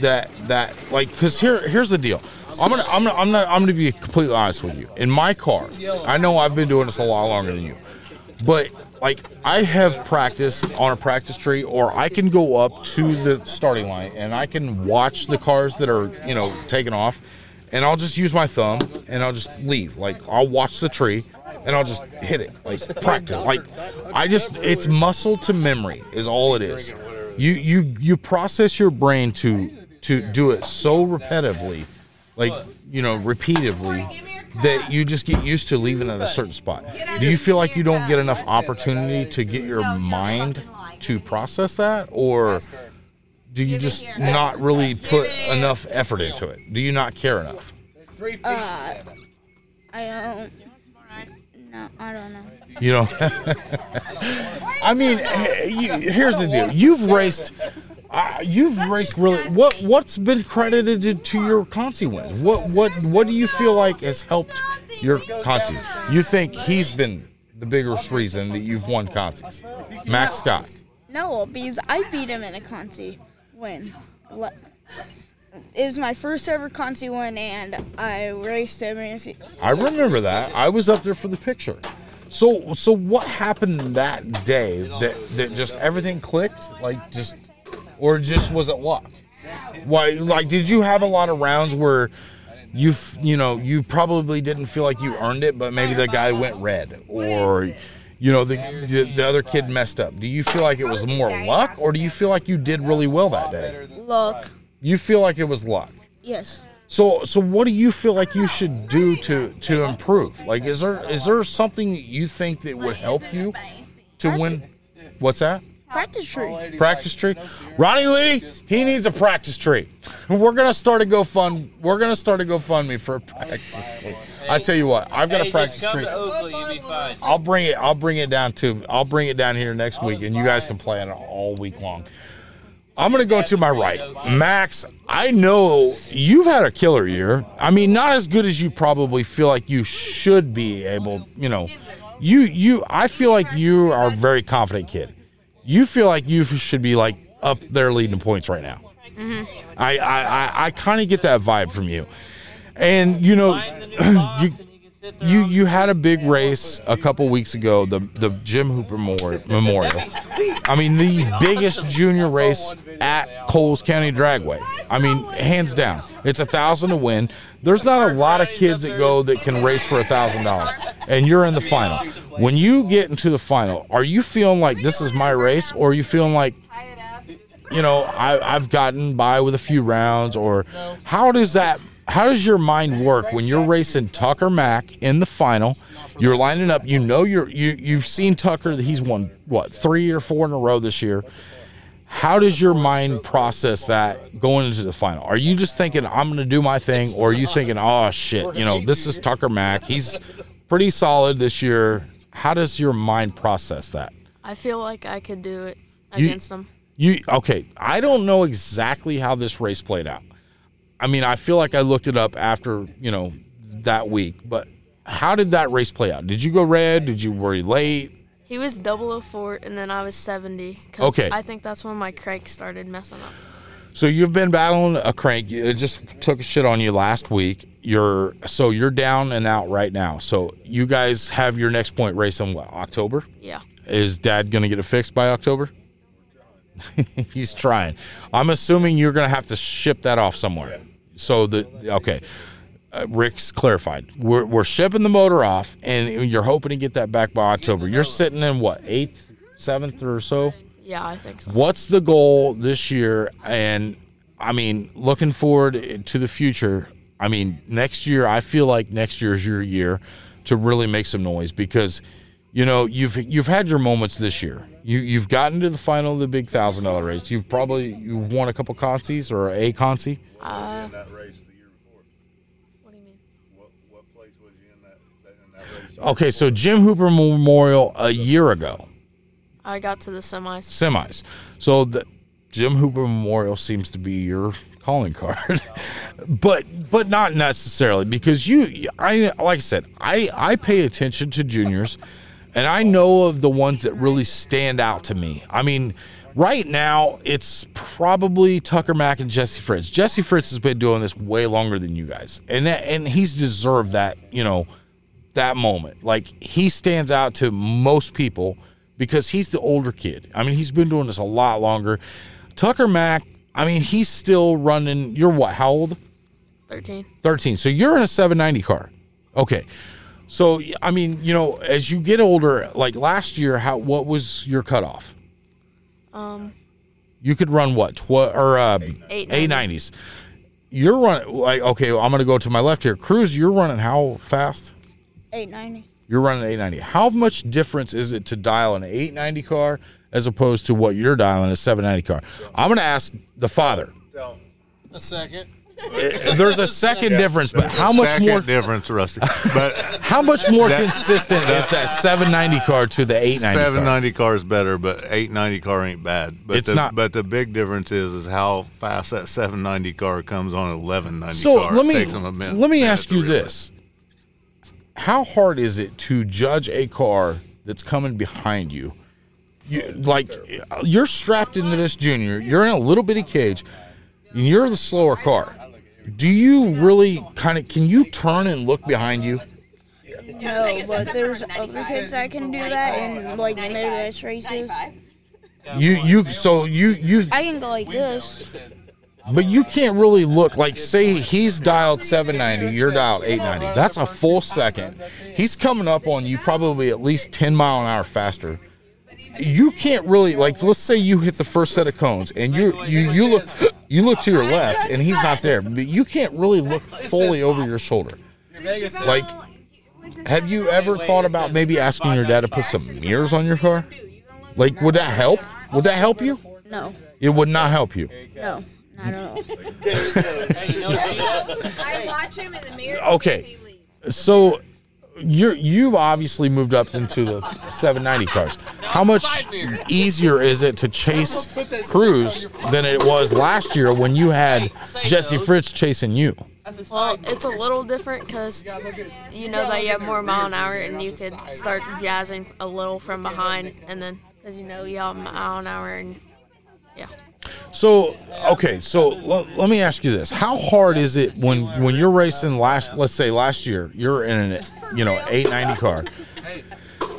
S3: that that like cuz here here's the deal. I'm going to I'm going to I'm not I'm going to be completely honest with you. In my car, I know I've been doing this a lot longer than you. But like I have practiced on a practice tree or I can go up to the starting line and I can watch the cars that are, you know, taking off and I'll just use my thumb and I'll just leave. Like I'll watch the tree and I'll just hit it. Like practice. Like I just it's muscle to memory is all it is. You you you process your brain to to do it so repetitively, like you know, repeatedly that you just get used to leaving at a certain spot. Do you feel like you don't get enough opportunity to get your mind to process that or do you just not really put enough effort into it? Do you not care enough?
S17: Uh, I don't. No, I don't know.
S3: You know, I mean, eh, you, here's the deal. You've raced, uh, you've raced really. What what's been credited to your Conti wins? What what what do you feel like has helped your Conti? You think he's been the biggest reason that you've won Contis? Max Scott.
S17: No, because I beat him in a Conti win. Le- It was my first ever Conti win, and I raced him. And he-
S3: I remember that. I was up there for the picture. So so what happened that day that that just everything clicked? Like just or just was it luck? Why like did you have a lot of rounds where you f- you know you probably didn't feel like you earned it, but maybe the guy went red or you know the, the the other kid messed up. Do you feel like it was more luck or do you feel like you did really well that day?
S17: Look,
S3: You feel like it was luck.
S17: yes,
S3: So so what do you feel like you should do to to improve? Like is there is there something that you think that would help you to win what's that?
S17: practice tree.
S3: Practice tree? Ronnie Lee, he needs a practice tree. We're gonna start a GoFund we're gonna start a GoFundMe for a practice tree. I tell you what, I've got
S2: Hey, just
S3: a practice
S2: come
S3: tree.
S2: to Oakley, you'll be fine.
S3: I'll bring it I'll bring it down to I'll bring it down here next week and you guys can play on it all week long. I'm gonna go to my right. Max, I know you've had a killer year. I mean, not as good as you probably feel like you should be able, you know. You you I feel like you are a very confident kid. You feel like you should be like up there leading the points right now.
S8: Mm-hmm.
S3: I I, I, I kind of get that vibe from you. And you know, you you you had a big race a couple weeks ago, the the Jim Hooper Memor- Memorial. I mean, the biggest junior race at Coles County Dragway. I mean, hands down, it's a thousand to win. There's not a lot of kids that go that can race for a thousand dollars, and you're in the final. When you get into the final, are you feeling like this is my race, or are you feeling like, you know, I, I've gotten by with a few rounds, or how does that? How does your mind work when you're racing Tucker Mack in the final? You're lining up. You know you're you you've seen Tucker. He's won what three or four in a row this year. How does your mind process that going into the final? Are you just thinking I'm going to do my thing, or are you thinking, oh shit, you know this is Tucker Mack. He's pretty solid this year. How does your mind process that?
S18: I feel like I could do it
S3: You-
S18: against them.
S3: You okay? I don't know exactly how this race played out. I mean, I feel like I looked it up after you know that week, but how did that race play out? Did you go red? Did you were you late?
S18: He was 004, and then I was 70. 'cause
S3: Okay.
S18: I think that's when my crank started messing up.
S3: So you've been battling a crank. It just took a shit on you last week. You're so you're down and out right now. So you guys have your next point race in what October?
S18: Yeah.
S3: Is Dad gonna get it fixed by October? He's trying. I'm assuming you're gonna have to ship that off somewhere. So the okay, uh, Rick's clarified. We're we're shipping the motor off, and you're hoping to get that back by October. You're sitting in what eighth, seventh, or so.
S18: Yeah, I think so.
S3: What's the goal this year? And I mean, looking forward to the future. I mean, next year, I feel like next year is your year to really make some noise because, you know, you've you've had your moments this year. You you've gotten to the final of the big thousand dollar race. You've probably you won a couple consies or a consi.
S18: Uh,
S3: Okay, so Jim Hooper Memorial a year ago.
S18: I got to the semis.
S3: semis. So the Jim Hooper Memorial seems to be your calling card, but but not necessarily because you I like I said I I pay attention to juniors, and I know of the ones that really stand out to me. I mean. Right now, it's probably Tucker Mack and Jesse Fritz. Jesse Fritz has been doing this way longer than you guys, and that, and he's deserved that you know that moment. Like he stands out to most people because he's the older kid. I mean, he's been doing this a lot longer. Tucker Mack, I mean, he's still running. You're what? How old?
S18: 13.
S3: 13. So you're in a 790 car. Okay. So I mean, you know, as you get older, like last year, how what was your cutoff?
S18: Um,
S3: You could run what? Tw- or um,
S18: Eight.
S3: 890s. You're running like okay, I'm going to go to my left here. Cruz, you're running how fast?
S17: 890.
S3: You're running an 890. How much difference is it to dial an 890 car as opposed to what you're dialing a 790 car? I'm going to ask the father.
S19: A second.
S3: Eh, There's a second difference, but
S12: There's a
S3: how much
S12: second
S3: more
S12: difference, Rusty? But
S3: how much more
S12: That-
S3: consistent is that 790 car to the 890? car?
S12: 790 car is better, but 890 car ain't bad. But
S3: It's
S12: the,
S3: not.
S12: But the big difference is is how fast that 790 car comes on 1190
S3: So
S12: car.
S3: let
S12: It
S3: me
S12: takes 'em a minute.
S3: let me ask you this: How hard is it to judge a car that's coming behind you? you like you're strapped into this junior, you're in a little bitty cage, and you're the slower car. Do you really kind of can you turn and look behind you?
S17: No, but there's other kids that can do that in like mid-race races.
S3: You you so you you
S17: I can go like this.
S3: But you can't really look like say he's dialed 790, you're dialed 890. That's a full second. He's coming up on you probably at least 10 mile an hour faster. You can't really like let's say you hit the first set of cones and you you you look you look to your left and he's not there, but you can't really look fully over your shoulder. Like have you ever thought about maybe asking your dad to put some mirrors on your car? Like would that help? Would that help you?
S17: No,
S3: It would not help you.
S17: no, not at all.
S7: I watch him in the mirror.
S3: okay so you're you've obviously moved up into the 790 cars how much easier is it to chase cruz than it was last year when you had jesse fritz chasing you
S18: Well, it's a little different because you know that you have more mile an hour and you could start jazzing a little from behind, and then because you know you have a mile an hour and yeah.
S3: so okay so l- let me ask you this how hard is it when when you're racing last let's say last year you're in an you know 890 car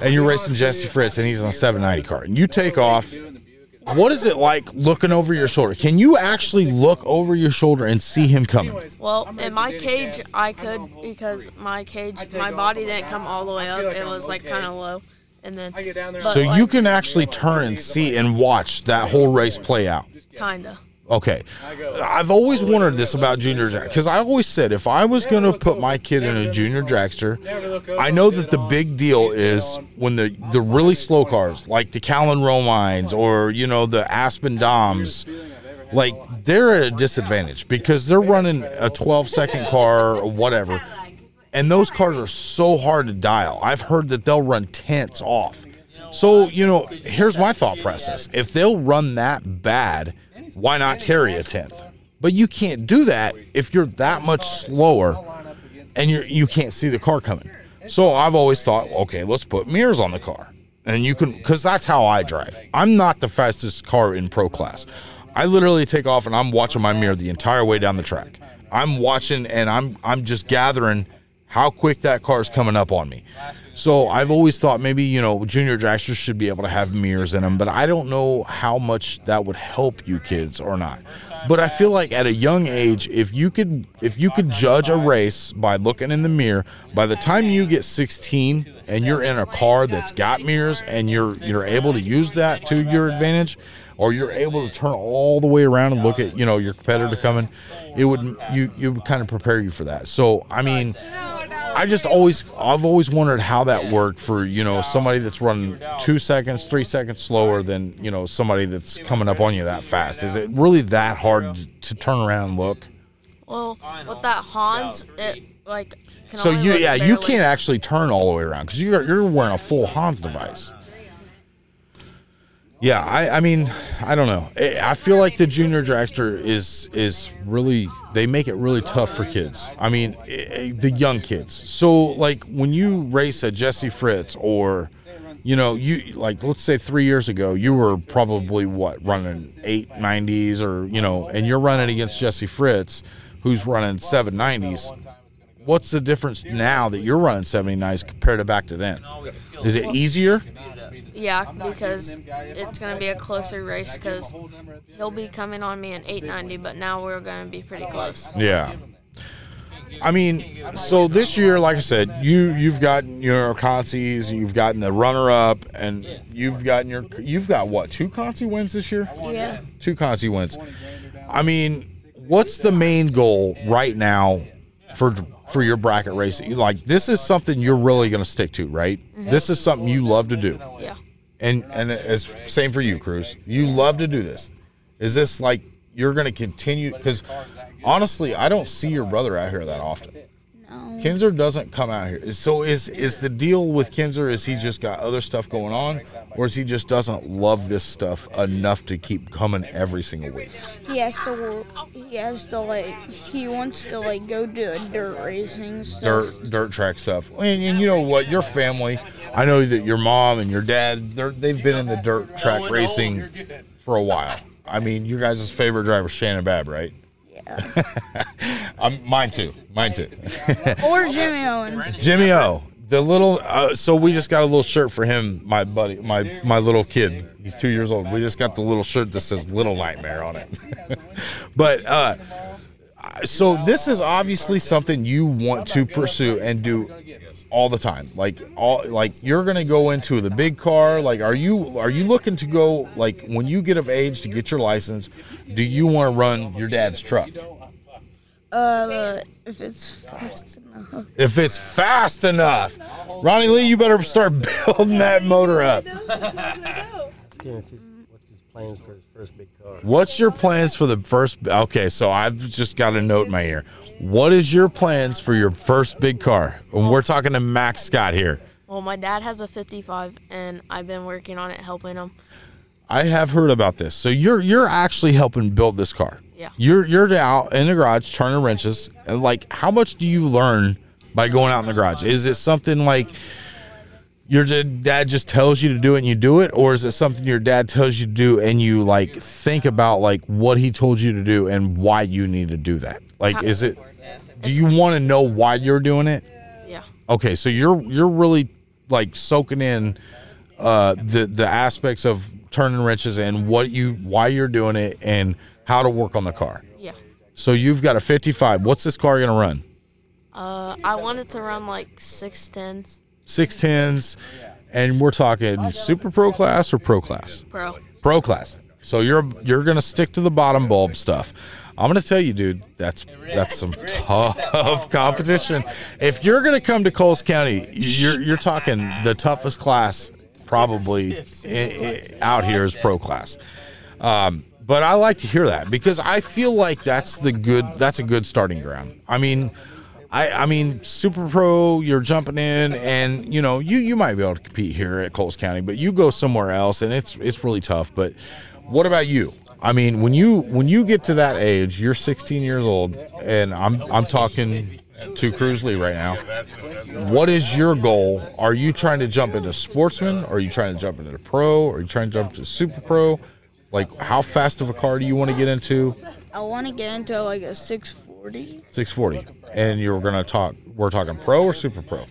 S3: and you're racing jesse fritz and he's on a 790 car and you take off What is it like looking over your shoulder? Can you actually look over your shoulder and see him coming?
S18: Well, in my cage, I could because my cage, my body didn't come all the way up. it was like kind of low, and then but,
S3: So
S18: like,
S3: you can actually turn and see and watch that whole race play out.
S18: kinda.
S3: Okay. I've always wondered this about junior drag because I always said if I was going to put my kid in a junior dragster, I know that the big deal is when the the really slow cars like the Callan Romines or you know the Aspen Doms, like they're at a disadvantage because they're running a 12 second car or whatever, and those cars are so hard to dial. I've heard that they'll run tenths off. So you know, here's my thought process: if they'll run that bad why not carry a tenth? But you can't do that if you're that much slower and you you can't see the car coming. So I've always thought, okay, let's put mirrors on the car. And you can cuz that's how I drive. I'm not the fastest car in pro class. I literally take off and I'm watching my mirror the entire way down the track. I'm watching and I'm I'm just gathering how quick that car's coming up on me. So I've always thought maybe, you know, junior dragsters should be able to have mirrors in them, but I don't know how much that would help you kids or not. But I feel like at a young age, if you could if you could judge a race by looking in the mirror, by the time you get 16 and you're in a car that's got mirrors and you're you're able to use that to your advantage or you're able to turn all the way around and look at, you know, your competitor coming, it would you you would kind of prepare you for that. So, I mean, I just always I've always wondered how that worked for you know somebody that's running two seconds, three seconds slower than you know somebody that's coming up on you that fast. Is it really that hard to turn around and look?
S18: Well, with that Hans, it like. Can
S3: So
S18: only
S3: you
S18: look
S3: yeah you
S18: barely.
S3: can't actually turn all the way around because you're you're wearing a full Hans device. Yeah, I, I mean, I don't know. I I feel like the junior dragster is is really they make it really tough for kids. I mean, i- i- the young kids. So like when you race a Jesse Fritz or you know, you like let's say 3 years ago, you were probably what running 890s or, you know, and you're running against Jesse Fritz who's running 790s. What's the difference now that you're running 79s compared to back to then? Is it easier?
S18: Yeah, because it's going to be a closer race because he'll be coming on me in 890, but now we're going to be pretty close.
S3: Yeah. I mean, so this year, like I said, you you've gotten your consies, you've gotten the runner up, and you've gotten your you've got what two consi wins this year?
S18: Yeah.
S3: Two consi wins. I mean, what's the main goal right now for for your bracket race? Like this is something you're really going to stick to, right? This is something you love to do.
S18: Yeah.
S3: And and as same for you, Cruz. You love to do this. Is this like you're going to continue? Because honestly, I don't see your brother out here that often. Kinzer doesn't come out here. So is is the deal with Kinzer? Is he just got other stuff going on, or is he just doesn't love this stuff enough to keep coming every single week?
S17: He has to. wor- He has to like. He wants to like go do a dirt racing stuff.
S3: Dirt dirt track stuff. And, and you know what? Your family. I know that your mom and your dad. They're, they've been in the dirt track racing for a while. I mean, your guys' favorite driver, Shannon Bab, right? Yeah. I'm, mine too. Mine too.
S17: Or Jimmy Owens.
S3: Jimmy O. The little, uh, so we just got a little shirt for him, my buddy, my my little kid. He's two years old. We just got the little shirt that says "Little Nightmare" on it. but uh, so this is obviously something you want to pursue and do all the time. Like all, like you're gonna go into the big car. Like, are you are you looking to go like when you get of age to get your license? Do you want to run your dad's truck?
S17: Uh, if it's fast enough.
S3: if it's fast enough. Ronnie Lee, you better start building that motor up.
S2: What's his plans for his first big car?
S3: What's your plans for the first? Okay, so I've just got a note in my ear. What is your plans for your first big car? And we're talking to Max Scott here.
S18: Well, my dad has a 55, and I've been working on it, helping him.
S3: I have heard about this. So you're you're actually helping build this car.
S18: Yeah.
S3: You're you're out in the garage turning wrenches. And like, how much do you learn by going out in the garage? Is it something like your d- dad just tells you to do it and you do it, or is it something your dad tells you to do and you like think about like what he told you to do and why you need to do that? Like, is it? Do you want to know why you're doing it?
S18: Yeah.
S3: Okay, so you're you're really like soaking in uh, the the aspects of turning wrenches and what you why you're doing it and how to work on the car.
S18: Yeah.
S3: So you've got a 55. What's this car gonna run?
S18: Uh, I wanted to run like six tens.
S3: Six tens, and we're talking super pro class or pro class.
S18: Pro.
S3: Pro class. So you're you're gonna stick to the bottom bulb stuff. I'm gonna tell you, dude, that's that's some tough competition. If you're gonna come to Coles County, you're you're talking the toughest class probably i- i- out here is pro class. Um, but I like to hear that because I feel like that's the good that's a good starting ground. I mean, I I mean super pro, you're jumping in and you know, you you might be able to compete here at Coles County, but you go somewhere else and it's it's really tough. But what about you? I mean, when you when you get to that age, you're 16 years old and I'm I'm talking to Cruz Lee right now. What is your goal? Are you trying to jump into sportsman? Are you trying to jump into pro? Are you trying to jump to super pro? Like, how fast of a car do you want to get into?
S17: I want to get into like a 640
S3: 640. And you're going to talk, we're talking pro or super pro?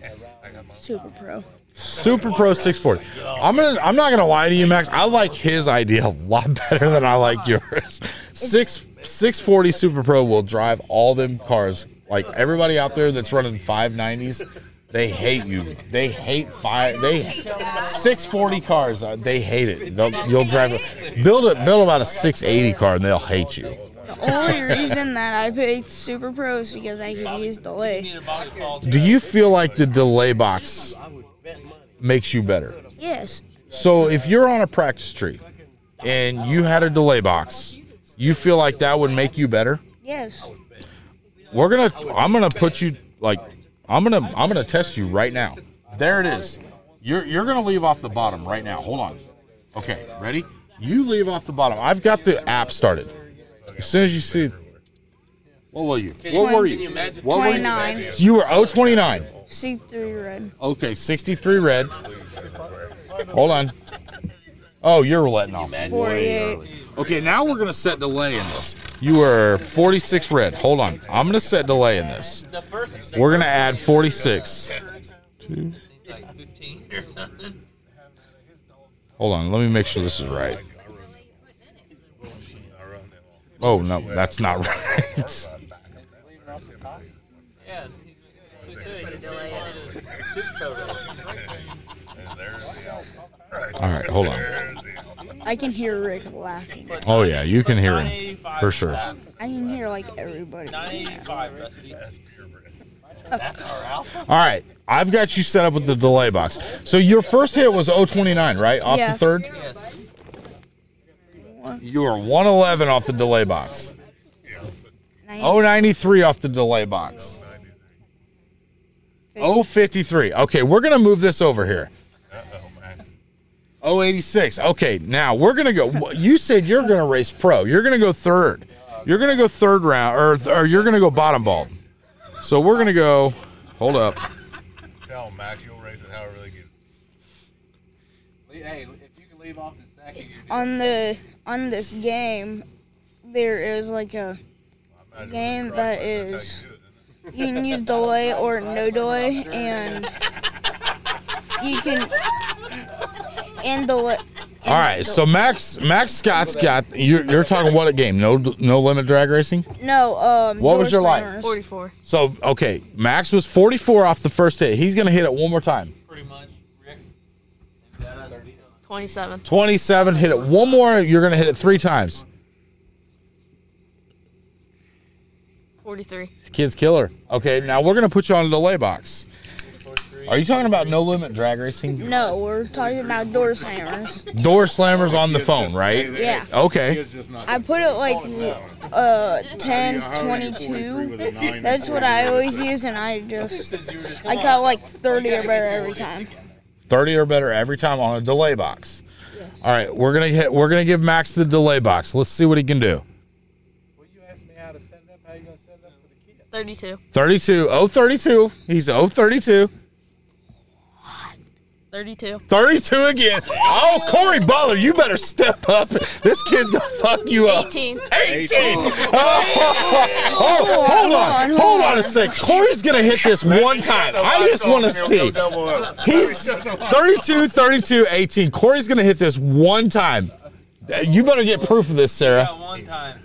S17: Super Pro.
S3: Super pro 640. I'm gonna, I'm not going to lie to you, Max. I like his idea a lot better than I like yours. Six, 640 super pro will drive all them cars. Like, everybody out there that's running 590s, they hate you. They hate five. They 640 cars. uh, They hate it. They'll, you'll drive. a- Build a build about a 680 car and they'll hate you.
S17: The only reason that I picked Super Pro is because I can use delay.
S3: Do you feel like the delay box makes you better?
S17: Yes.
S3: So if you're on a practice tree and you had a delay box, you feel like that would make you better?
S17: Yes.
S3: We're gonna. I'm gonna put you like. I'm gonna. I'm gonna test you right now. There it is. You're you're gonna leave off the bottom right now. Hold on. Okay, ready? You leave off the bottom. I've got the app started. As soon as you see, what were you? What were you? What were you?
S17: 29.
S3: You were 029.
S17: C3 red.
S3: Okay, 63 red. Hold on. Oh, you're letting off.
S17: 48.
S3: Okay, now we're gonna set delay in this. You were 46 red. Hold on. I'm gonna set delay in this. We're gonna add 46. Two.
S2: Like 15 or something.
S3: Hold on. Let me make sure this is right. Oh no, that's not right. All right, hold on.
S17: I can hear Rick laughing.
S3: Oh yeah, you can hear him for sure.
S17: I can hear like everybody.
S3: All right. I've got you set up with the delay box. So your first hit was 029, right? Off
S17: Yeah.
S3: the third? You were 111 off the delay box. 093 off the delay box. 053. Okay, we're going to move this over here. 086. Okay, now we're going to go. You said you're going to race pro. You're going to go third. You're going to go third round, or, or you're going to go bottom bulb. So we're going to go. Hold up.
S12: Tell Max you'll race it however they get.
S19: Hey, if you can leave off the second,
S17: On the on this game, there is like a game that is you can use delay or no delay, and you can and delay.
S3: All right, so Max Max Scott's got you're, you're talking what a game? No no limit drag racing.
S17: No. Um.
S3: What was
S17: door
S3: your life?
S17: slammers.
S18: 44.
S3: So okay, Max was 44 off the first hit. He's gonna hit it one more time.
S18: 27.
S3: 27, hit it one more. You're gonna hit it three times.
S18: 43.
S3: Kid's killer. Okay, now we're gonna put you on a delay box. Are you talking about no limit drag racing?
S17: No, we're talking about door slammers.
S3: Door slammers on the phone, right?
S17: Yeah.
S3: Okay.
S17: I put it like uh 10, 22. That's what I always use, and I just I got like 30 or better every time.
S3: 30 or better every time on a delay box. All right, we're gonna hit. We're gonna give Max the delay box. Let's see what he can do.
S18: 32.
S3: 32. Oh, 32. He's oh 32.
S18: 32.
S3: 32 again. Oh, Corey Butler, you better step up. This kid's gonna fuck you up.
S18: 18.
S3: 18. uh, Oh, Hold, hold on, hold on a sec. Corey's gonna hit this one time. I just want to see. He's 32, 32, 18. Corey's gonna hit this one time. Uh, You better get proof of this, Sarah.
S11: One time.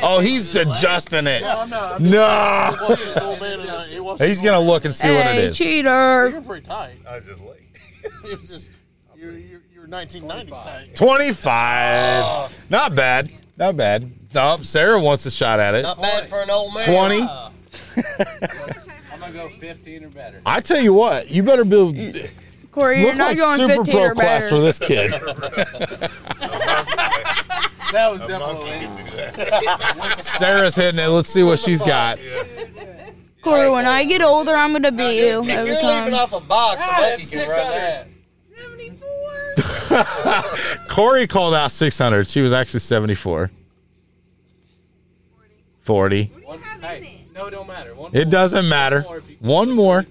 S3: Oh, he's adjusting it.
S11: No, I'm not. I'm
S3: No. He's gonna look and see what it
S17: Hey,
S3: is.
S17: cheater.
S2: You're pretty tight. I was just late. it was just you're you're, you're 1990s tight.
S3: 25. Not bad. Not bad. No, Sarah wants a shot at it.
S2: Not bad for an old man.
S3: 20.
S11: I'm gonna go 15 or better.
S3: I tell you what, you better build.
S17: Corey, you're
S3: look
S17: not
S3: like
S17: going
S3: super
S17: 15
S3: pro
S17: or
S3: class
S17: better.
S3: for this kid.
S11: That was definitely.
S3: Sarah's hitting it. Let's see what she's got.
S17: Corey, when I get older, I'm gonna beat you
S2: If
S17: every
S2: oh, you're
S17: time.
S2: leaving off a box,
S17: Ah,
S2: I bet you
S17: that's
S2: can run
S17: 600.
S2: that.
S3: Corey called out 600. She was actually 74. 40.
S11: One, hey, no, it don't matter. One
S3: It doesn't matter. One more.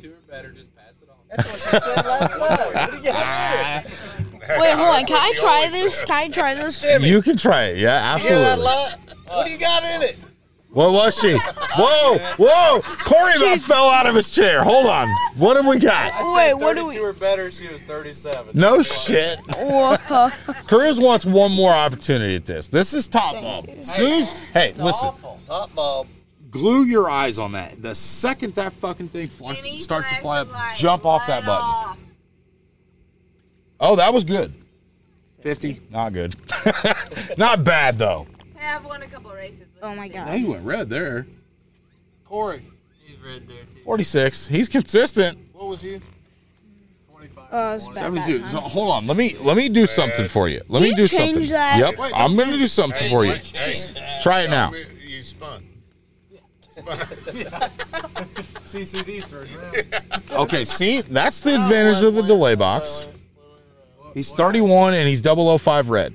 S17: Wait, hold on. Can I try this? Can I try this?
S3: You can try it. Yeah, absolutely.
S2: What do you got in it?
S3: What was she? Whoa, whoa! Corey about fell out of his chair. Hold on. What have we got?
S17: Wait, what do we?
S11: Or better, she was 37.
S3: No shit.
S17: Whoa.
S3: Cruz wants one more opportunity at this. This is top ball. Soon, hey, listen.
S2: Top bulb.
S3: Glue your eyes on that. The second that fucking thing fly,
S2: starts to fly up,
S3: jump off that button. Oh, that was good. 50. Not good. Not bad, though.
S20: Have won a couple races.
S17: Oh my god.
S3: He went red there.
S2: Corey,
S3: 46. He's consistent.
S2: what was you?
S17: Uh, it's bad, bad
S3: Dude, so hold on. Let me let me do something for you.
S17: Can
S3: Let me
S17: you
S3: do
S17: change
S3: something.
S17: that?
S3: Yep.
S17: Wait,
S3: I'm going to do something for you. Try it now.
S12: You spun.
S11: CCD for a
S3: Okay, see? That's the advantage of the delay box. He's 31 and he's 005 red.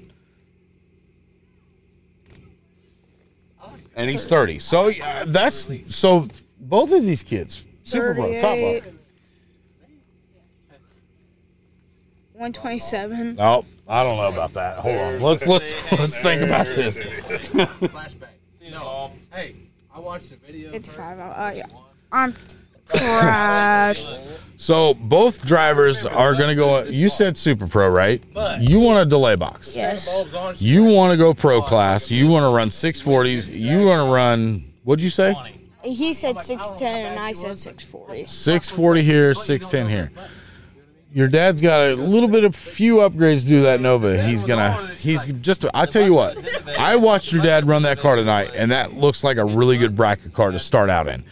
S3: And he's 30. So uh, that's so both of these kids super pro top up.
S17: 127.
S3: Oh, I don't know about that. Hold on. Let's let's let's think about this.
S11: Flashback. No. Hey, I watched a video.
S17: 55. Oh, yeah. I'm trash.
S3: So both drivers are going to go. You said super pro, right? You want a delay box.
S17: Yes.
S3: You want to go pro class. You want to run 640s. You want to run. What'd you say?
S17: He said 610 and I said 640.
S3: 640 here, 610 here. Your dad's got a little bit of few upgrades to do that Nova. He's gonna. He's just. I tell you what. I watched your dad run that car tonight, and that looks like a really good bracket car to start out in.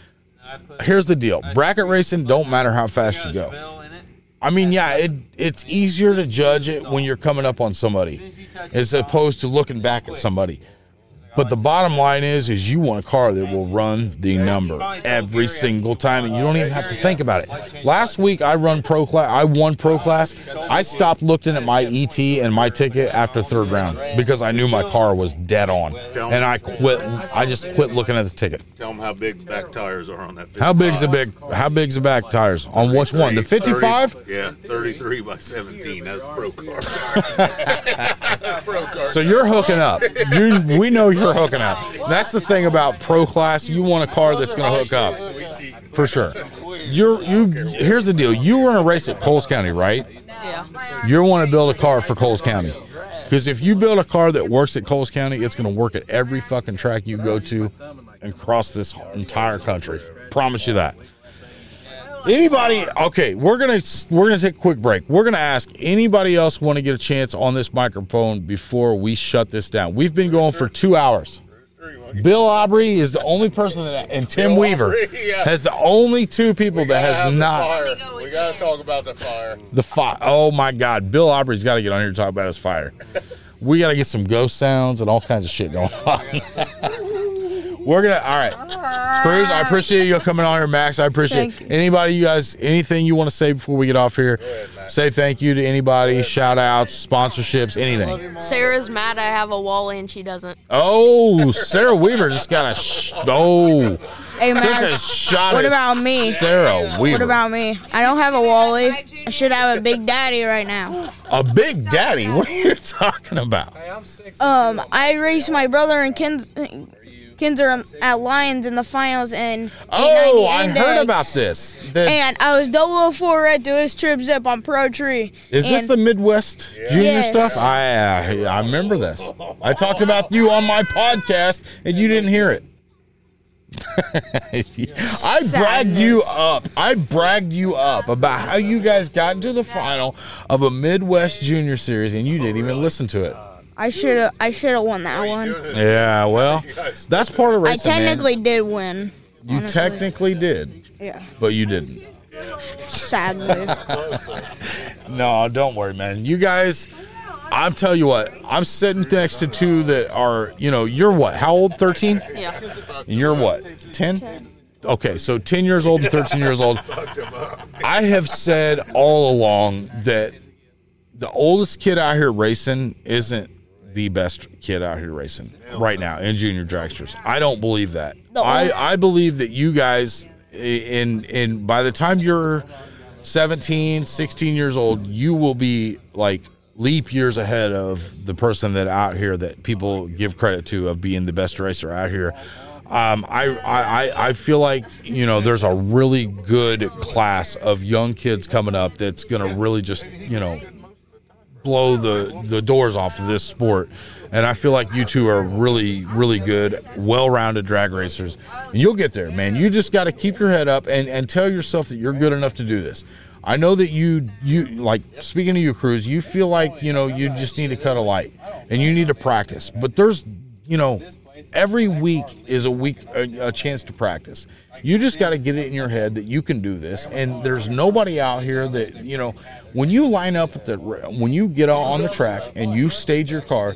S3: Here's the deal: bracket racing don't matter how fast you go. I mean, yeah, it it's easier to judge it when you're coming up on somebody, as opposed to looking back at somebody. But the bottom line is, is you want a car that will run the number every single time, and you don't even have to think about it. Last week, I run pro class. I won pro class. I stopped looking at my ET and my ticket after third round because I knew my car was dead on, and I quit. I just quit looking at the ticket.
S12: Tell them how big the back tires are on that.
S3: How big's the big? How big's the back tires on which one? The 55.
S12: 30 yeah, 33 by 17. That's pro car. pro car.
S3: So you're hooking up. You, we know you're hooking up. That's the thing about pro class. You want a car that's going to hook up, for sure. You're you. Here's the deal. You were in a race at Coles County, right? You want to build a car for Coles County, because if you build a car that works at Coles County, it's going to work at every fucking track you go to, and across this entire country. Promise you that. Anybody? Okay, we're gonna we're gonna take a quick break. We're gonna ask anybody else want to get a chance on this microphone before we shut this down. We've been going for two hours. Bill Aubrey is the only person that, and Tim
S12: Bill
S3: Weaver
S12: Aubrey, yeah.
S3: has the only two people that has not
S12: Fire. We gotta talk about the fire.
S3: the fire. Oh my God, Bill Aubrey's got to get on here and talk about his fire. We got to get some ghost sounds and all kinds of shit going on. We're gonna. All right, Cruz. I appreciate you coming on here, Max. I appreciate
S17: Thank
S3: anybody you guys. Anything you want to say before we get off here? say thank you to anybody. shout outs, sponsorships, anything.
S18: Sarah's mad I have a wall and she doesn't.
S3: Oh, Sarah Weaver just got a sh- oh.
S17: Hey,
S3: took a
S17: Max,
S3: shot
S17: what
S3: at
S17: about me?
S3: Sarah Weaver.
S17: What about me? I don't have a Wally. I should have a Big Daddy right now.
S3: a big daddy? What are you talking about?
S17: Um, I raced my brother in Ken- kids are at Lions in the finals and
S3: Oh,
S17: 890
S3: I
S17: index.
S3: heard about this. The-
S17: and I was double four at the West Trip Zip on Pro Tree.
S3: is this
S17: and-
S3: the Midwest Junior
S17: Yes.
S3: stuff? I uh, I remember this. I talked about you on my podcast, and you didn't hear it. I bragged you up. I bragged you up about how you guys got into the final of a Midwest Junior Series, and you didn't even listen to it.
S17: I should have. I should have won that one.
S3: Yeah, well, that's part of
S17: I
S3: racing. man.
S17: technically did win.
S3: you
S17: honestly.
S3: technically did,
S17: Yeah.
S3: but you didn't.
S17: Sadly.
S3: no, don't worry, man. You guys, I'm telling you what, I'm sitting next to two that are, you know, you're what? How old? 13?
S18: Yeah.
S3: And you're what? 10? Okay, so 10 years old and 13 years old. I have said all along that the oldest kid out here racing isn't the best kid out here racing right now in junior dragsters. I don't believe that.
S21: The only-
S3: I, I believe that you guys i- in in by the time you're 17, 16 years old, you will be like leap years ahead of the person that out here that people give credit to of being the best racer out here. Um, I, I I- I feel like you know there's a really good class of young kids coming up that's gonna really just you know blow the the doors off of this sport. And I feel like you two are really, really good, well-rounded drag racers. And you'll get there, man. You just got to keep your head up and, and tell yourself that you're good enough to do this. I know that you you like speaking to you, Cruz. You feel like you know you just need to cut a light and you need to practice. But there's you know every week is a week a, a chance to practice. You just got to get it in your head that you can do this, and there's nobody out here that you know. When you line up at the when you get on the track and you stage your car,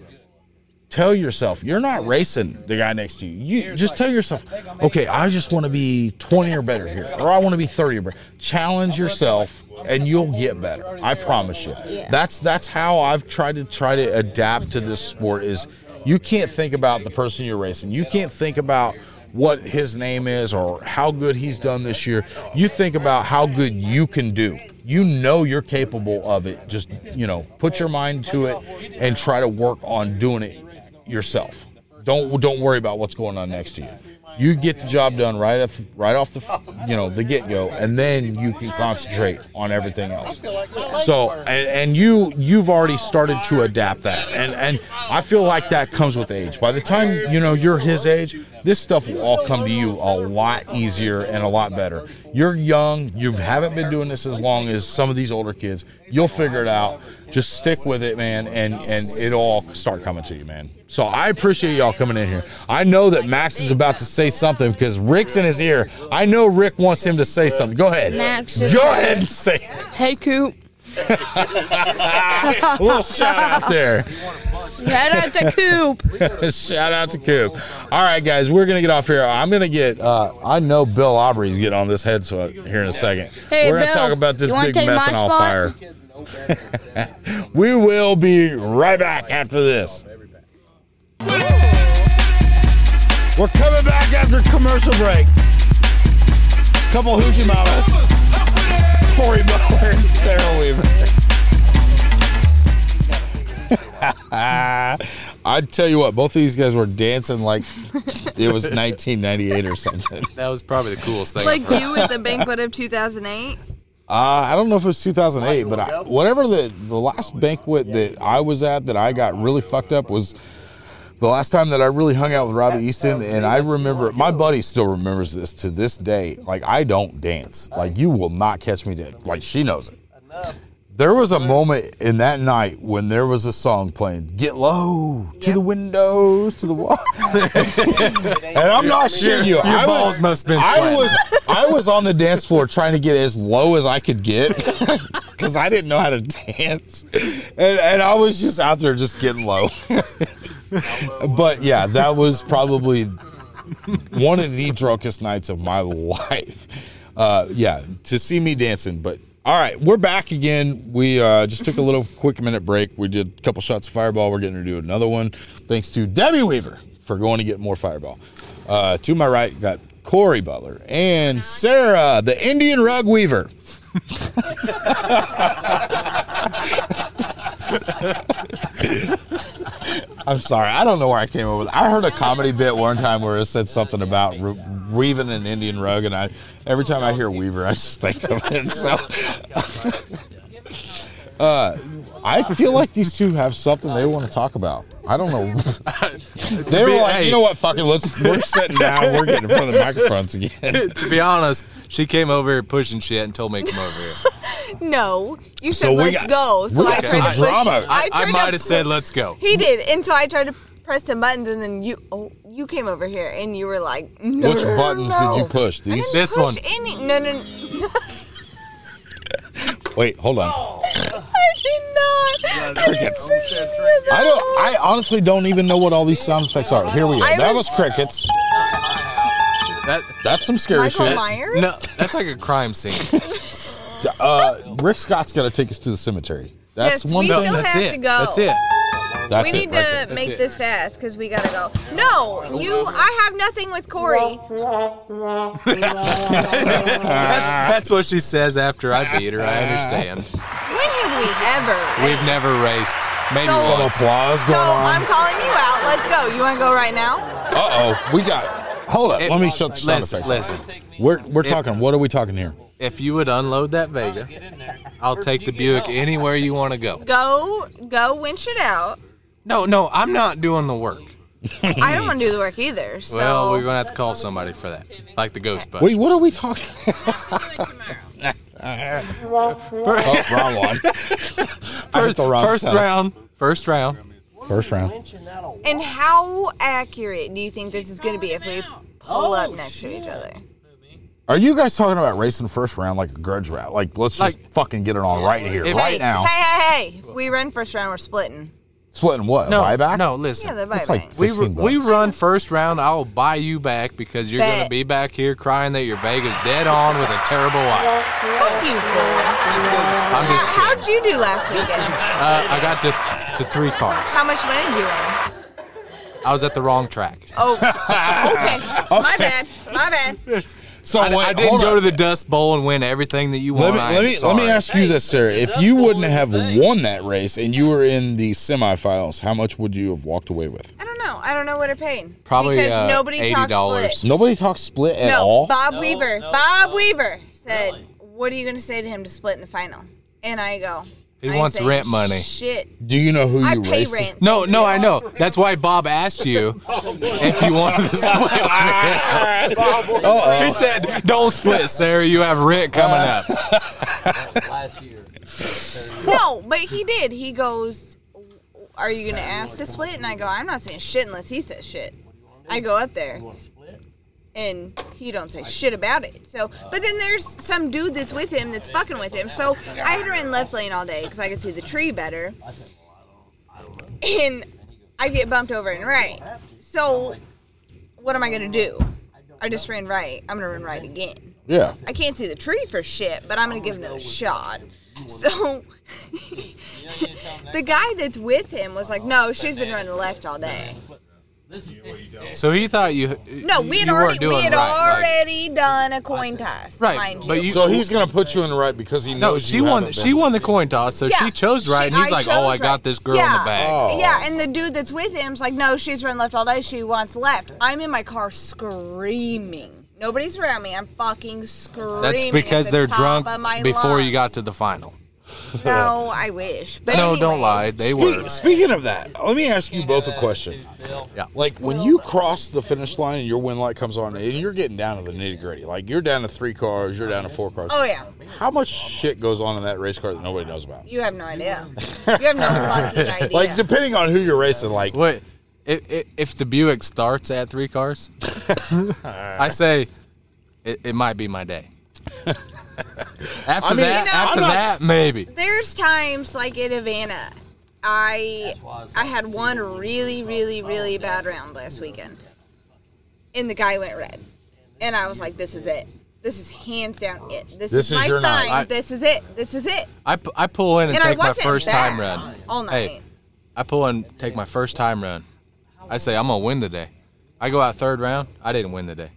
S3: tell yourself you're not racing the guy next to you. You just tell yourself, okay, I just want to be 20 or better here, or I want to be 30 or better. Challenge yourself, and you'll get better. I promise you. That's that's how I've tried to try to adapt to this sport. Is you can't think about the person you're racing. You can't think about what his name is or how good he's done this year. You think about how good you can do. You know you're capable of it. Just, you know, put your mind to it and try to work on doing it yourself. Don't don't worry about what's going on next to you. You get the job done right off right off the you know the get go, and then you can concentrate on everything else. So and, and you you've already started to adapt that, and and I feel like that comes with age. By the time you know you're his age, this stuff will all come to you a lot easier and a lot better. You're young, you haven't been doing this as long as some of these older kids. You'll figure it out. Just stick with it, man, and and it'll all start coming to you, man. So I appreciate y'all coming in here. I know that Max is about to say something because Rick's in his ear. I know Rick wants him to say something. Go ahead,
S17: Max
S3: Go
S17: is-
S3: ahead and say
S18: Hey, Coop.
S3: a little shout out there.
S17: Shout out to Coop.
S3: Shout out to Coop. All right, guys, we're gonna get off here. I'm gonna get. Uh, I know Bill Aubrey's getting on this head sweat here in a second.
S17: Hey,
S3: we're gonna
S17: Bill,
S3: talk about this
S17: you wanna
S3: big
S17: take my
S3: methanol
S17: spot?
S3: fire. we will be right back after this. We're coming back after commercial break. Couple hoochie mamas. Corey Butler and Sarah Weaver. I tell you what, both of these guys were dancing like it was 1998 or something.
S2: That was probably the coolest thing.
S8: Like you at the banquet of 2008.
S3: Uh, I don't know if it was 2008, but I, whatever the the last banquet that I was at that I got really fucked up was the last time that I really hung out with Robbie Easton, and I remember my buddy still remembers this to this day. Like I don't dance. Like you will not catch me dancing. Like she knows it. There was a moment in that night when there was a song playing, "Get Low," to the windows, to the wall, and I'm not shitting you.
S2: Your
S3: I
S2: balls
S3: was,
S2: must have been
S3: I
S2: sweating.
S3: was, I was on the dance floor trying to get as low as I could get because I didn't know how to dance, and, and I was just out there just getting low. but yeah, that was probably one of the drunkest nights of my life. Uh, yeah, to see me dancing. But all right, we're back again. We uh, just took a little quick minute break. We did a couple shots of Fireball. We're getting to do another one. Thanks to Debbie Weaver for going to get more Fireball. Uh, to my right, got Corey Butler and Sarah, the Indian rug weaver. I'm sorry. I don't know where I came up with. I heard a comedy bit one time where it said something about re- weaving an Indian rug, and I every time I hear Weaver, I just think of it. So, uh, I feel like these two have something they want to talk about. I don't know. they were
S11: be-
S3: like,
S11: hey.
S3: you know what? Fuck it. Let's we're sitting down. We're getting in front of the microphones again.
S11: to be honest, she came over here pushing shit and told me to come over here.
S8: No, you said
S11: So we
S8: let's
S11: got-
S8: go. So
S11: we
S8: I
S11: got
S8: tried
S11: some
S8: to push.
S11: drama. I- I
S8: tried to
S11: might have said,
S8: pu-
S11: "Let's go."
S8: He did, and so I tried to press some buttons, and then you oh, you came over here, and you were like, no,
S3: Which
S8: no,
S3: buttons
S8: no.
S3: did you push?
S8: I
S3: These.
S8: didn't push Any, no, no, no.
S3: Wait, hold on.
S8: I did not. I didn't
S3: Crickets.
S8: push any of
S3: I don't. I honestly don't even know what all these sound effects are. Here we go.
S8: I
S3: That
S8: was-
S3: was crickets.
S11: That
S3: that's some scary
S8: Michael
S3: shit.
S8: Myers? No,
S11: that's like a crime scene.
S3: Uh, Rick Scott's got to take us to the cemetery. That's
S8: Yes,
S3: one
S8: we
S3: thing.
S8: still have to go. That's it.
S3: That's
S8: we
S3: it
S8: need
S3: right
S8: to
S3: there. That's
S8: make
S3: it.
S8: this fast because we gotta go. No, you. I have nothing with Corey.
S11: that's, that's what she says after I beat her. I understand.
S8: When have we ever?
S11: We've never raced. Maybe
S8: So-
S11: once.
S3: applause
S8: So I'm calling you out. Let's go. You want to go right now?
S3: Uh oh, we got. Hold up,
S11: It-
S3: let me shut the sound
S11: listen,
S3: effects. off.
S11: listen.
S3: We're we're
S11: It-
S3: talking. What are we talking here?
S11: If you would unload that Vega, I'll take the Buick anywhere you want to go.
S8: Go, go, winch it out.
S11: No, no, I'm not doing the work.
S8: I don't want to do the work either. So
S11: Well, we're gonna have to call somebody for that, like the ghost bus.
S3: Wait, what are we talking?
S11: Oh, wrong one.
S3: I hit
S11: First,
S3: the wrong
S11: first
S3: sound.
S11: round. First round.
S3: First round.
S8: And how accurate do you think this is gonna be if we pull up next to each other?
S3: Are you guys talking about racing first round like a grudge round? Like let's just fucking get it on right here,
S11: If-
S3: right
S8: hey,
S3: now.
S8: Hey, hey, hey! If we run first round, we're splitting.
S3: Splitting what?
S11: No,
S3: a buyback?
S11: no. Listen,
S8: Yeah, the buyback.
S11: we we run first round. I'll buy you back because you're
S8: Bet.
S11: gonna be back here crying that your Vega's dead on with a terrible eye.
S8: Fuck you, Corey.
S11: I'm just kidding.
S8: How'd you do last weekend?
S11: Uh, I got to th- to three cars.
S8: How much money did you win?
S11: I was at the wrong track.
S8: Oh, okay. My bad. My bad.
S3: So
S11: I,
S3: wait,
S11: I didn't
S3: hold
S11: go
S3: on.
S11: to the Dust Bowl and win everything that you
S3: Let
S11: won.
S3: me
S11: I
S3: let
S11: am
S3: me
S11: sorry.
S3: let me ask you this, Sarah. If you wouldn't have won that race and you were in the semifinals, how much would you have walked away with?
S8: I don't know. I don't know what they're paying.
S3: Probably,
S8: because
S3: uh,
S8: nobody talks split.
S3: Nobody talks split at
S8: no,
S3: all.
S8: Bob Weaver. Bob Weaver said, "What are you going to say to him to split in the final?" And I go,
S11: He
S8: I
S11: wants
S8: say,
S11: rent money.
S8: Shit.
S3: Do you know who
S8: I
S11: you
S8: pay raced with? rent.
S11: No, no, I know. That's why Bob asked you
S3: Oh,
S11: if you wanted to split. He said, "Don't split, Sarah. You have rent coming
S3: Uh,
S11: up."
S8: No, but he did. He goes, "Are you going to ask to split?" And I go, "I'm not saying shit unless he says shit." I go up there. And he don't say shit about it. So, but then there's some dude that's with him that's fucking with him. So I had her in left lane all day because I could see the tree better. and I get bumped over and right. So, what am I gonna do? I just ran right. I'm gonna run right again.
S3: Yeah.
S8: I can't see the tree for shit, but I'm gonna give another shot. So, the guy that's with him was like, "No, she's been running left all day."
S11: So he thought you.
S8: No, we had
S11: You weren't
S8: already we
S11: doing
S8: had
S11: right, like-
S8: already done a coin toss,
S11: Right,
S8: mind
S11: but
S8: you.
S11: you-
S3: so he's gonna put you in the right because he knows
S11: No, she
S3: you
S11: won.
S3: haven't
S11: She
S3: been.
S11: won the coin toss, so she chose right, and he's
S8: I
S11: like, "Oh, I
S8: chose
S11: got
S8: right."
S11: this girl in the bag."
S8: Yeah, and the dude that's with him's like, no, she's run left all day. She wants left. I'm in my car screaming. Nobody's around me. I'm fucking screaming.
S11: That's because
S8: at the
S11: they're
S8: top
S11: drunk
S8: of my
S11: before
S8: lungs.
S11: you got to the final.
S8: No, I wish. But
S11: no,
S8: anyway,
S11: don't lie. They
S3: Spe-
S11: were.
S3: Speaking of that, let me ask you both a question.
S11: Yeah.
S3: Like when you cross the finish line and your wind light comes on, and you're getting down to the nitty gritty. Like you're down to three cars, you're down to four cars.
S8: Oh yeah,
S3: How much shit goes on in that race car that nobody knows about?
S8: you have no idea. You have no fucking idea.
S3: Like depending on who you're racing, like
S11: what if, if, if the Buick starts at three cars? I say it, it might be my day. after
S3: I mean,
S8: you
S11: that,
S8: know,
S11: after
S8: I'm not-
S11: that, maybe.
S8: There's times like at Havana, I I had one really, really, really bad round last weekend, and the guy went red, and I was like, "This is it. This is hands down it. This,
S11: This
S8: is,
S11: is
S8: my
S11: your night.
S8: sign.
S11: I-
S8: this is it. This is it."
S11: I, pu- I pull in and,
S8: And I
S11: take my
S8: wasn't
S11: first
S8: bad
S11: time run.
S8: all
S11: Hey,
S8: night.
S11: I pull in, take my first time run. I say I'm gonna win today. I go out third round. I didn't win today.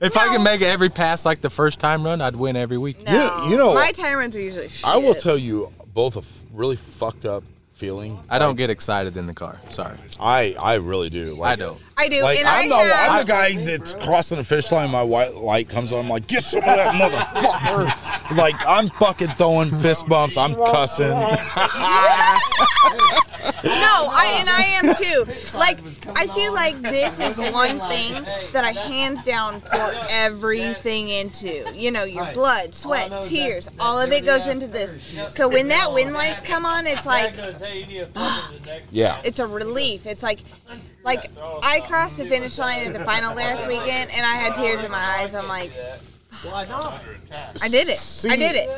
S11: if I could make every pass like the first time run, I'd win every week.
S8: No, my time runs are usually shit.
S3: I will tell you both a f- really fucked up feeling.
S11: I don't get excited in the car. Sorry.
S3: I I really do. Like,
S11: I don't.
S8: I do,
S3: Like,
S8: and
S3: I'm,
S8: I
S3: the,
S8: have-
S3: I'm the guy that's crossing the fish line. My white light comes on. I'm like, get some of that motherfucker. like, I'm fucking throwing fist bumps. I'm cussing.
S8: no, I and I am too. Like I feel like this is one thing that I hands down pour everything into. You know, your blood, sweat, tears, all of it goes into this. So when that wind lights come on, it's like
S3: yeah.
S8: it's a relief. It's like like I crossed the finish line at the final last weekend and I had tears in my eyes. I'm like
S22: Why not?
S8: I did it. I did it.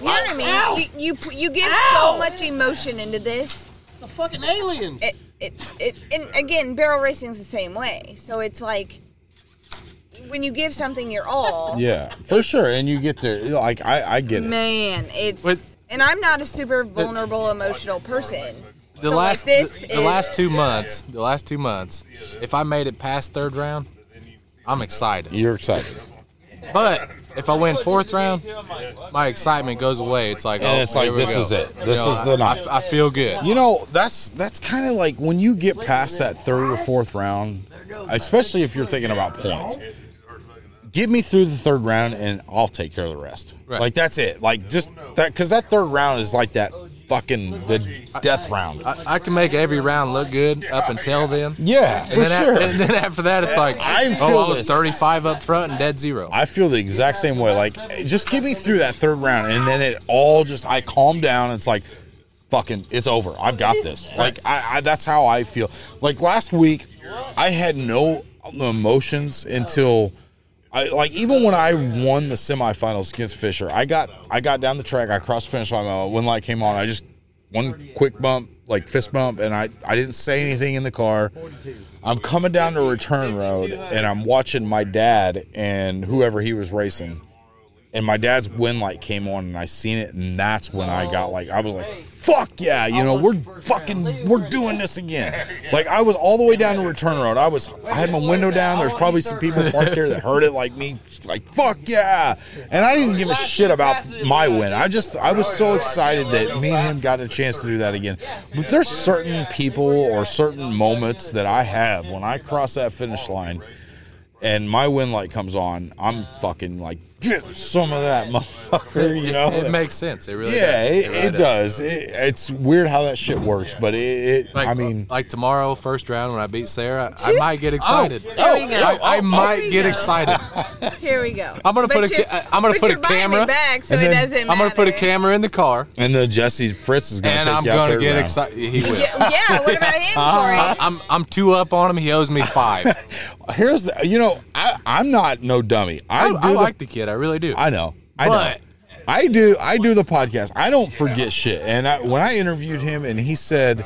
S8: You know what I mean?
S22: Ow.
S8: You, you you give
S22: Ow.
S8: so much emotion into this.
S22: The fucking aliens.
S8: It, it, it, and again, barrel racing's the same way. So it's like when you give something your all,
S3: Yeah, for sure. And you get there. Like, I, I get it.
S8: man, it's.
S3: With-
S8: and I'm not a super vulnerable, emotional person.
S11: The
S8: So, like,
S11: last
S8: this
S11: the,
S8: is-
S11: last two months, the last two months, if I made it past third round, I'm excited.
S3: You're excited.
S11: But if I win fourth round, my excitement goes away. It's like,
S3: And
S11: oh,
S3: it's like,
S11: here we
S3: this
S11: go.
S3: is it.
S11: You
S3: This
S11: know,
S3: is the
S11: I-
S3: night.
S11: I, I feel good.
S3: You know, that's that's kind of like when you get past that third or fourth round, especially if you're thinking about points. Get me through the third round, and I'll take care of the rest.
S11: Right.
S3: Like that's it. Like just that, because that third round is like that fucking the death round.
S11: I, I can make every round look good up until then.
S3: Yeah,
S11: and
S3: for
S11: then a-
S3: sure.
S11: and then after that, it's like,
S3: I feel
S11: oh, I was
S3: this.
S11: 35 up front and dead zero.
S3: I feel the exact same way. Like, just get me through that third round, and then it all just I calm down. And it's like, fucking, it's over. I've got this. Like, I, I that's how I feel. Like last week, I had no emotions until. I, like even when I won the semifinals against Fisher, I got I got down the track, I crossed the finish line. My one light came on, I just one quick bump, like fist bump, and I I didn't say anything in the car. I'm coming down the return road, and I'm watching my dad and whoever he was racing, and my dad's wind light came on, and I seen it, and that's when I got like I was like, fuck yeah, you know we're fucking we're doing this again. Like I was all the way down the return road. I was I had my window down. There's probably some people parked there that heard it like me, like fuck yeah, and I didn't give a shit about my win. I just I was so excited that me and him got a chance to do that again. But there's certain people or certain moments that I have when I cross that finish line and my win light comes on, I'm fucking like, get some of that motherfucker, you know?
S11: It, it makes sense. It really
S3: yeah,
S11: does.
S3: it,
S11: really
S3: it does. It, it's weird how that shit works, but it, it
S11: Like,
S3: I mean,
S11: like tomorrow, first round when I beat Sarah, I might get excited.
S8: There we go.
S11: I, I
S8: Oh, there
S11: might
S8: we
S11: get
S8: go.
S11: excited.
S8: Here we go.
S11: I'm gonna
S8: But
S11: put a
S8: you're-
S11: ca- I'm gonna
S8: but
S11: put a
S8: you're buying me
S11: camera.
S8: back, so
S11: and
S8: it
S11: then
S8: doesn't
S11: I'm gonna put a
S8: matter.
S11: camera in the car,
S3: and then Jesse Fritz is gonna
S11: and
S3: take
S11: I'm
S3: you out
S11: gonna
S3: third
S11: get
S3: round.
S11: excited. He will.
S8: yeah, what about him, Corey?
S3: Ah.
S11: I- I'm I'm two up on him. He owes me five.
S3: Here's the, you know, I, I'm not no dummy. I,
S11: I,
S3: do
S11: I
S3: the-
S11: like the kid. I really do.
S3: I know. I
S11: But-
S3: know. I do. I do the podcast. I don't forget shit. And I, when I interviewed him, and he said,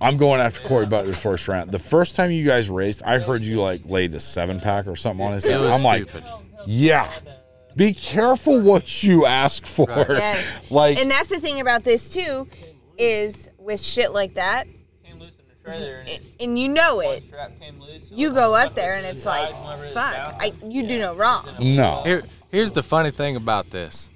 S3: "I'm going after Corey Butler's first round." The first time you guys raced, I heard you like laid a seven pack or something on his
S11: It
S3: head.
S11: was
S3: I'm like,
S11: stupid.
S3: yeah. Be careful what you ask for.
S8: Yes.
S3: like,
S8: and that's the thing about this too, is with shit like that, and you know it. You go up there and it's like, fuck, I, you do no wrong.
S3: No.
S11: Here, here's the funny thing about this.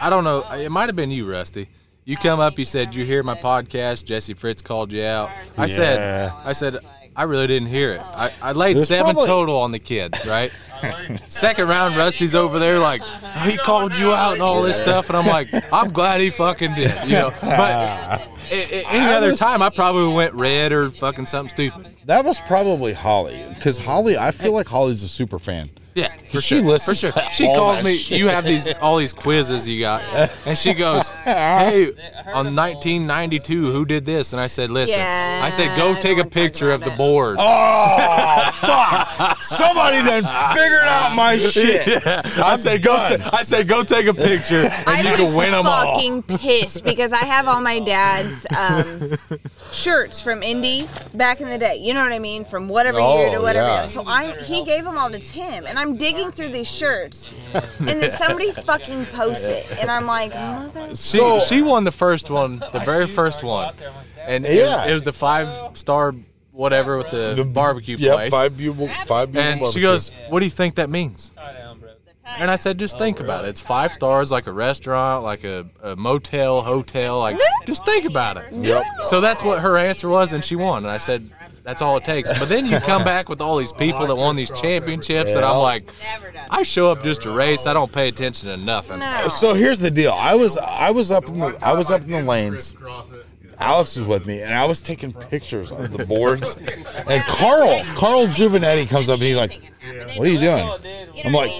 S11: I don't know. It might have been you, Rusty. You come up. You said you hear my podcast. Jesse Fritz called you out. I said.
S3: Yeah.
S11: I said. I really didn't hear it. I, I laid
S3: There's
S11: seven
S3: probably-
S11: total on the kid, right? Second round, Rusty's over there like he called you out and all this stuff, and I'm like, I'm glad he fucking did, you know. But a- a- any
S3: I
S11: other
S3: was-
S11: time, I probably went red or fucking something stupid.
S3: that was probably Holly because Holly. I feel like Holly's a super fan.
S11: Yeah, for
S3: She
S11: sure.
S3: listens
S11: for sure.
S3: to
S11: She
S3: all
S11: calls
S3: that
S11: me.
S3: shit.
S11: You have these all these quizzes you got, and she goes, "Hey, on 1992, who did this?" And I said, "Listen, I said go take a picture of the board."
S3: Oh fuck! Somebody done figured out my shit.
S11: Yeah. I said go. ta- I said go take a picture, and
S8: I
S11: you
S8: was
S11: can win them all.
S8: fucking pissed because I have all my dad's um, shirts from Indy back in the day. You know what I mean? From whatever year to
S11: Oh,
S8: whatever
S11: yeah.
S8: year. So I he gave them all to Tim, and I'm digging through these shirts, and then somebody fucking posts it, and I'm like, mother.
S11: She, she won the first one, the very first one, and it,
S3: Yeah.
S11: was, it was the five star whatever with the, barbecue
S3: Yeah,
S11: place.
S3: five buble, five buble
S11: and she
S3: barbecue.
S11: goes, "What do you think that means?" And I said, just think about it. It's five stars, like a restaurant, like a, a motel, hotel. Like, just think about it.
S23: Yep.
S11: So that's what her answer was, and she won. And I said, that's all it takes. But then you come back with all these people that won these championships, and I'm like, I show up just to race. I don't pay attention to nothing.
S3: So here's the deal. I was I was up in the I was up in the lanes. Alex was with me, and I was taking pictures of the boards. And Carl Carl Giovanetti comes up, and he's like, "What are you doing?" I'm like,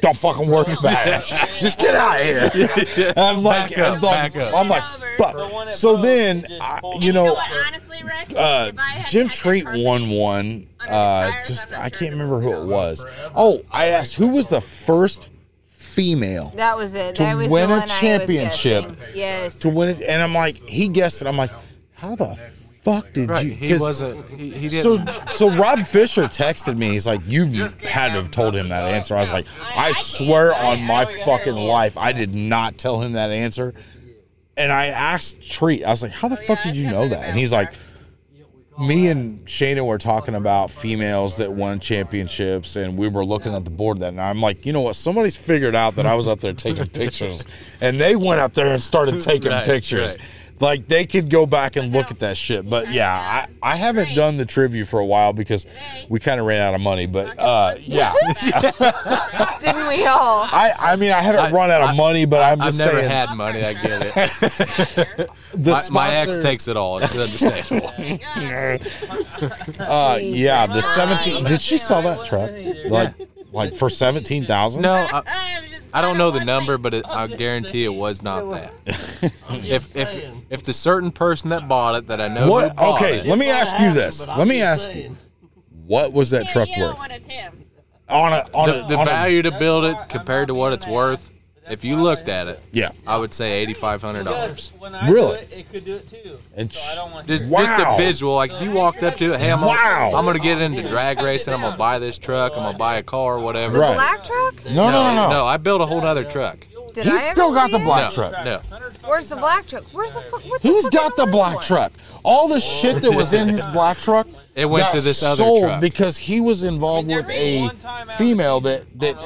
S3: "Don't fucking worry about it. Just get out of here." I'm like,
S24: Back up,
S3: I'm like,
S24: back up.
S3: I'm like, fuck. So then, I, you know, uh, Jim Treat won one. Uh, just I can't remember who it was. Oh, I asked who was the first female
S8: That was it.
S3: to
S8: that was
S3: win
S8: the
S3: a
S8: one
S3: championship.
S8: I was guessing. yes.
S3: to win it. And I'm like, he guessed it. I'm like, how the fuck did
S11: Right,
S3: you?
S11: he
S3: 'cause-
S11: wasn't- he- he
S3: So,
S11: didn't.
S3: so Rob Fisher texted me. He's like, you had to have told him that answer. I was like, I swear on my fucking life, I did not tell him that answer. And I asked Treat, I was like, how the fuck did you know that? And he's like, me and Shana were talking about females that won championships, and we were looking at the board that night. I'm like, you know what? Somebody's figured out that I was up there taking pictures, and they went up there and started taking
S23: Right,
S3: pictures.
S23: right.
S3: Like they could go back and look at that shit. But yeah, I, I haven't done the trivia for a while because we kind of ran out of money. But uh, yeah,
S8: Didn't we all?
S3: I, I mean I haven't run out of money, but I'm
S11: I've
S3: just
S11: never
S3: saying
S11: had money. I get it.
S3: the
S11: my, my ex
S3: sponsor-
S11: takes it all. It's understandable.
S3: uh, yeah, the seventeen. Did she sell that truck? Like, like for seventeen thousand?
S11: No, I, I don't know the number, but it, I guarantee it was not that. if if if the certain person that bought it that I know who
S3: What?
S11: bought
S3: Okay,
S11: it-
S3: let me ask you this. Let me ask you, what was that truck worth? On a on
S11: the,
S3: a
S11: the
S3: on a-
S11: value to build it compared to what it's worth. If you looked at it,
S3: yeah,
S11: I would say eighty five hundred dollars.
S3: Really?
S2: It could do it too.
S3: And
S11: Just,
S3: Wow.
S11: just the visual. Like if you walked up to it, hey, I'm gonna,
S3: Wow.
S11: I'm gonna get into drag racing. I'm gonna buy this truck. I'm gonna buy a car, whatever.
S8: The black truck?
S3: No, no, no, no.
S11: no. I built a whole other truck.
S8: Did I ever see it?
S11: no, No,
S8: Where's the black truck? Where's the fuck? Where's
S3: He's got the black truck. All the shit that was in his black truck,
S11: It went
S3: got
S11: to this other
S3: sold
S11: truck.
S3: because he was involved with a female that that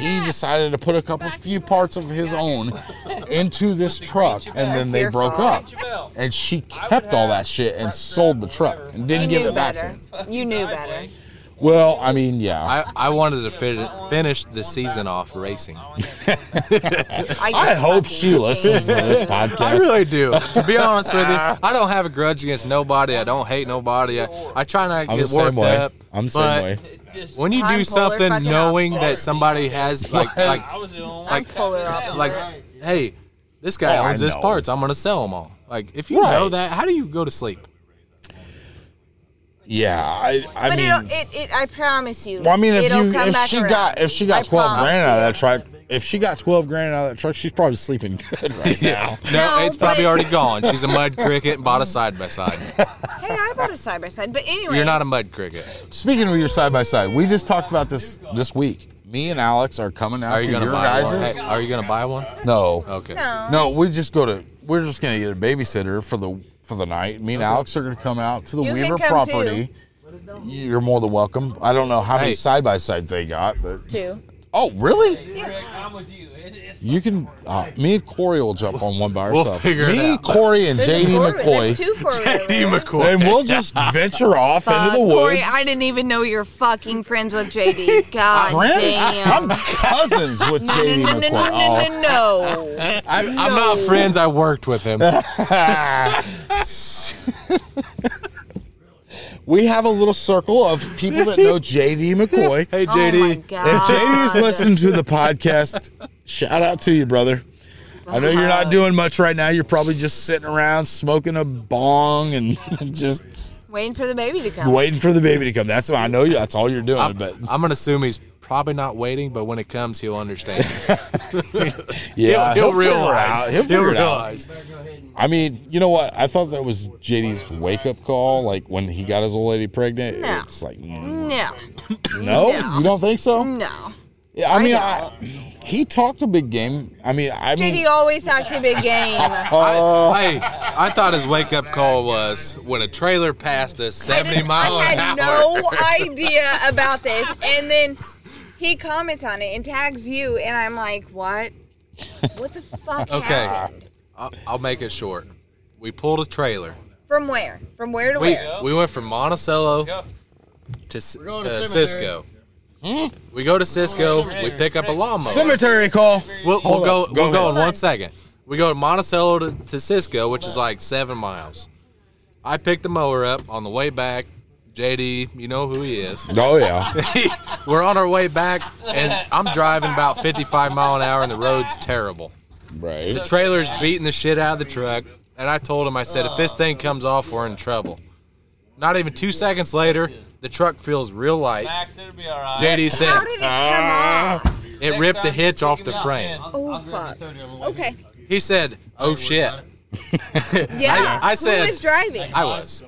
S3: he decided to put a couple few parts of his own into this truck, and then they
S8: Your
S3: broke up.
S8: fault.
S3: And she kept all that shit and sold the truck and didn't
S8: you
S3: give
S8: knew
S3: it back to
S8: better.
S3: him.
S8: You knew better.
S3: Well, I mean, yeah.
S11: I, I wanted to fin- finish the season off racing.
S3: I, hope she listens to this podcast.
S11: I really do. To be honest with you, I don't have a grudge against nobody. I don't hate nobody. I, I try not to
S3: I'm
S11: get
S3: the same
S11: worked
S3: way.
S11: up.
S3: I'm the
S11: but
S3: same way.
S11: When you
S8: I'm polar
S11: do something
S8: fucking
S11: knowing
S8: opposite.
S11: that somebody has like like
S8: I'm polar opposite.
S11: like hey, this guy
S3: Oh, I
S11: owns his
S3: know.
S11: parts. I'm gonna sell them all. Like if you know
S3: Right.
S11: that, how do you go to sleep?
S3: Yeah, I, I
S8: but
S3: mean,
S8: it'll, it, it, I promise you.
S3: Well, I mean, if
S8: it'll
S3: you
S8: come
S3: if
S8: back
S3: she
S8: around.
S3: got if she
S8: I
S3: got twelve
S8: promise
S3: grand
S8: you.
S3: out of that truck, if she got twelve grand out of that truck, she's probably sleeping good right now.
S11: No, it's probably already gone. She's a mud cricket and bought a side by side.
S8: Hey, I bought a side by side, but anyway.
S11: You're not a mud cricket.
S3: Speaking of your side by side, we just talked about this this week. Me and Alex are coming out.
S11: Are you
S3: to
S11: gonna
S3: your
S11: buy
S3: guys's.
S11: one? Hey, are you gonna buy one?
S3: No.
S11: Okay.
S3: No. we just go to. We're just gonna get a babysitter for the for the night. Me and Alex are gonna come out to the
S8: You can
S3: Weaver
S8: come
S3: property. You're more than welcome. I don't know how many
S11: Hey.
S3: side by sides they got, but
S8: Two.
S3: oh really?
S2: I'm with you.
S3: You can. Uh, me and Corey will jump on one by
S11: We'll
S3: ourselves.
S11: figure it
S3: me,
S11: out.
S3: Corey, and
S8: There's a
S3: JD
S8: four-
S3: McCoy.
S8: There's two four
S11: Hey, McCoy.
S3: And we'll just venture off
S8: Fuck,
S3: into the
S8: Corey,
S3: woods.
S8: I didn't even know you were fucking friends with JD. God damn.
S3: I'm cousins with
S8: No, no,
S3: JD
S8: no, no, no,
S3: McCoy.
S8: no, no, no.
S11: I'm, I'm not friends. I worked with him.
S3: we have a little circle of people that know JD McCoy.
S11: Hey,
S8: Oh JD. my
S3: If
S8: God.
S3: JD is listening to the podcast, shout out to you, brother. I know you're not doing much right now. You're probably just sitting around smoking a bong and just
S8: Waiting for the baby to come.
S3: waiting for the baby to come. That's what I know. You. That's all you're doing. but
S11: I'm gonna assume he's probably not waiting, but when it comes, he'll understand.
S3: yeah,
S11: he'll, he'll
S3: figure it
S11: realize.
S3: out. He'll, figure it out.
S11: realize.
S3: I mean, you know what? I thought that was JD's wake up call, like when he got his old lady pregnant.
S8: No.
S3: It's like, no,
S8: No.
S3: you don't think so?
S8: No.
S3: Yeah, I mean, I, he talked a big game. I mean, I mean,
S8: JD always talks a big game.
S25: Oh.
S11: I, hey, I thought his wake up call was when a trailer passed us 70 mile
S8: I
S11: an hour.
S8: had no idea about this. And then he comments on it and tags you, and I'm like, what? What the fuck?
S11: Okay,
S8: happened?
S11: I'll, I'll make it short. We pulled a trailer.
S8: From where? From where to
S11: We,
S8: where?
S11: we went from Monticello to, S-
S8: to
S11: uh,
S8: cemetery.
S11: Cisco. We go to Cisco. We pick up a lawnmower.
S26: Cemetery call.
S11: We'll, we'll
S26: Hold
S11: go.
S26: up.
S11: We'll go in
S26: ahead.
S11: one second. We go to Monticello to, to Cisco, which is like seven miles. I pick the mower up on the way back. JD, you know who he is.
S25: Oh yeah.
S11: We're on our way back, and I'm driving about 55 mile an hour, and the road's terrible.
S25: Right.
S11: The trailer's beating the shit out of the truck, and I told him, I said, if this thing comes off, we're in trouble. Not even two seconds later, the truck feels real light. JD says,
S8: How did it come off?
S11: it ripped the hitch off the frame.
S8: Oh fuck. Okay.
S11: He said, "Oh shit."
S8: Yeah.
S11: I
S8: Who
S11: said-
S8: was driving?
S11: I was.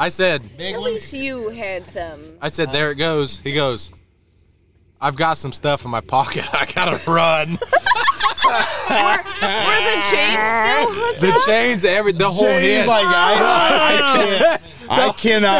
S11: I said,
S8: At least you had some.
S11: I said, "There it goes." He goes, "I've got some stuff in my pocket. I gotta run."
S8: Were the chains still hooked
S11: the chains, every the whole
S25: Shane's
S11: hitch.
S25: like, I, I, can't, I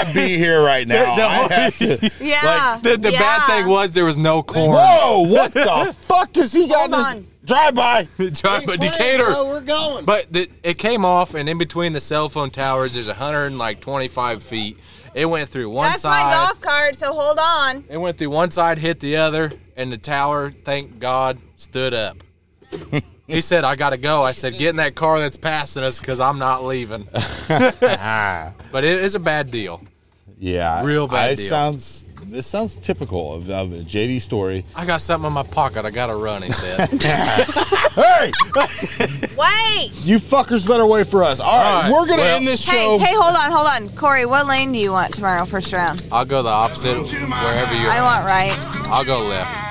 S25: cannot be here right now.
S11: The- the
S25: I have to-
S8: Yeah.
S11: The, the bad thing was there was no corn.
S25: Whoa! What the fuck is he got this? Drive by.
S11: Drive by
S8: Oh.
S11: Decatur.
S22: we're going.
S11: But the, it came off, and in between the cell phone towers, there's 125 feet. It went through one
S8: That's
S11: side.
S8: my golf cart, so hold on.
S11: It went through one side, hit the other, and the tower, thank God, stood up. he said, I got to go. I said, get in that car that's passing us because I'm not leaving. but it is a bad deal.
S25: Yeah,
S11: Real bad
S25: I
S11: deal.
S25: sounds. This sounds typical of, of a JD story.
S11: I got something in my pocket. I got to run, he said.
S25: Hey,
S8: Wait.
S25: you fuckers better wait for us. All
S11: All right,
S25: right, we're gonna
S11: well-
S25: end this
S8: Hey,
S25: show.
S8: hey, hold on, hold on. Corey, what lane do you want tomorrow, first round?
S11: I'll go the opposite wherever you're
S8: I want right.
S11: I'll go left.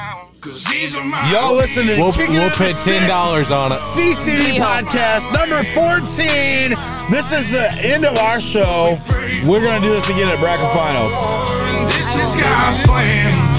S26: Y'all listen to
S11: We'll,
S26: Kicking It
S11: we'll
S26: in the
S11: pay $10 on it.
S26: CCD podcast number 14.
S25: This is the end of our show. We're gonna do this again at bracket finals.
S15: This is God's plan.